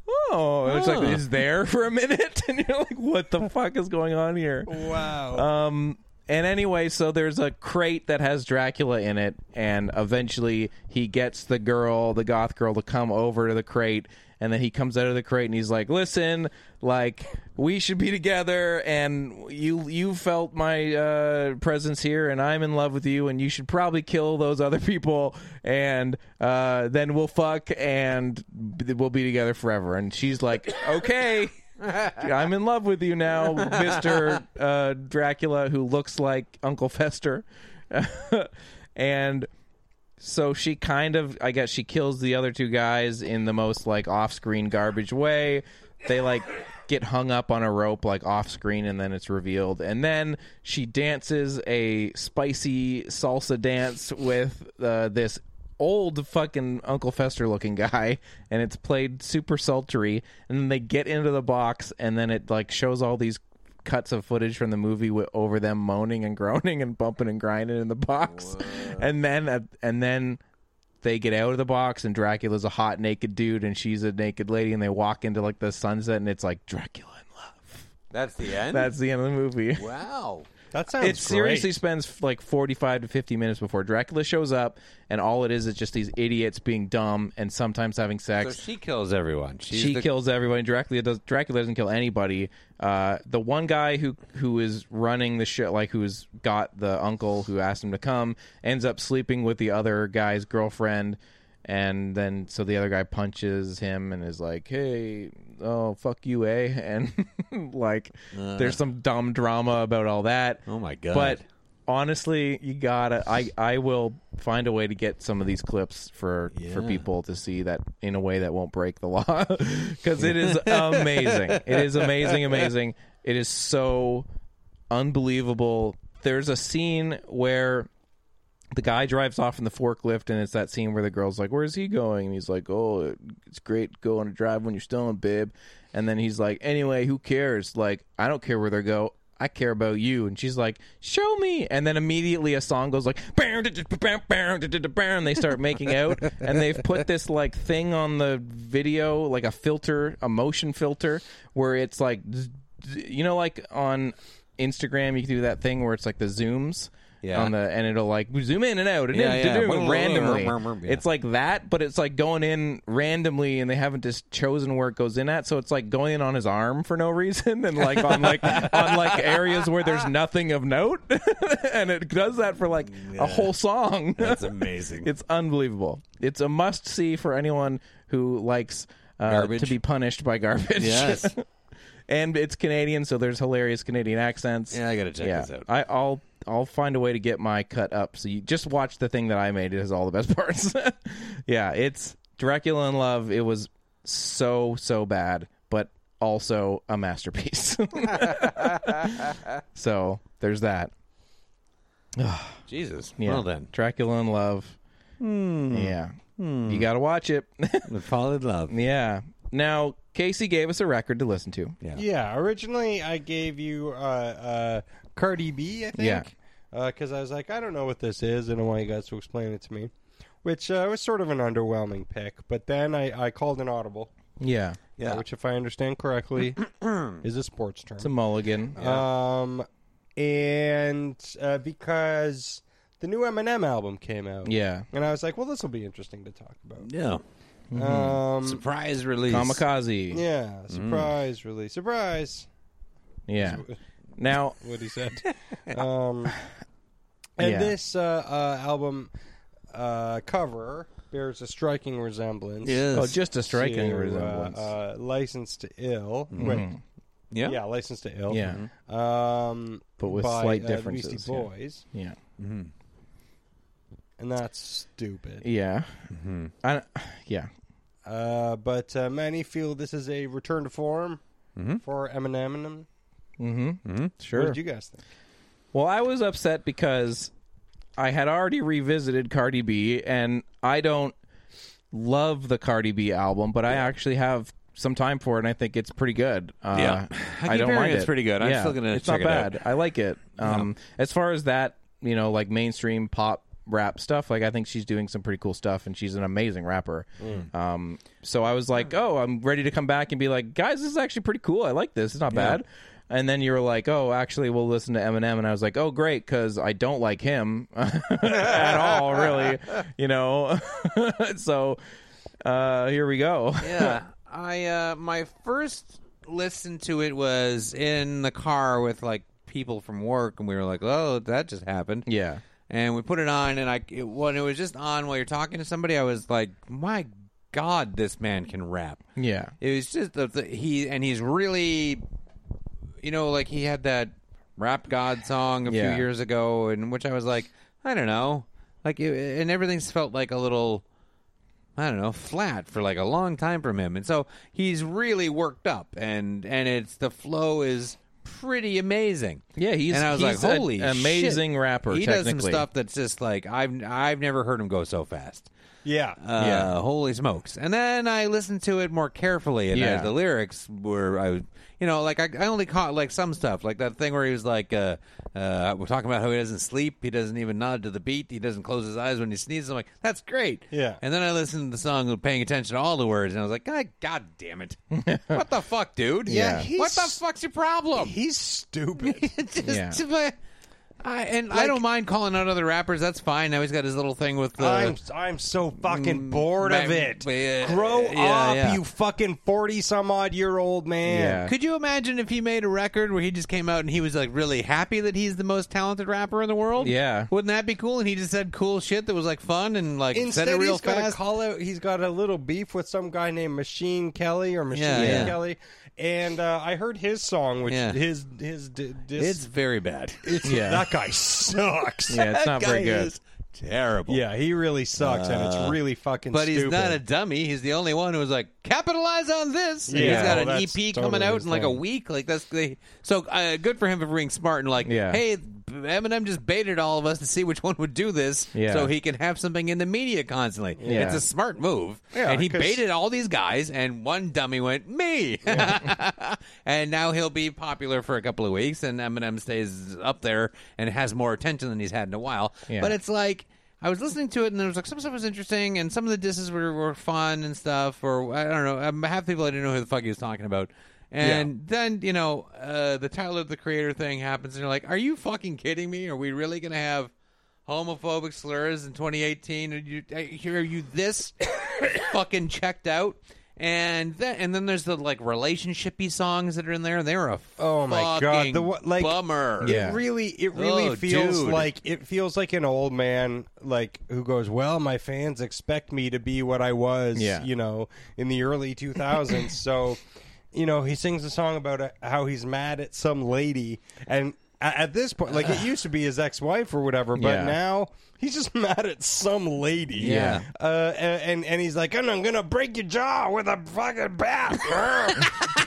Speaker 3: oh. And It's like, is there for a minute? And you're like, what the fuck is going on here?
Speaker 2: Wow.
Speaker 3: And anyway, so there's a crate that has Dracula in it, and eventually he gets the girl, the goth girl, to come over to the crate, and then he comes out of the crate and he's like, "Listen, like we should be together, and you you felt my uh, presence here, and I'm in love with you, and you should probably kill those other people, and uh, then we'll fuck, and b- we'll be together forever." And she's like, "Okay." I'm in love with you now, Mister uh, Dracula, who looks like Uncle Fester, and so she kind of, I guess, she kills the other two guys in the most like off-screen garbage way. They like get hung up on a rope like off-screen, and then it's revealed. And then she dances a spicy salsa dance with uh, this old fucking Uncle Fester looking guy, and it's played super sultry. And then they get into the box, and then it like shows all these cuts of footage from the movie wi over them moaning and groaning and bumping and grinding in the box. And then uh, and then they get out of the box, and Dracula's a hot naked dude, and she's a naked lady, and they walk into like the sunset, and it's like Dracula in love.
Speaker 5: That's the end?
Speaker 3: That's the end of the movie.
Speaker 5: wow.
Speaker 2: that sounds
Speaker 3: It seriously
Speaker 2: great.
Speaker 3: spends like 45 to 50 minutes before Dracula shows up, and all it is is just these idiots being dumb and sometimes having
Speaker 5: So
Speaker 3: sex.
Speaker 5: she kills everyone. She's
Speaker 3: she
Speaker 5: the-
Speaker 3: kills everybody. Dracula does. Dracula doesn't kill anybody. Uh, the one guy who who is running the show, like who's got the uncle who asked him to come, ends up sleeping with the other guy's girlfriend, and then so the other guy punches him and is like, "Hey, oh fuck you, eh?" And like,
Speaker 5: Uh.
Speaker 3: there's some dumb drama about all that.
Speaker 5: Oh, my God.
Speaker 3: But honestly, you gotta. I I will find a way to get some of these clips for for people to see that in a way that won't break the law because it is amazing. it is amazing, amazing. It is so unbelievable. There's a scene where the guy drives off in the forklift, and it's that scene where the girl's like, "Where's he going?" And he's like, "Oh, it's great going to drive when you're stoned, babe." And then he's like, "Anyway, who cares? Like, I don't care where they go. I care about you." And she's like, "Show me!" And then immediately a song goes like, "Bam, da, da, da, bam, bam, da, da, da, bam," and they start making out, and they've put this like thing on the video, like a filter, a motion filter, where it's like, z- z- you know, like on Instagram, you can do that thing where it's like the zooms.
Speaker 5: Yeah.
Speaker 3: On the and it'll like zoom in and out and
Speaker 5: Yeah,
Speaker 3: in
Speaker 5: yeah.
Speaker 3: do- randomly.
Speaker 5: Yeah.
Speaker 3: It's like that, but it's like going in randomly, and they haven't just chosen where it goes in at. So it's like going in on his arm for no reason, and like on like on like areas where there's nothing of note, and it does that for like a whole song.
Speaker 5: That's amazing.
Speaker 3: It's unbelievable. It's a must see for anyone who likes uh,
Speaker 5: Garbage.
Speaker 3: to be punished by garbage.
Speaker 5: Yes.
Speaker 3: and it's Canadian, so there's hilarious Canadian accents.
Speaker 5: Yeah, I gotta check this out.
Speaker 3: I, I'll I'll find a way to get my cut up. So you just watch the thing that I made. It has all the best parts. yeah, it's Dracula in Love. It was so so bad, but also a masterpiece. so there's that.
Speaker 5: Jesus.
Speaker 3: Yeah.
Speaker 5: Well then.
Speaker 3: Dracula in Love. Yeah, you got to watch it.
Speaker 5: Fall in love.
Speaker 3: yeah. Now Casey gave us a record to listen to.
Speaker 2: Yeah, originally I gave you uh, uh, Cardi B, I think.
Speaker 3: Yeah.
Speaker 2: because I was like, I don't know what this is. I don't know why you guys to explain it to me. Which uh, was sort of an underwhelming pick. But then I, I called an audible,
Speaker 3: Yeah.
Speaker 2: yeah. which, if I understand correctly, is a sports term.
Speaker 3: It's a mulligan.
Speaker 5: Uh,
Speaker 2: Um, and uh, because the new Eminem album came out,
Speaker 3: yeah. Mm.
Speaker 2: and I was like, well, this will be interesting to talk about.
Speaker 5: Yeah.
Speaker 2: Um,
Speaker 5: Surprise release.
Speaker 3: Kamikaze.
Speaker 2: yeah,
Speaker 3: Mm.
Speaker 2: surprise release, surprise.
Speaker 3: Yeah. Now,
Speaker 2: What he said. um, and
Speaker 3: Yeah.
Speaker 2: this uh, uh, album uh, cover bears a striking resemblance.
Speaker 5: Yes.
Speaker 3: oh, just a striking
Speaker 2: to, uh,
Speaker 3: resemblance. Mm-hmm.
Speaker 2: Uh, License to Ill. Wait,
Speaker 5: yeah.
Speaker 2: yeah, License to Ill.
Speaker 3: yeah.
Speaker 2: Um,
Speaker 3: But with
Speaker 2: by,
Speaker 3: slight
Speaker 2: uh, the
Speaker 3: differences,
Speaker 2: Beastie
Speaker 3: yeah.
Speaker 2: Boys.
Speaker 3: Yeah.
Speaker 2: and that's stupid.
Speaker 3: Yeah. I, yeah.
Speaker 2: Uh, but uh, many feel this is a return to form
Speaker 1: Mm-hmm.
Speaker 2: for Eminem. and them. What
Speaker 3: Sure.
Speaker 2: did you guys think?
Speaker 3: Well, I was upset because I had already revisited Cardi B, and I don't love the Cardi B album, but I actually have some time for it, and I think it's pretty good. Uh,
Speaker 5: Yeah. I keep
Speaker 3: I, don't
Speaker 5: hearing
Speaker 3: mind
Speaker 5: it's
Speaker 3: it.
Speaker 5: pretty good. I'm
Speaker 3: Yeah.
Speaker 5: still gonna
Speaker 3: It's
Speaker 5: check
Speaker 3: not
Speaker 5: it out.
Speaker 3: bad. I like it. Um, As far as that, you know, like mainstream pop rap stuff, like I think she's doing some pretty cool stuff, and she's an amazing rapper.
Speaker 5: Mm.
Speaker 3: Um, so I was like, oh, I'm ready to come back and be like, guys, this is actually pretty cool. I like this. It's not bad. And then you were like, oh, actually, we'll listen to Eminem. And I was like, oh, great, because I don't like him at all, really. You know, so uh, here we go.
Speaker 1: yeah. I uh, my first listen to it was in the car with like people from work, and we were like, "Oh, that just happened."
Speaker 3: Yeah.
Speaker 1: And we put it on, and I it, when it was just on while you're talking to somebody, I was like, "My God, this man can rap."
Speaker 3: Yeah.
Speaker 1: It was just the, the he and he's really, you know, like he had that rap god song a
Speaker 3: Yeah.
Speaker 1: few years ago, in which I was like, I don't know, like, it, and everything's felt like a little, I don't know, flat for like a long time from him, and so he's really worked up, and and it's the flow is pretty amazing.
Speaker 3: Yeah, he's-
Speaker 1: and I was
Speaker 3: he's
Speaker 1: like,
Speaker 3: a-
Speaker 1: holy, shit.
Speaker 3: amazing rapper,
Speaker 1: He does some
Speaker 3: technically.
Speaker 1: stuff that's just like I've I've never heard him go so fast.
Speaker 2: Yeah,
Speaker 1: Uh,
Speaker 3: Yeah.
Speaker 1: holy smokes! And then I listened to it more carefully, and
Speaker 3: Yeah.
Speaker 1: I, the lyrics were, I, was- you know, like I, I only caught like some stuff, like that thing where he was like, uh, uh, we're talking about how he doesn't sleep, he doesn't even nod to the beat, he doesn't close his eyes when he sneezes. I'm like, that's great.
Speaker 2: Yeah.
Speaker 1: And then I listened to the song, paying attention to all the words, and I was like, God, God damn it! what the fuck, dude?
Speaker 2: Yeah,
Speaker 1: What
Speaker 2: he's-
Speaker 1: the fuck's your problem?
Speaker 2: he's stupid.
Speaker 1: Just-
Speaker 3: Yeah.
Speaker 1: but I, and I don't mind calling out other rappers. That's fine. Now he's got his little thing with uh, the.
Speaker 2: I'm I'm so fucking bored of
Speaker 1: my-
Speaker 2: it.
Speaker 1: mm, yeah,
Speaker 2: Grow
Speaker 1: yeah,
Speaker 2: up,
Speaker 1: yeah.
Speaker 2: you fucking forty some odd year old man.
Speaker 3: Yeah.
Speaker 1: Could you imagine if he made a record where he just came out and he was like really happy that he's the most talented rapper in the world?
Speaker 3: Yeah.
Speaker 1: Wouldn't that be cool? And he just said cool shit that was like fun and like
Speaker 2: Instead,
Speaker 1: said it real
Speaker 2: he's got
Speaker 1: fast.
Speaker 2: a call out. He's got a little beef with some guy named Machine Kelly or Machine
Speaker 1: Yeah, yeah.
Speaker 2: Kelly. And uh, I heard his song, which
Speaker 1: Yeah.
Speaker 2: his his d- dis-
Speaker 1: it's very bad.
Speaker 2: it's-
Speaker 3: Yeah.
Speaker 2: that guy sucks.
Speaker 3: Yeah, it's not very
Speaker 1: Guy
Speaker 3: good.
Speaker 1: is terrible. Uh,
Speaker 2: Yeah, he really sucks, and it's really fucking.
Speaker 1: But he's
Speaker 2: stupid.
Speaker 1: not a dummy. He's the only one who was like, capitalize on this. And
Speaker 2: Yeah.
Speaker 1: he's got
Speaker 2: Oh,
Speaker 1: an
Speaker 2: that's
Speaker 1: EP coming
Speaker 2: totally
Speaker 1: out
Speaker 2: his
Speaker 1: in like a
Speaker 2: thing.
Speaker 1: week. Like that's the, so uh, good for him for being smart and like,
Speaker 3: Yeah.
Speaker 1: hey, Eminem just baited all of us to see which one would do this,
Speaker 3: Yeah.
Speaker 1: so he can have something in the media constantly.
Speaker 3: Yeah.
Speaker 1: It's a smart move,
Speaker 2: Yeah,
Speaker 1: and he
Speaker 2: 'cause-
Speaker 1: baited all these guys, and one dummy went me, and now he'll be popular for a couple of weeks, and Eminem stays up there and has more attention than he's had in a while.
Speaker 3: Yeah.
Speaker 1: But it's like I was listening to it, and there was like some stuff was interesting, and some of the disses were, were fun and stuff. Or I don't know, um, half the people I didn't know who the fuck he was talking about. And then you know uh, the Tyler the Creator thing happens, and you're like, "Are you fucking kidding me? Are we really gonna have homophobic slurs in 2018? Are you, uh, here are you this fucking checked out?" And then and then there's the like relationshipy songs that are in there. They were a
Speaker 2: Oh my god!
Speaker 1: fucking
Speaker 2: The what? Like
Speaker 1: bummer.
Speaker 2: It really, it really
Speaker 1: Oh,
Speaker 2: feels
Speaker 1: dude.
Speaker 2: like it feels like an old man, like who goes, "Well, my fans expect me to be what I was,
Speaker 3: Yeah.
Speaker 2: you know, in the early 2000s." so, you know, he sings a song about uh, how he's mad at some lady, and a- at this point, like it used to be his ex-wife or whatever, but
Speaker 3: Yeah.
Speaker 2: now he's just mad at some lady.
Speaker 3: Yeah.
Speaker 2: uh, a- and and he's like, "And I'm gonna break your jaw with a fucking bat,"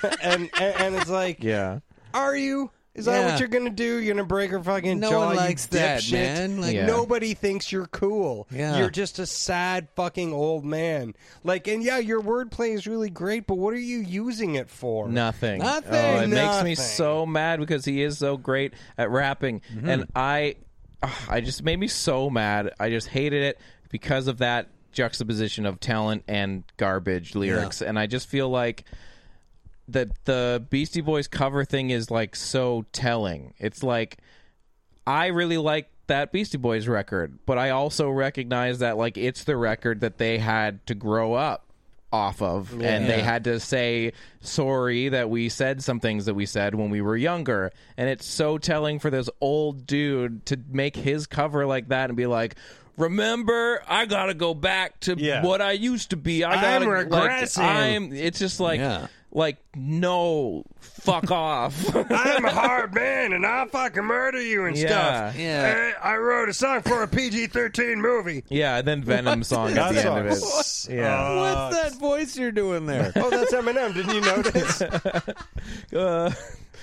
Speaker 2: and, and and it's like,
Speaker 3: Yeah.
Speaker 2: are you? Is that
Speaker 1: Yeah.
Speaker 2: what you're gonna do? You're gonna break her fucking
Speaker 1: No
Speaker 2: jaw?
Speaker 1: one
Speaker 2: you
Speaker 1: likes that,
Speaker 2: dipshit?
Speaker 1: man. Like-
Speaker 3: Yeah.
Speaker 2: nobody thinks you're cool.
Speaker 1: Yeah.
Speaker 2: You're just a sad fucking old man. Like, and yeah, your wordplay is really great, but what are you using it for?
Speaker 3: Nothing.
Speaker 1: Nothing.
Speaker 3: Oh, it makes me
Speaker 2: Nothing.
Speaker 3: Mm-hmm. so mad because he is so great at rapping, and I ah, I just made me so mad. I just hated it because of that juxtaposition of talent and garbage lyrics, and I just feel like that the Beastie Boys cover thing is like so telling. It's like I really like that Beastie Boys record, but I also recognize that like it's the record that they had to grow up off of and they had to say sorry that we said some things that we said when we were younger and it's so telling for this old dude to make his cover like that and be like remember i gotta go back to
Speaker 2: Yeah.
Speaker 3: what i used to be i
Speaker 2: I'm
Speaker 3: gotta like,
Speaker 2: regressing.
Speaker 3: i'm it's just like
Speaker 1: Yeah.
Speaker 3: like no fuck off
Speaker 2: I'm a hard man, and I'll fucking murder you and
Speaker 3: Yeah.
Speaker 2: stuff.
Speaker 1: Yeah.
Speaker 2: I, I wrote a song for a PG-13 movie.
Speaker 3: yeah and then venom song at
Speaker 2: That
Speaker 3: the end
Speaker 2: song
Speaker 3: of it
Speaker 2: s-
Speaker 3: Yeah.
Speaker 2: uh,
Speaker 1: that voice you're doing there?
Speaker 2: Oh, that's Eminem. Didn't you notice?
Speaker 3: Uh,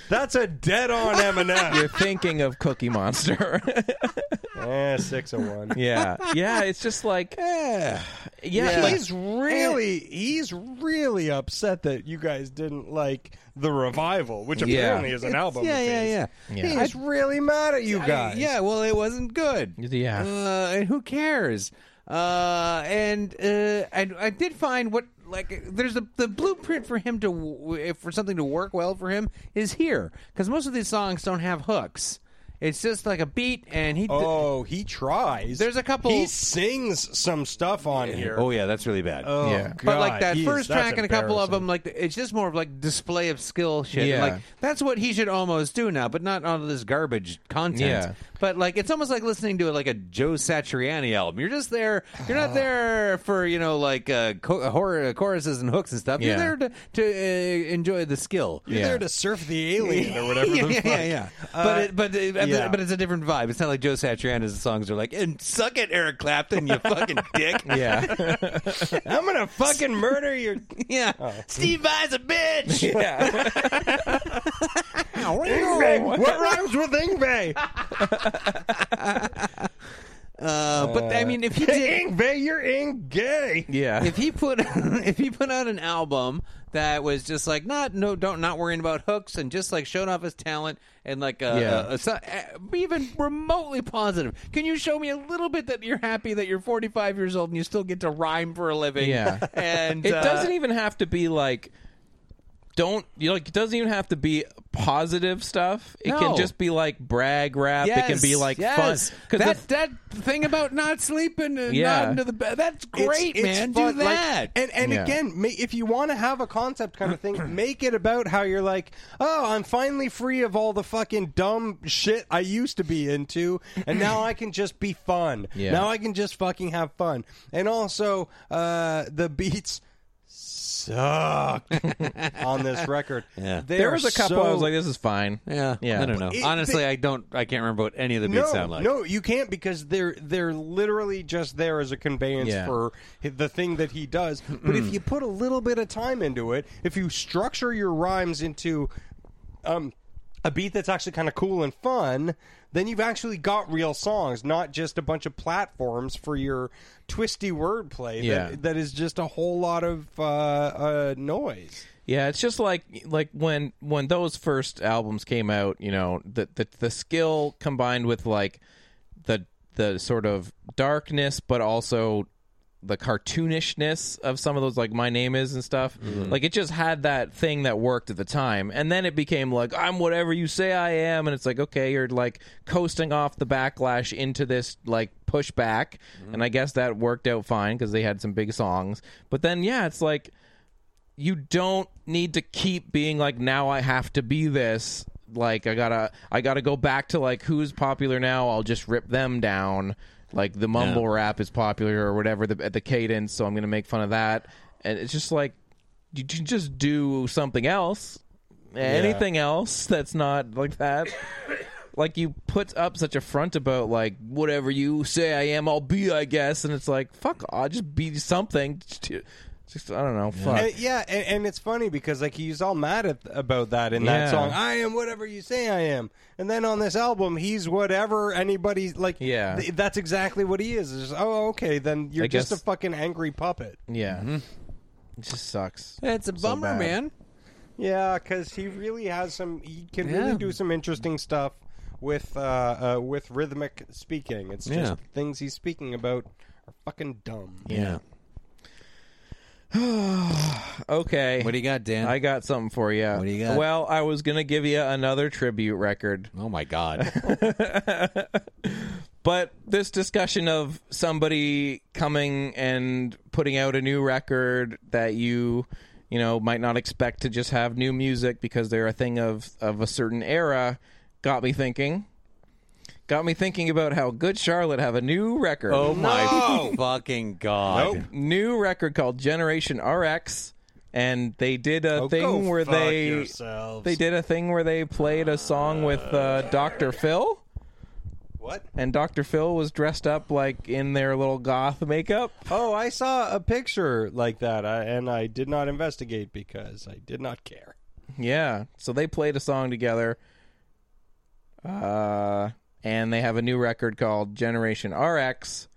Speaker 2: That's a dead-on Eminem.
Speaker 3: you're thinking of cookie monster
Speaker 2: eh, six of one.
Speaker 3: yeah yeah it's just like
Speaker 1: yeah.
Speaker 3: yeah, like-
Speaker 2: He's really, he's really upset that you guys didn't like the revival, which
Speaker 3: Yeah.
Speaker 2: apparently is an album.
Speaker 1: Yeah,
Speaker 2: of
Speaker 1: yeah,
Speaker 2: his.
Speaker 1: yeah.
Speaker 3: Yeah.
Speaker 2: He's really mad at you
Speaker 1: I-
Speaker 2: guys.
Speaker 1: yeah, well, it wasn't good.
Speaker 3: Yeah.
Speaker 1: Uh, and who cares? Uh, and uh, I, I did find what like there's a, the blueprint for him to w- for something to work well for him is here because most of these songs don't have hooks. It's just like a beat, and he.
Speaker 2: Oh, he tries.
Speaker 1: There's a couple-
Speaker 2: He sings some stuff on here.
Speaker 1: Oh, yeah, that's really bad.
Speaker 2: Oh,
Speaker 3: Yeah.
Speaker 1: but like
Speaker 2: God,
Speaker 1: that
Speaker 2: he is-
Speaker 1: first
Speaker 2: that's
Speaker 1: track and a couple of
Speaker 2: embarrassing.
Speaker 1: them, like it's just more of like display of skill shit.
Speaker 3: Yeah.
Speaker 1: Like that's what he should almost do now, but not all of this garbage content.
Speaker 3: Yeah.
Speaker 1: But like it's almost like listening to like a Joe Satriani album. You're just there. You're not there for you know like uh, co- horror choruses and hooks and stuff.
Speaker 3: Yeah.
Speaker 1: You're there to to uh, enjoy the skill.
Speaker 2: You're there to surf the alien or whatever.
Speaker 1: Yeah,
Speaker 2: the
Speaker 1: yeah,
Speaker 2: fuck.
Speaker 1: yeah, yeah. but it, but it,
Speaker 2: yeah.
Speaker 1: but it's a different vibe. It's not like Joe Satriani's songs are like and suck it, Eric Clapton, you fucking dick.
Speaker 3: yeah
Speaker 2: I'm gonna fucking murder your.
Speaker 1: Yeah, Steve Vai's a bitch.
Speaker 3: yeah
Speaker 2: Ingve. What rhymes with Ingve?
Speaker 1: Uh, but I mean, if he did,
Speaker 2: Ingve, you're ing gay.
Speaker 3: yeah
Speaker 1: if he put if he put out an album that was just like not no don't not worrying about hooks and just like showing off his talent and like uh
Speaker 3: Yeah.
Speaker 1: uh, uh, so- uh, even remotely positive. Can you show me a little bit that you're happy that you're 45 years old and you still get to rhyme for a living?
Speaker 3: Yeah.
Speaker 1: and
Speaker 3: It
Speaker 1: uh,
Speaker 3: doesn't even have to be like don't you like it doesn't even have to be positive stuff. It
Speaker 1: No.
Speaker 3: can just be like brag rap.
Speaker 1: Yes,
Speaker 3: it can be like
Speaker 1: yes.
Speaker 3: fun.
Speaker 1: That
Speaker 3: the-
Speaker 1: that thing about not sleeping and
Speaker 3: Yeah.
Speaker 1: nodding to the bed. That's
Speaker 2: It's-
Speaker 1: great,
Speaker 2: it's
Speaker 1: man.
Speaker 2: fun,
Speaker 1: Do
Speaker 2: like-
Speaker 1: that.
Speaker 2: and and
Speaker 3: Yeah.
Speaker 2: again, ma- if you want to have a concept kind of thing, make it about how you're like, oh, I'm finally free of all the fucking dumb shit I used to be into, and now I can just be fun.
Speaker 3: Yeah.
Speaker 2: Now I can just fucking have fun. And also, uh, the beats suck on this record. Yeah.
Speaker 3: there was a couple I was like, this is fine.
Speaker 1: Yeah,
Speaker 3: Yeah.
Speaker 1: I don't know.
Speaker 2: It-
Speaker 1: Honestly, I don't. I can't remember what any of the beats
Speaker 2: no,
Speaker 1: sound like.
Speaker 2: No, you can't because they're they're literally just there as a conveyance
Speaker 3: Yeah.
Speaker 2: for the thing that he does. But if you put a little bit of time into it, if you structure your rhymes into um a beat that's actually kind of cool and fun, then you've actually got real songs, not just a bunch of platforms for your twisty wordplay
Speaker 3: Yeah.
Speaker 2: that, that is just a whole lot of uh, uh, noise.
Speaker 3: Yeah, it's just like like when when those first albums came out, you know, the the, the skill combined with like the the sort of darkness but also the cartoonishness of some of those like my name is and stuff like it just had that thing that worked at the time and then it became like i'm whatever you say i am and it's like okay you're like coasting off the backlash into this like pushback and i guess that worked out fine because they had some big songs but then yeah it's like you don't need to keep being like now i have to be this like i gotta i gotta go back to like who's popular now i'll just rip them down like the mumble rap is popular or whatever the, at the cadence so i'm gonna make fun of that and it's just like you can just do something else anything else that's not like that like you put up such a front about like whatever you say i am i'll be i guess and it's like fuck i'll just be something just i don't know fuck
Speaker 2: Uh, yeah, and, and it's funny because like he's all mad at, about that in
Speaker 3: Yeah.
Speaker 2: that song. I am whatever you say I am, and then on this album, he's whatever anybody's like.
Speaker 3: Yeah.
Speaker 2: th- that's exactly what he is. It's just, oh, okay, then you're
Speaker 3: I
Speaker 2: just
Speaker 3: guess-
Speaker 2: a fucking angry puppet.
Speaker 3: Yeah. It just sucks.
Speaker 1: That's a bummer,
Speaker 3: bad.
Speaker 1: man.
Speaker 2: Yeah, because he really has some. He can really
Speaker 1: Yeah.
Speaker 2: do some interesting stuff with uh, uh, with rhythmic speaking. It's just
Speaker 1: Yeah.
Speaker 2: things he's speaking about are fucking dumb.
Speaker 1: Yeah.
Speaker 3: Okay.
Speaker 1: What do you got, Dan?
Speaker 3: I got something for you. What
Speaker 1: do you got?
Speaker 3: Well, I was gonna give you another tribute record,
Speaker 1: oh my God.
Speaker 3: but this discussion of somebody coming and putting out a new record that you, you know, might not expect to just have new music because they're a thing of of a certain era, got me thinking. Got me thinking about how good Charlotte have a new record.
Speaker 1: Oh my fucking God.
Speaker 2: Nope.
Speaker 3: new record called Generation RX, and they did a
Speaker 2: Oh, go
Speaker 3: thing where
Speaker 2: fuck
Speaker 3: they
Speaker 2: yourselves.
Speaker 3: they did a thing where they played a song with uh, Dr. Phil,
Speaker 2: What?
Speaker 3: and Dr. Phil was dressed up like in their little goth makeup.
Speaker 2: Oh, I saw a picture like that, I, and I did not investigate because I did not care.
Speaker 3: Yeah, so they played a song together, uh, and they have a new record called Generation RX,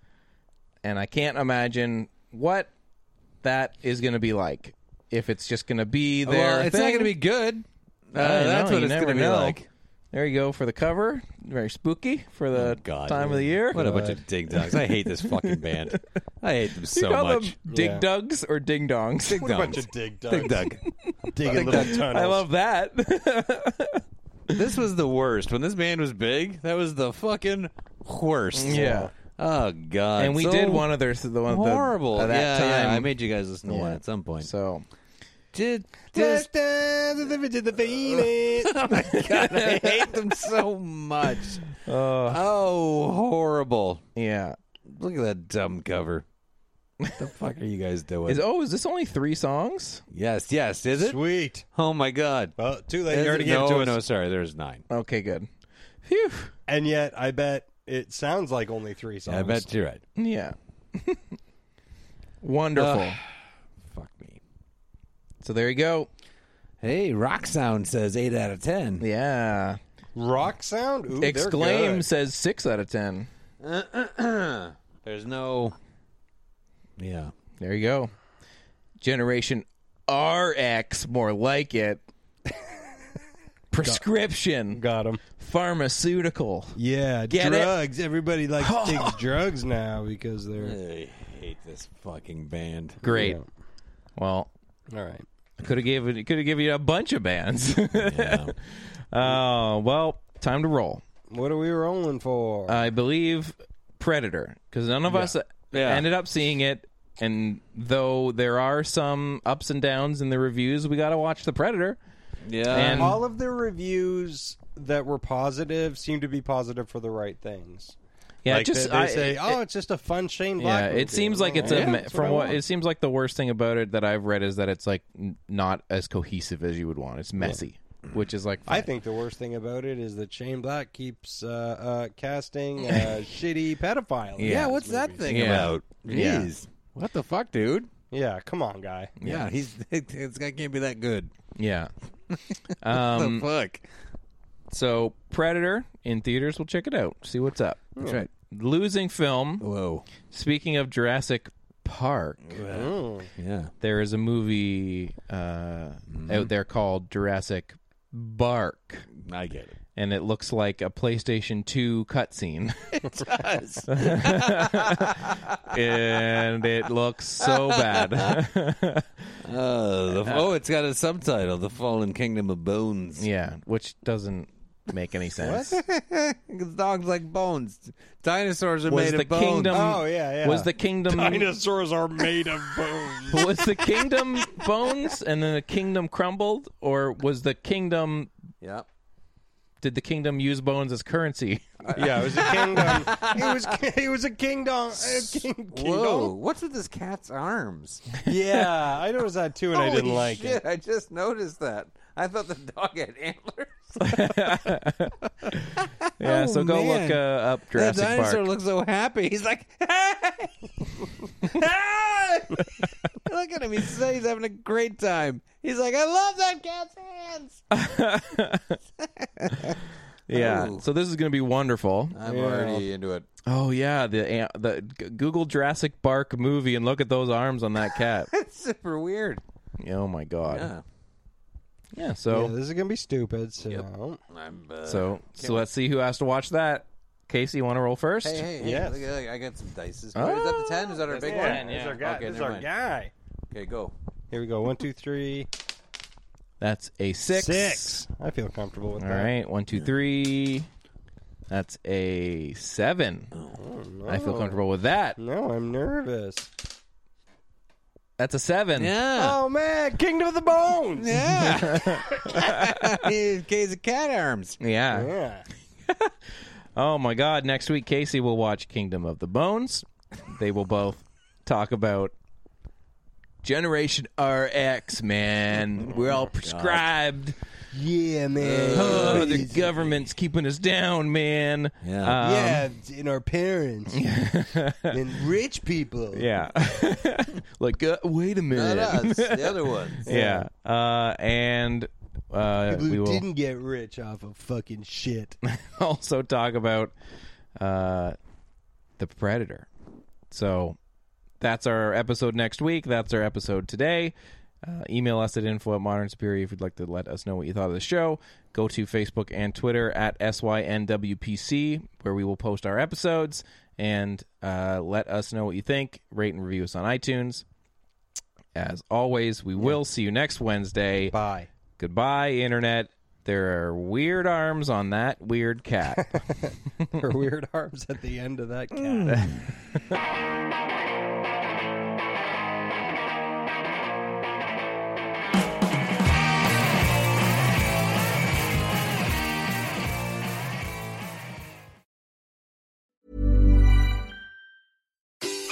Speaker 3: and I can't imagine what that is going to be like. If it's just going to be there,
Speaker 1: Well, it's not going to be good. Uh, that's what it's going to be like.
Speaker 3: There you go for the cover. Very spooky for the
Speaker 1: Oh, God.
Speaker 3: time of the year.
Speaker 1: What a bunch of ding dongs. I hate this fucking band. I hate them
Speaker 3: Do you
Speaker 1: so
Speaker 3: call
Speaker 1: much.
Speaker 3: them dig
Speaker 2: Yeah.
Speaker 3: dugs or ding dongs?
Speaker 1: Dig dongs.
Speaker 2: dig
Speaker 1: Dig dug.
Speaker 2: digging little tunnels.
Speaker 3: I love that.
Speaker 1: this was the worst. When this band was big, that was the fucking worst.
Speaker 3: Yeah.
Speaker 1: Oh God.
Speaker 3: and we
Speaker 1: So
Speaker 3: did one of their the one
Speaker 1: horrible.
Speaker 3: the, at that
Speaker 1: yeah, yeah,
Speaker 3: time.
Speaker 1: I made you guys listen to one at some point.
Speaker 3: so
Speaker 1: Did
Speaker 2: Just
Speaker 1: just oh my God, I hate them so much. oh, horrible!
Speaker 3: yeah.
Speaker 1: Look at that dumb cover. What the fuck are you guys doing?
Speaker 3: Is oh is this only three songs?
Speaker 1: yes, yes, is it?
Speaker 2: Sweet.
Speaker 1: Oh my God!
Speaker 2: Well, too late.
Speaker 1: Is
Speaker 2: You already
Speaker 1: it?
Speaker 2: gave
Speaker 1: no,
Speaker 2: it to us.
Speaker 1: no, sorry. There's nine.
Speaker 3: Okay, good. Phew.
Speaker 2: And yet, I bet it sounds like only three songs.
Speaker 1: I bet you're right.
Speaker 3: Yeah. Wonderful.
Speaker 1: Fuck me.
Speaker 3: so there you go.
Speaker 1: Hey, Rock Sound says eight out of ten.
Speaker 3: Yeah.
Speaker 2: rock sound. Ooh, they're
Speaker 3: Exclaim
Speaker 2: good.
Speaker 3: says six out of ten.
Speaker 1: There's no. Yeah.
Speaker 3: There you go. Generation RX, more like it. Prescription,
Speaker 2: Got him.
Speaker 3: pharmaceutical.
Speaker 2: Yeah,
Speaker 3: Get it?
Speaker 2: drugs. Everybody likes to take drugs now because they're
Speaker 1: I hate this fucking band.
Speaker 3: Great. Well,
Speaker 2: all right.
Speaker 3: could have gave it. Could have given you a bunch of bands. Oh well, time to roll.
Speaker 2: What are we rolling for?
Speaker 1: Uh,
Speaker 3: I believe Predator, because none of us
Speaker 1: Yeah.
Speaker 3: ended up seeing it. And though there are some ups and downs in the reviews, we got to watch the Predator.
Speaker 1: Yeah.
Speaker 3: And-
Speaker 2: Uh, All of the reviews that were positive seem to be positive for the right things.
Speaker 3: Yeah,
Speaker 2: like
Speaker 3: just
Speaker 2: they, they
Speaker 3: I-
Speaker 2: say,
Speaker 3: it-
Speaker 2: "Oh, it's just a fun Shane Black."
Speaker 3: yeah,
Speaker 2: movie."
Speaker 3: it seems like it's
Speaker 2: Yeah,
Speaker 3: a
Speaker 2: that's
Speaker 3: from
Speaker 2: I
Speaker 3: what
Speaker 2: want.
Speaker 3: it seems like the worst thing about it that I've read is that it's like n- not as cohesive as you would want. It's messy, which is like
Speaker 2: I think the worst thing about it is that Shane Black keeps uh, uh, casting uh, shitty pedophiles.
Speaker 1: yeah, what's that thing
Speaker 3: Yeah.
Speaker 1: about?
Speaker 3: Yeah.
Speaker 1: Jeez. What the fuck, dude?
Speaker 2: Yeah, come on, guy.
Speaker 1: Yeah, he's this guy can't be that good.
Speaker 3: yeah.
Speaker 1: the fuck?
Speaker 3: So Predator in theaters, we'll check it out, see what's up. That's
Speaker 1: right.
Speaker 3: Losing film.
Speaker 1: Whoa.
Speaker 3: Speaking of Jurassic Park,
Speaker 1: Yeah.
Speaker 3: there is a movie uh,
Speaker 2: Mm-hmm.
Speaker 3: out there called Jurassic Bark,
Speaker 1: I get it.
Speaker 3: and it looks like a PlayStation Two cutscene.
Speaker 1: Does.
Speaker 3: and it looks so bad.
Speaker 1: Uh, the, oh, it's got a subtitle: "The Fallen Kingdom of Bones."
Speaker 3: yeah, which doesn't make any sense.
Speaker 1: Dogs like bones. Dinosaurs are
Speaker 3: Was
Speaker 1: made
Speaker 3: the
Speaker 1: of bones. Uh,
Speaker 3: kingdom?
Speaker 2: Oh, yeah, yeah.
Speaker 3: Was the kingdom?
Speaker 2: Dinosaurs are made of bones.
Speaker 3: was the kingdom bones, and then the kingdom crumbled, or was the kingdom?
Speaker 1: Yeah.
Speaker 3: Did the kingdom use bones as currency?
Speaker 1: Oh,
Speaker 2: yeah, it was a kingdom. it was it was a kingdom. A king, kingdom.
Speaker 1: Whoa! What's with this cat's arms?
Speaker 2: Yeah, I noticed that too, and I
Speaker 1: Holy
Speaker 2: didn't like
Speaker 1: shit,
Speaker 2: it.
Speaker 1: I just noticed that. I thought the dog had antlers.
Speaker 3: Yeah, so go
Speaker 1: man.
Speaker 3: look uh, up
Speaker 1: That
Speaker 3: Jurassic
Speaker 1: dinosaur
Speaker 3: Park.
Speaker 1: looks so happy. He's like, hey! Hey! Look at him. He's, so- he's having a great time. He's like, I love that cat's hands.
Speaker 3: yeah,
Speaker 1: Ooh.
Speaker 3: so this is going to be wonderful.
Speaker 1: I'm already into it.
Speaker 3: Oh yeah, the uh, the g- Google Jurassic Park movie and look at those arms on that cat.
Speaker 1: It's super weird.
Speaker 3: oh my god.
Speaker 1: Yeah. uh,
Speaker 3: Yeah. So
Speaker 2: Yeah, this is gonna be stupid. So
Speaker 3: so so let's see who has to watch that. Casey, you want to roll first?
Speaker 1: Hey, hey, hey,
Speaker 2: Yes.
Speaker 1: look, look, I got some dice. Is, is that the 10? Is that our big one?
Speaker 2: This is our guy.
Speaker 1: Okay,
Speaker 2: this is
Speaker 1: never
Speaker 2: our
Speaker 1: mind.
Speaker 2: guy.
Speaker 1: Okay, go.
Speaker 2: Here we go. One, two, three,
Speaker 3: That's a six.
Speaker 2: six. I feel comfortable with
Speaker 3: All
Speaker 2: that.
Speaker 3: right. One, two, three. That's a seven.
Speaker 1: Oh,
Speaker 3: I feel comfortable with that.
Speaker 2: No, I'm nervous.
Speaker 3: That's a seven.
Speaker 1: Yeah.
Speaker 2: Oh man, Kingdom of the Bones.
Speaker 1: Yeah. Case of cat arms.
Speaker 3: Yeah.
Speaker 2: yeah.
Speaker 3: Oh my God! Next week, Casey will watch Kingdom of the Bones. They will both talk about Generation RX. Man, we're all prescribed.
Speaker 2: Yeah, man.
Speaker 3: Oh, the government's keeping us down, man.
Speaker 1: Yeah.
Speaker 3: Um,
Speaker 2: yeah, in our parents and rich people.
Speaker 3: yeah. like, uh, wait a
Speaker 1: Not
Speaker 3: minute.
Speaker 1: us. The other ones.
Speaker 3: yeah. Uh, and uh,
Speaker 2: People
Speaker 3: we
Speaker 2: who
Speaker 3: will
Speaker 2: didn't get rich off of fucking shit.
Speaker 3: also talk about uh, the Predator. So that's our episode next week. That's our episode today. Uh, email us at info at modern superior if you'd like to let us know what you thought of the show. Go to Facebook and Twitter at SYNWPC, where we will post our episodes and uh, let us know what you think. Rate and review us on iTunes. As always, we will see you next Wednesday.
Speaker 2: Bye.
Speaker 3: Goodbye, Internet. There are weird arms on that weird cat.
Speaker 2: Her weird arms at the end of that
Speaker 3: Mm.
Speaker 2: cat.